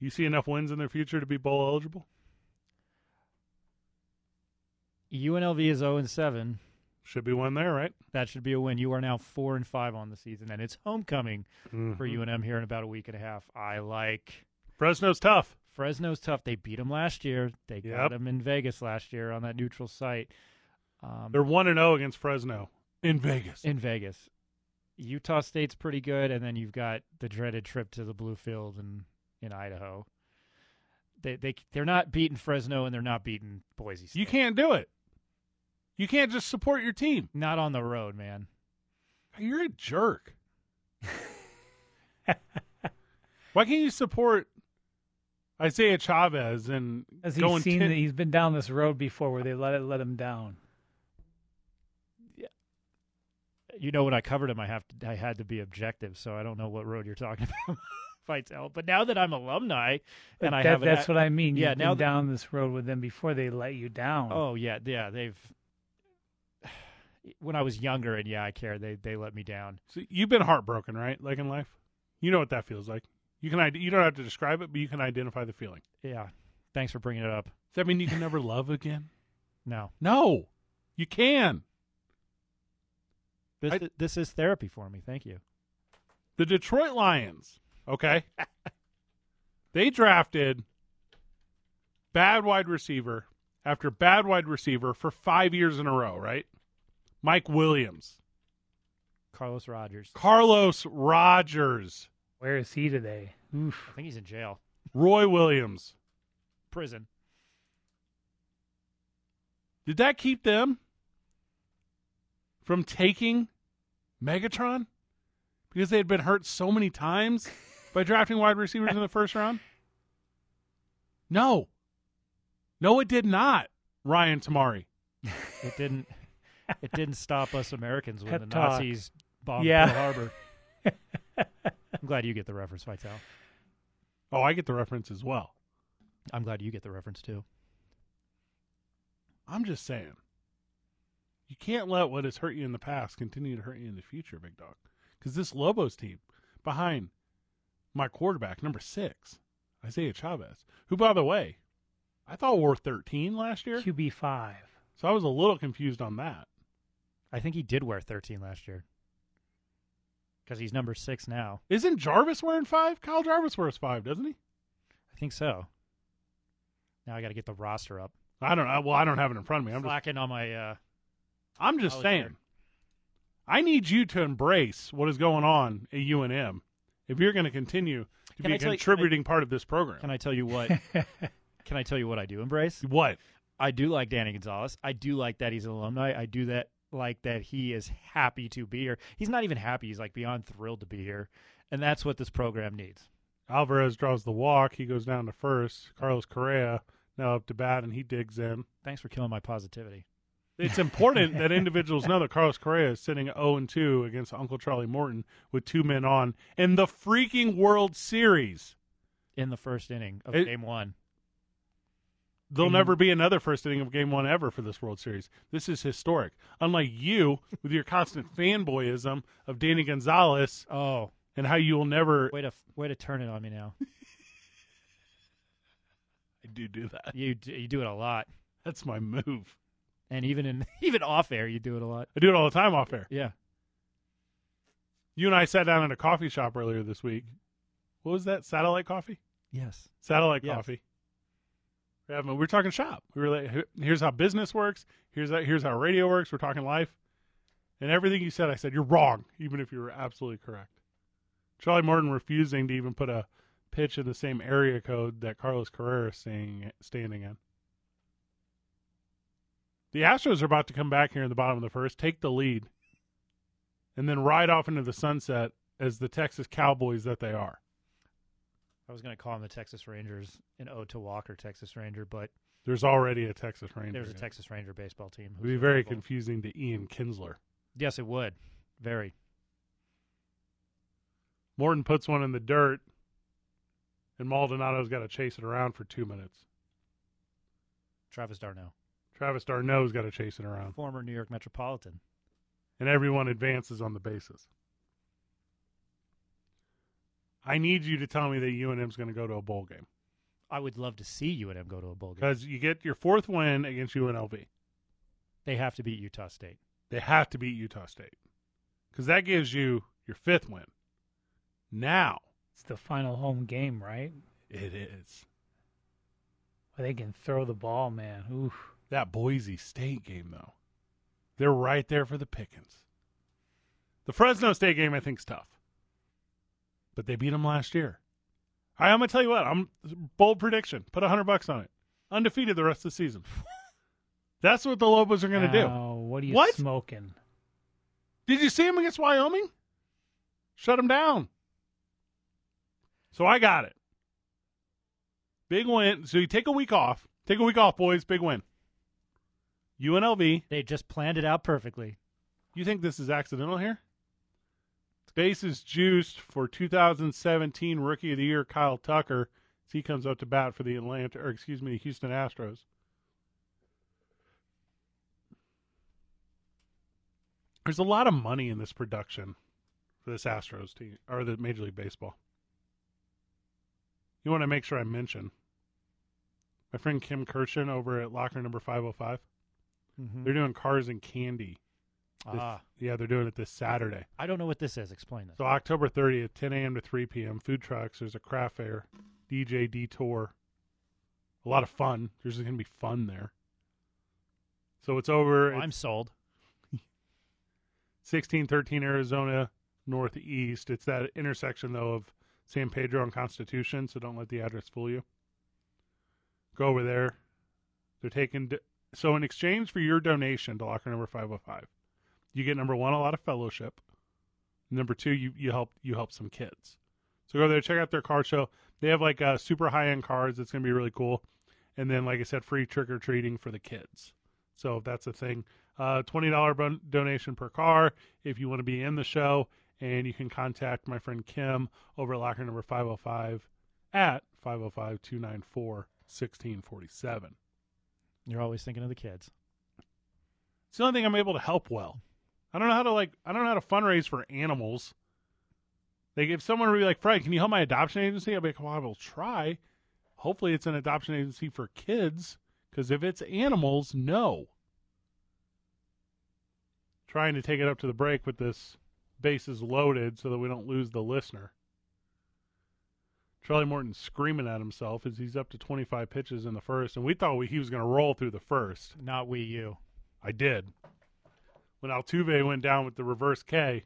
You see enough wins in their future to be bowl eligible?
UNLV is 0 and 7.
Should be one there, right?
That should be a win. You are now 4 and 5 on the season, and it's homecoming
Mhm.
for UNM here in about a week and a half. I like.
Fresno's tough.
Fresno's tough. They beat them last year. They
Yep.
got them in Vegas last year on that neutral site. Um,
They're 1 and 0 against Fresno in Vegas.
In Vegas. Utah State's pretty good, and then you've got the dreaded trip to the blue field in, in Idaho. They they they're not beating Fresno and they're not beating Boise State.
You can't do it. You can't just support your team.
Not on the road, man.
You're a jerk. Why can't you support Isaiah Chavez and
As he's
going
seen,
ten-
that he's been down this road before where they let it let him down.
You know when I covered him, I have to I had to be objective, so I don't know what road you're talking (laughs) about. if I tell, but now that I'm alumni and I
That-
have an
that's
a-
what I mean.
Yeah,
You've
now
been
that-
down this road with them before they let you down.
Oh yeah, yeah. They've when I was younger, and yeah, I care. They they let me down.
So you've been heartbroken, right? Like in life, you know what that feels like. You can ide- you don't have to describe it, but you can identify the feeling.
Yeah. Thanks for bringing it up.
Does that mean you can never love again?
(laughs) No,
No, you can.
this this is therapy for me. Thank you.
The Detroit Lions,
(laughs)
okay, they drafted bad wide receiver after bad wide receiver for five years in a row, right? Mike Williams,
Carlos Rogers.
Carlos Rogers,
Where is he today? Oof.
I think he's in jail,
Roy Williams.
prison.
Did that keep them from taking Megatron? Because they had been hurt so many times by drafting wide receivers in the first round? No. No, it did not, Ryan Tamari.
It didn't. it didn't stop us Americans when
Pep
the
talk.
Nazis bombed
Yeah. (laughs)
Pearl Harbor. I'm glad you get the reference, Vital.
Oh, I get the reference as well.
I'm glad you get the reference too.
I'm just saying. You can't let what has hurt you in the past continue to hurt you in the future, big dog. Because this Lobos team behind my quarterback, number six, Isaiah Chavez, who, by the way, I thought wore 13 last year.
QB five.
So I was a little confused on that.
I think he did wear 13 last year because he's number six now.
Isn't Jarvis wearing five? Kyle Jarvis wears five, doesn't he?
I think so. Now I got to get the roster up.
I don't know. Well, I don't have it in front of me. I'm just,
Slacking on my. Uh,
I'm just
I was
saying.
there.
I need you to embrace what is going on at UNM if you're going to continue to
Can
be
I
a
tell you-
contributing part of this program.
can I tell
(laughs)
you what? can I tell you what I do embrace?
What?
I do like Danny Gonzalez. I do like that he's an alumni. I do that like that he is happy to be here. He's not even happy. He's like beyond thrilled to be here, and that's what this program needs.
Alvarez draws the walk. He goes down to first. Carlos Correa now up to bat, and he digs in.
Thanks for killing my positivity.
It's important that individuals know that Carlos Correa is sitting 0 and 2 against Uncle Charlie Morton with two men on in the freaking World Series.
In the first inning of
It-
game one,
There'll
And-
never be another first inning of game one ever for this World Series. This is historic. Unlike you with your constant fanboyism of Danny Gonzalez.
Oh.
And how you will never.
way to way to turn it on me now.
(laughs) I do do that.
You d- you do it a lot.
That's my move.
And (laughs) even in even off air, you do it a lot.
I do it all the time off air.
Yeah.
You and I sat down at a coffee shop earlier this week. What was that? Satellite coffee?
Yes.
Satellite
Yes.
coffee. Yeah, but we were talking shop. We were like, "Here- here's how business works. Here's how, here's how radio works. We're talking life. And everything you said, I said, you're wrong, even if you were absolutely correct. Charlie Morton refusing to even put a pitch in the same area code that Carlos Carrera is staying, standing in. The Astros are about to come back here in the bottom of the first, take the lead, and then ride off into the sunset as the Texas Cowboys that they are.
I was going to call them the Texas Rangers, an ode to Walker, Texas Ranger, but
There's already a Texas Ranger.
there's a
yeah.
Texas Ranger baseball team.
It would be
who's
very
available.
confusing to Ian Kinsler.
Yes, it would. Very.
Morton puts one in the dirt, and Maldonado's got to chase it around for two minutes.
Travis Darno,
Travis Darno's got to chase it around,
former New York Metropolitan.
and everyone advances on the bases. I need you to tell me that UNM's going to go to a bowl game
I would love to see UNM go to a bowl game.
because you get your fourth win against UNLV.
They have to beat Utah State.
They have to beat Utah State because that gives you your fifth win. Now
It's the final home game, right?
it is
Where they can throw the ball, man. Oof.
that Boise State game though. They're right there for the pickings. The Fresno State game, I think, is tough, but they beat them last year. All right, I'm gonna tell you what. I'm bold prediction. Put a hundred bucks on it. Undefeated the rest of the season. (laughs) That's what the Lobos are gonna do.
Oh, what are you
What?
smoking?
Did you see him against Wyoming? Shut him down. So I got it. Big win. So you take a week off. Take a week off, boys. Big win. UNLV.
They just planned it out perfectly.
You think this is accidental here? Base is juiced for 2017 Rookie of the Year Kyle Tucker as he comes up to bat for the Atlanta, or excuse me, the Houston Astros. There's a lot of money in this production for this Astros team or the Major League Baseball. You want to make sure I mention my friend Kim Kirshen over at Locker Number 505.
Mhm.
They're doing Cars and Candy. this-
Ah.
Yeah, they're doing it this Saturday.
I don't know what this is. Explain this.
So October 30th, 10 a.m. to 3 p.m. Food trucks. There's a craft fair, DJ detour. A lot of fun. There's going to be fun there. So it's over.
I'm sold.
1613 Arizona Northeast. It's that intersection though of San Pedro and Constitution. So don't let the address fool you. Go over there. They're taking d- so in exchange for your donation to locker number 505, you get number one a lot of fellowship. Number two, you you help you help some kids. So go there, check out their car show. They have like uh, super high end cars. It's gonna be really cool. And then, like I said, free trick or treating for the kids. So if that's a thing, uh, twenty dollar bon- donation per car if you want to be in the show, and you can contact my friend Kim over at locker number five hundred five at 505-294-1647.
You're always thinking of the kids.
It's the only thing I'm able to help well. I don't know how to like. I don't know how to fundraise for animals. Like if someone would be like, "Fred, can you help my adoption agency?" I'll be like, "Well, I will try. Hopefully, it's an adoption agency for kids. Because if it's animals, no." Trying to take it up to the break with this bases loaded so that we don't lose the listener. Charlie Morton screaming at himself as he's up to 25 pitches in the first, and we thought we, he was going to roll through the first.
Not we, you.
I did. When Altuve went down with the reverse K,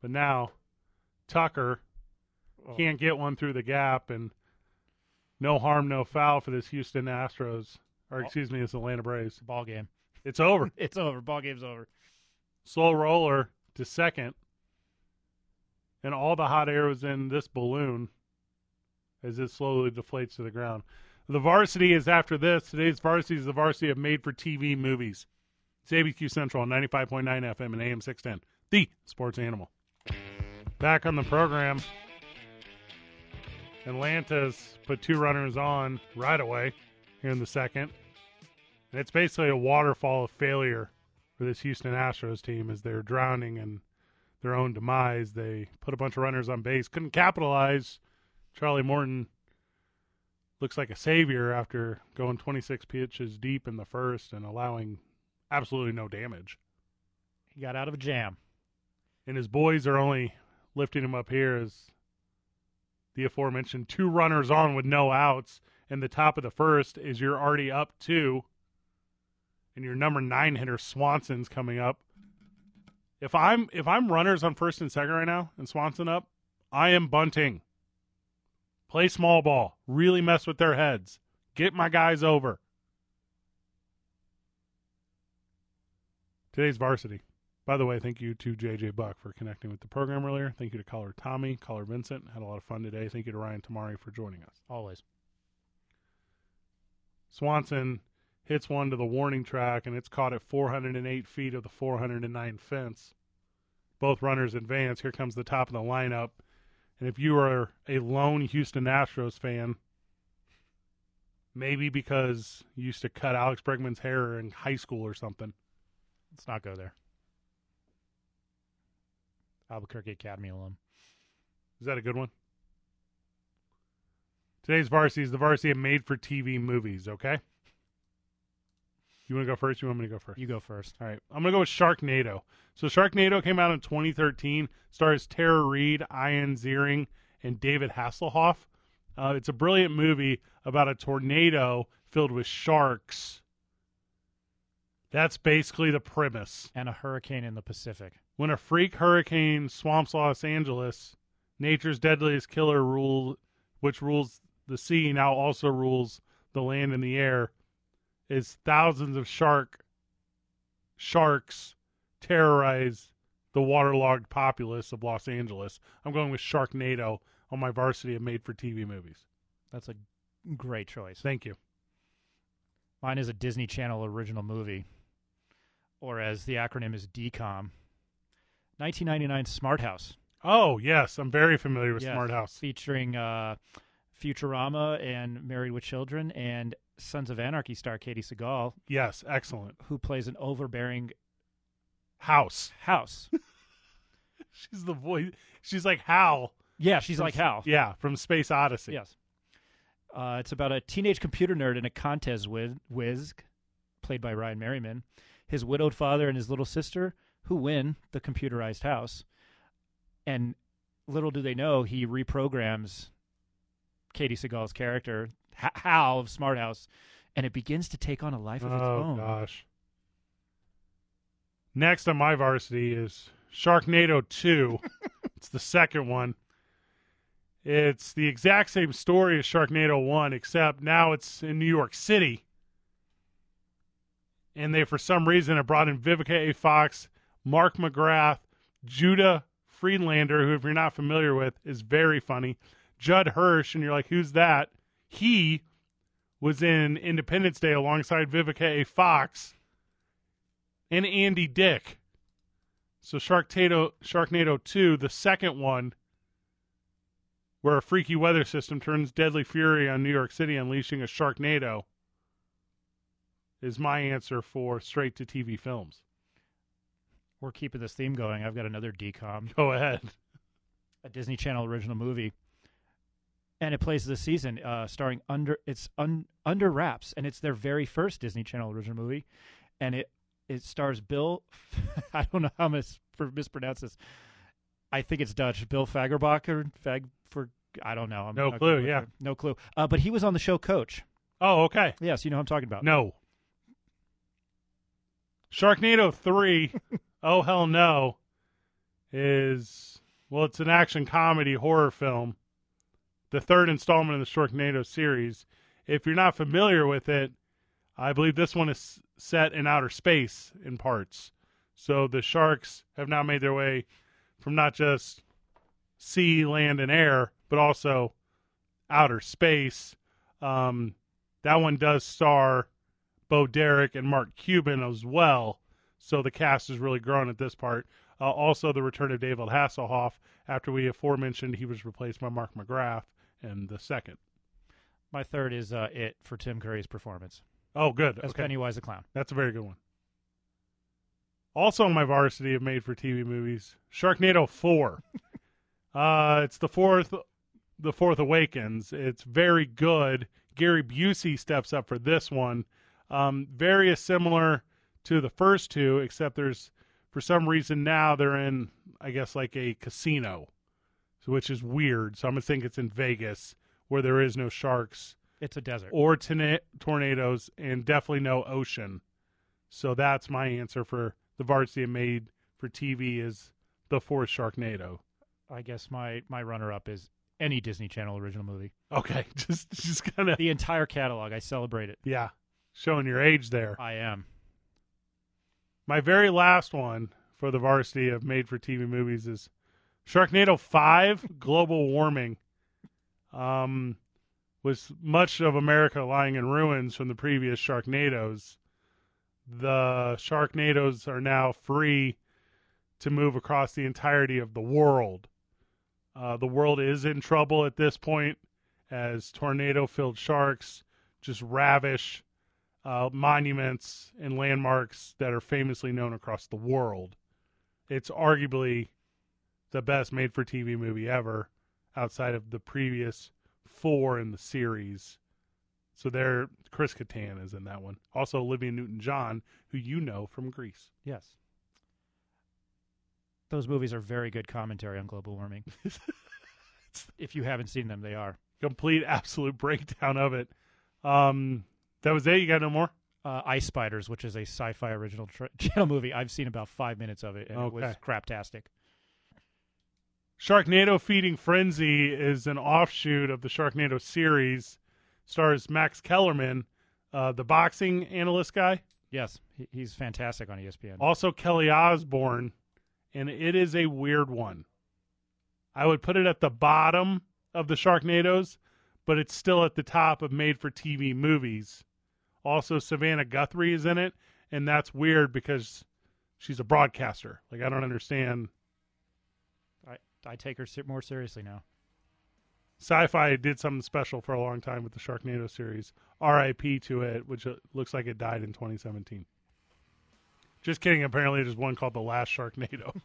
but now Tucker can't get one through the gap, and no harm, no foul for this Houston Astros, or excuse me, this Atlanta Braves
ball game.
It's over.
It's over. Ball game's over.
Slow roller to second, and all the hot air was in this balloon as it slowly deflates to the ground. The varsity is after this. Today's varsity is the varsity of made for TV movies. It's ABQ Central on 95.9 FM and AM 610. The sports animal. Back on the program. Atlanta's put two runners on right away here in the second. And it's basically a waterfall of failure for this Houston Astros team as they're drowning in their own demise. They put a bunch of runners on base, couldn't capitalize. Charlie Morton looks like a savior after going 26 pitches deep in the first and allowing absolutely no damage.
He got out of a jam.
and his boys are only lifting him up here as the aforementioned two runners on with no outs, and the top of the first is you're already up two, and your number nine hitter Swanson's coming up. If I'm if I'm runners on first and second right now, and Swanson up, I am bunting. Play small ball, really mess with their heads, get my guys over. Today's varsity. By the way, thank you to JJ Buck for connecting with the program earlier. Thank you to caller Tommy, caller Vincent. Had a lot of fun today. Thank you to Ryan Tamari for joining us.
Always.
Swanson hits one to the warning track, and it's caught at 408 feet of the 409 fence. Both runners advance. Here comes the top of the lineup. And if you are a lone Houston Astros fan, maybe because you used to cut Alex Bregman's hair in high school or something.
Let's not go there. Albuquerque Academy alum.
Is that a good one? Today's varsity is the varsity of made for TV movies, okay? You want to go first? You want me to go first?
You go first.
All right. I'm going to go with Sharknado. So Sharknado came out in 2013, stars Tara Reid, Ian Ziering, and David Hasselhoff. Uh, it's a brilliant movie about a tornado filled with sharks. That's basically the premise.
And a hurricane in the Pacific.
When a freak hurricane swamps Los Angeles, nature's deadliest killer rule, which rules the sea, now also rules the land and the air, is thousands of shark sharks terrorize the waterlogged populace of Los Angeles. I'm going with Sharknado on my varsity of made for TV movies.
That's a great choice.
Thank you.
Mine is a Disney Channel original movie, or as the acronym is DCOM. 1999 Smart House.
Oh yes, I'm very familiar with
Yes,
Smart House.
featuring uh, Futurama and Married with Children and Sons of Anarchy star Katie Seagal,
Yes, excellent.
who plays an overbearing
House.
house.
(laughs) She's the voice. She's like Hal.
Yeah, she's
from-
like Hal.
Yeah, from Space Odyssey.
Yes. Uh, it's about a teenage computer nerd in a contest with whiz, played by Ryan Merriman, his widowed father and his little sister, who win the computerized house. And little do they know, he reprograms Katie Seagal's character, H- Hal of Smart House, and it begins to take on a life of its
Oh
own.
gosh. Next on my varsity is Sharknado
(laughs)
2. it's the second one. It's the exact same story as Sharknado 1 except now it's in New York City. And they for some reason have brought in Vivica A. Fox, Mark McGrath, Judah Friedlander, who if you're not familiar with is very funny. Judd Hirsch and you're like who's that? He was in Independence Day alongside Vivica A. Fox and Andy Dick. So Sharknado, Sharknado 2, the second one, where a freaky weather system turns deadly fury on New York City, unleashing a Sharknado, is my answer for straight to TV films.
We're keeping this theme going. I've got another (laughs) decom.
Go ahead.
a Disney Channel original movie, and it plays this season, uh, starring under it's un, under wraps, and it's their very first Disney Channel original movie, and it it stars Bill. (laughs) I don't know how I'm gonna s- for mispronounce this. I think it's Dutch. Bill Fagerbacher. Fag for I don't know. I'm
No
not
clue,
good with
yeah.
it. no clue. Uh, but he was on the show Coach.
Oh, okay.
Yes, you know who I'm talking about.
No. Sharknado 3, Oh Hell No, is, well, it's an action comedy horror film, the third installment in the Sharknado series. If you're not familiar with it, I believe this one is set in outer space in parts. So the sharks have now made their way from not just sea, land, and air, but also outer space. Um, that one does star Bo Derek and Mark Cuban as well. So the cast has really grown at this part. Uh, also, the return of David Hasselhoff after we aforementioned he was replaced by Mark McGrath in the second.
My third is uh, it for Tim Curry's performance
Oh, good.
as
okay.
Pennywise the clown.
That's a very good one. Also on my varsity of made for TV movies, Sharknado Four. uh, it's the fourth, the fourth awakens. It's very good. Gary Busey steps up for this one. Um, very similar to the first two, except there's for some reason now they're in, I guess, like a casino, so, which is weird. So I'm gonna think it's in Vegas where there is no sharks.
It's a desert.
or torna- tornadoes, and definitely no ocean. So that's my answer for the varsity made for TV is the fourth Sharknado.
I guess my my runner up is any Disney Channel original movie.
Okay, (laughs) just just kind of
the entire catalog. I celebrate it.
Yeah, showing your age there.
I am.
My very last one for the varsity of made for TV movies is Sharknado 5 Global Warming. Um, was much of America lying in ruins from the previous Sharknadoes. The Sharknadoes are now free to move across the entirety of the world. Uh, the world is in trouble at this point as tornado filled sharks just ravish uh, monuments and landmarks that are famously known across the world. It's arguably the best made for TV movie ever outside of the previous four in the series. So there, Chris Kattan is in that one. Also, Olivia Newton John, who you know from Greece.
Yes. Those movies are very good commentary on global warming. if you haven't seen them, they are.
Complete, (laughs) absolute breakdown of it. Um, that was it. You got no more?
Uh, Ice Spiders, which is a sci-fi original tra- (laughs) channel movie. I've seen about five minutes of it, and it was
Okay.
craptastic.
Sharknado Feeding Frenzy is an offshoot of the Sharknado series. Stars Max Kellerman, uh, the boxing analyst guy.
Yes, he, he's fantastic on E ESPN.
Also Kelly Osborne, and it is a weird one. I would put it at the bottom of the Sharknadoes, but it's still at the top of made for TV movies. Also Savannah Guthrie is in it, and that's weird because she's a broadcaster. Like I don't understand
I, I take her se- more seriously now.
sci-fi did something special for a long time with the Sharknado series. R.I.P. to it, which uh, looks like it died in 2017. Just kidding. Apparently, there's one called The Last Sharknado.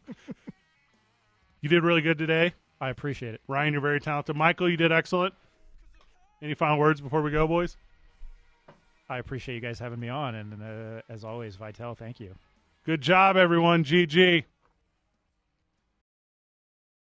(laughs) you did really good today.
I appreciate it,
Ryan. You're very talented. Michael, you did excellent. Any final words before we go, boys?
I appreciate you guys having me on, and uh, as always, Vitel, thank you.
Good job, everyone. GG.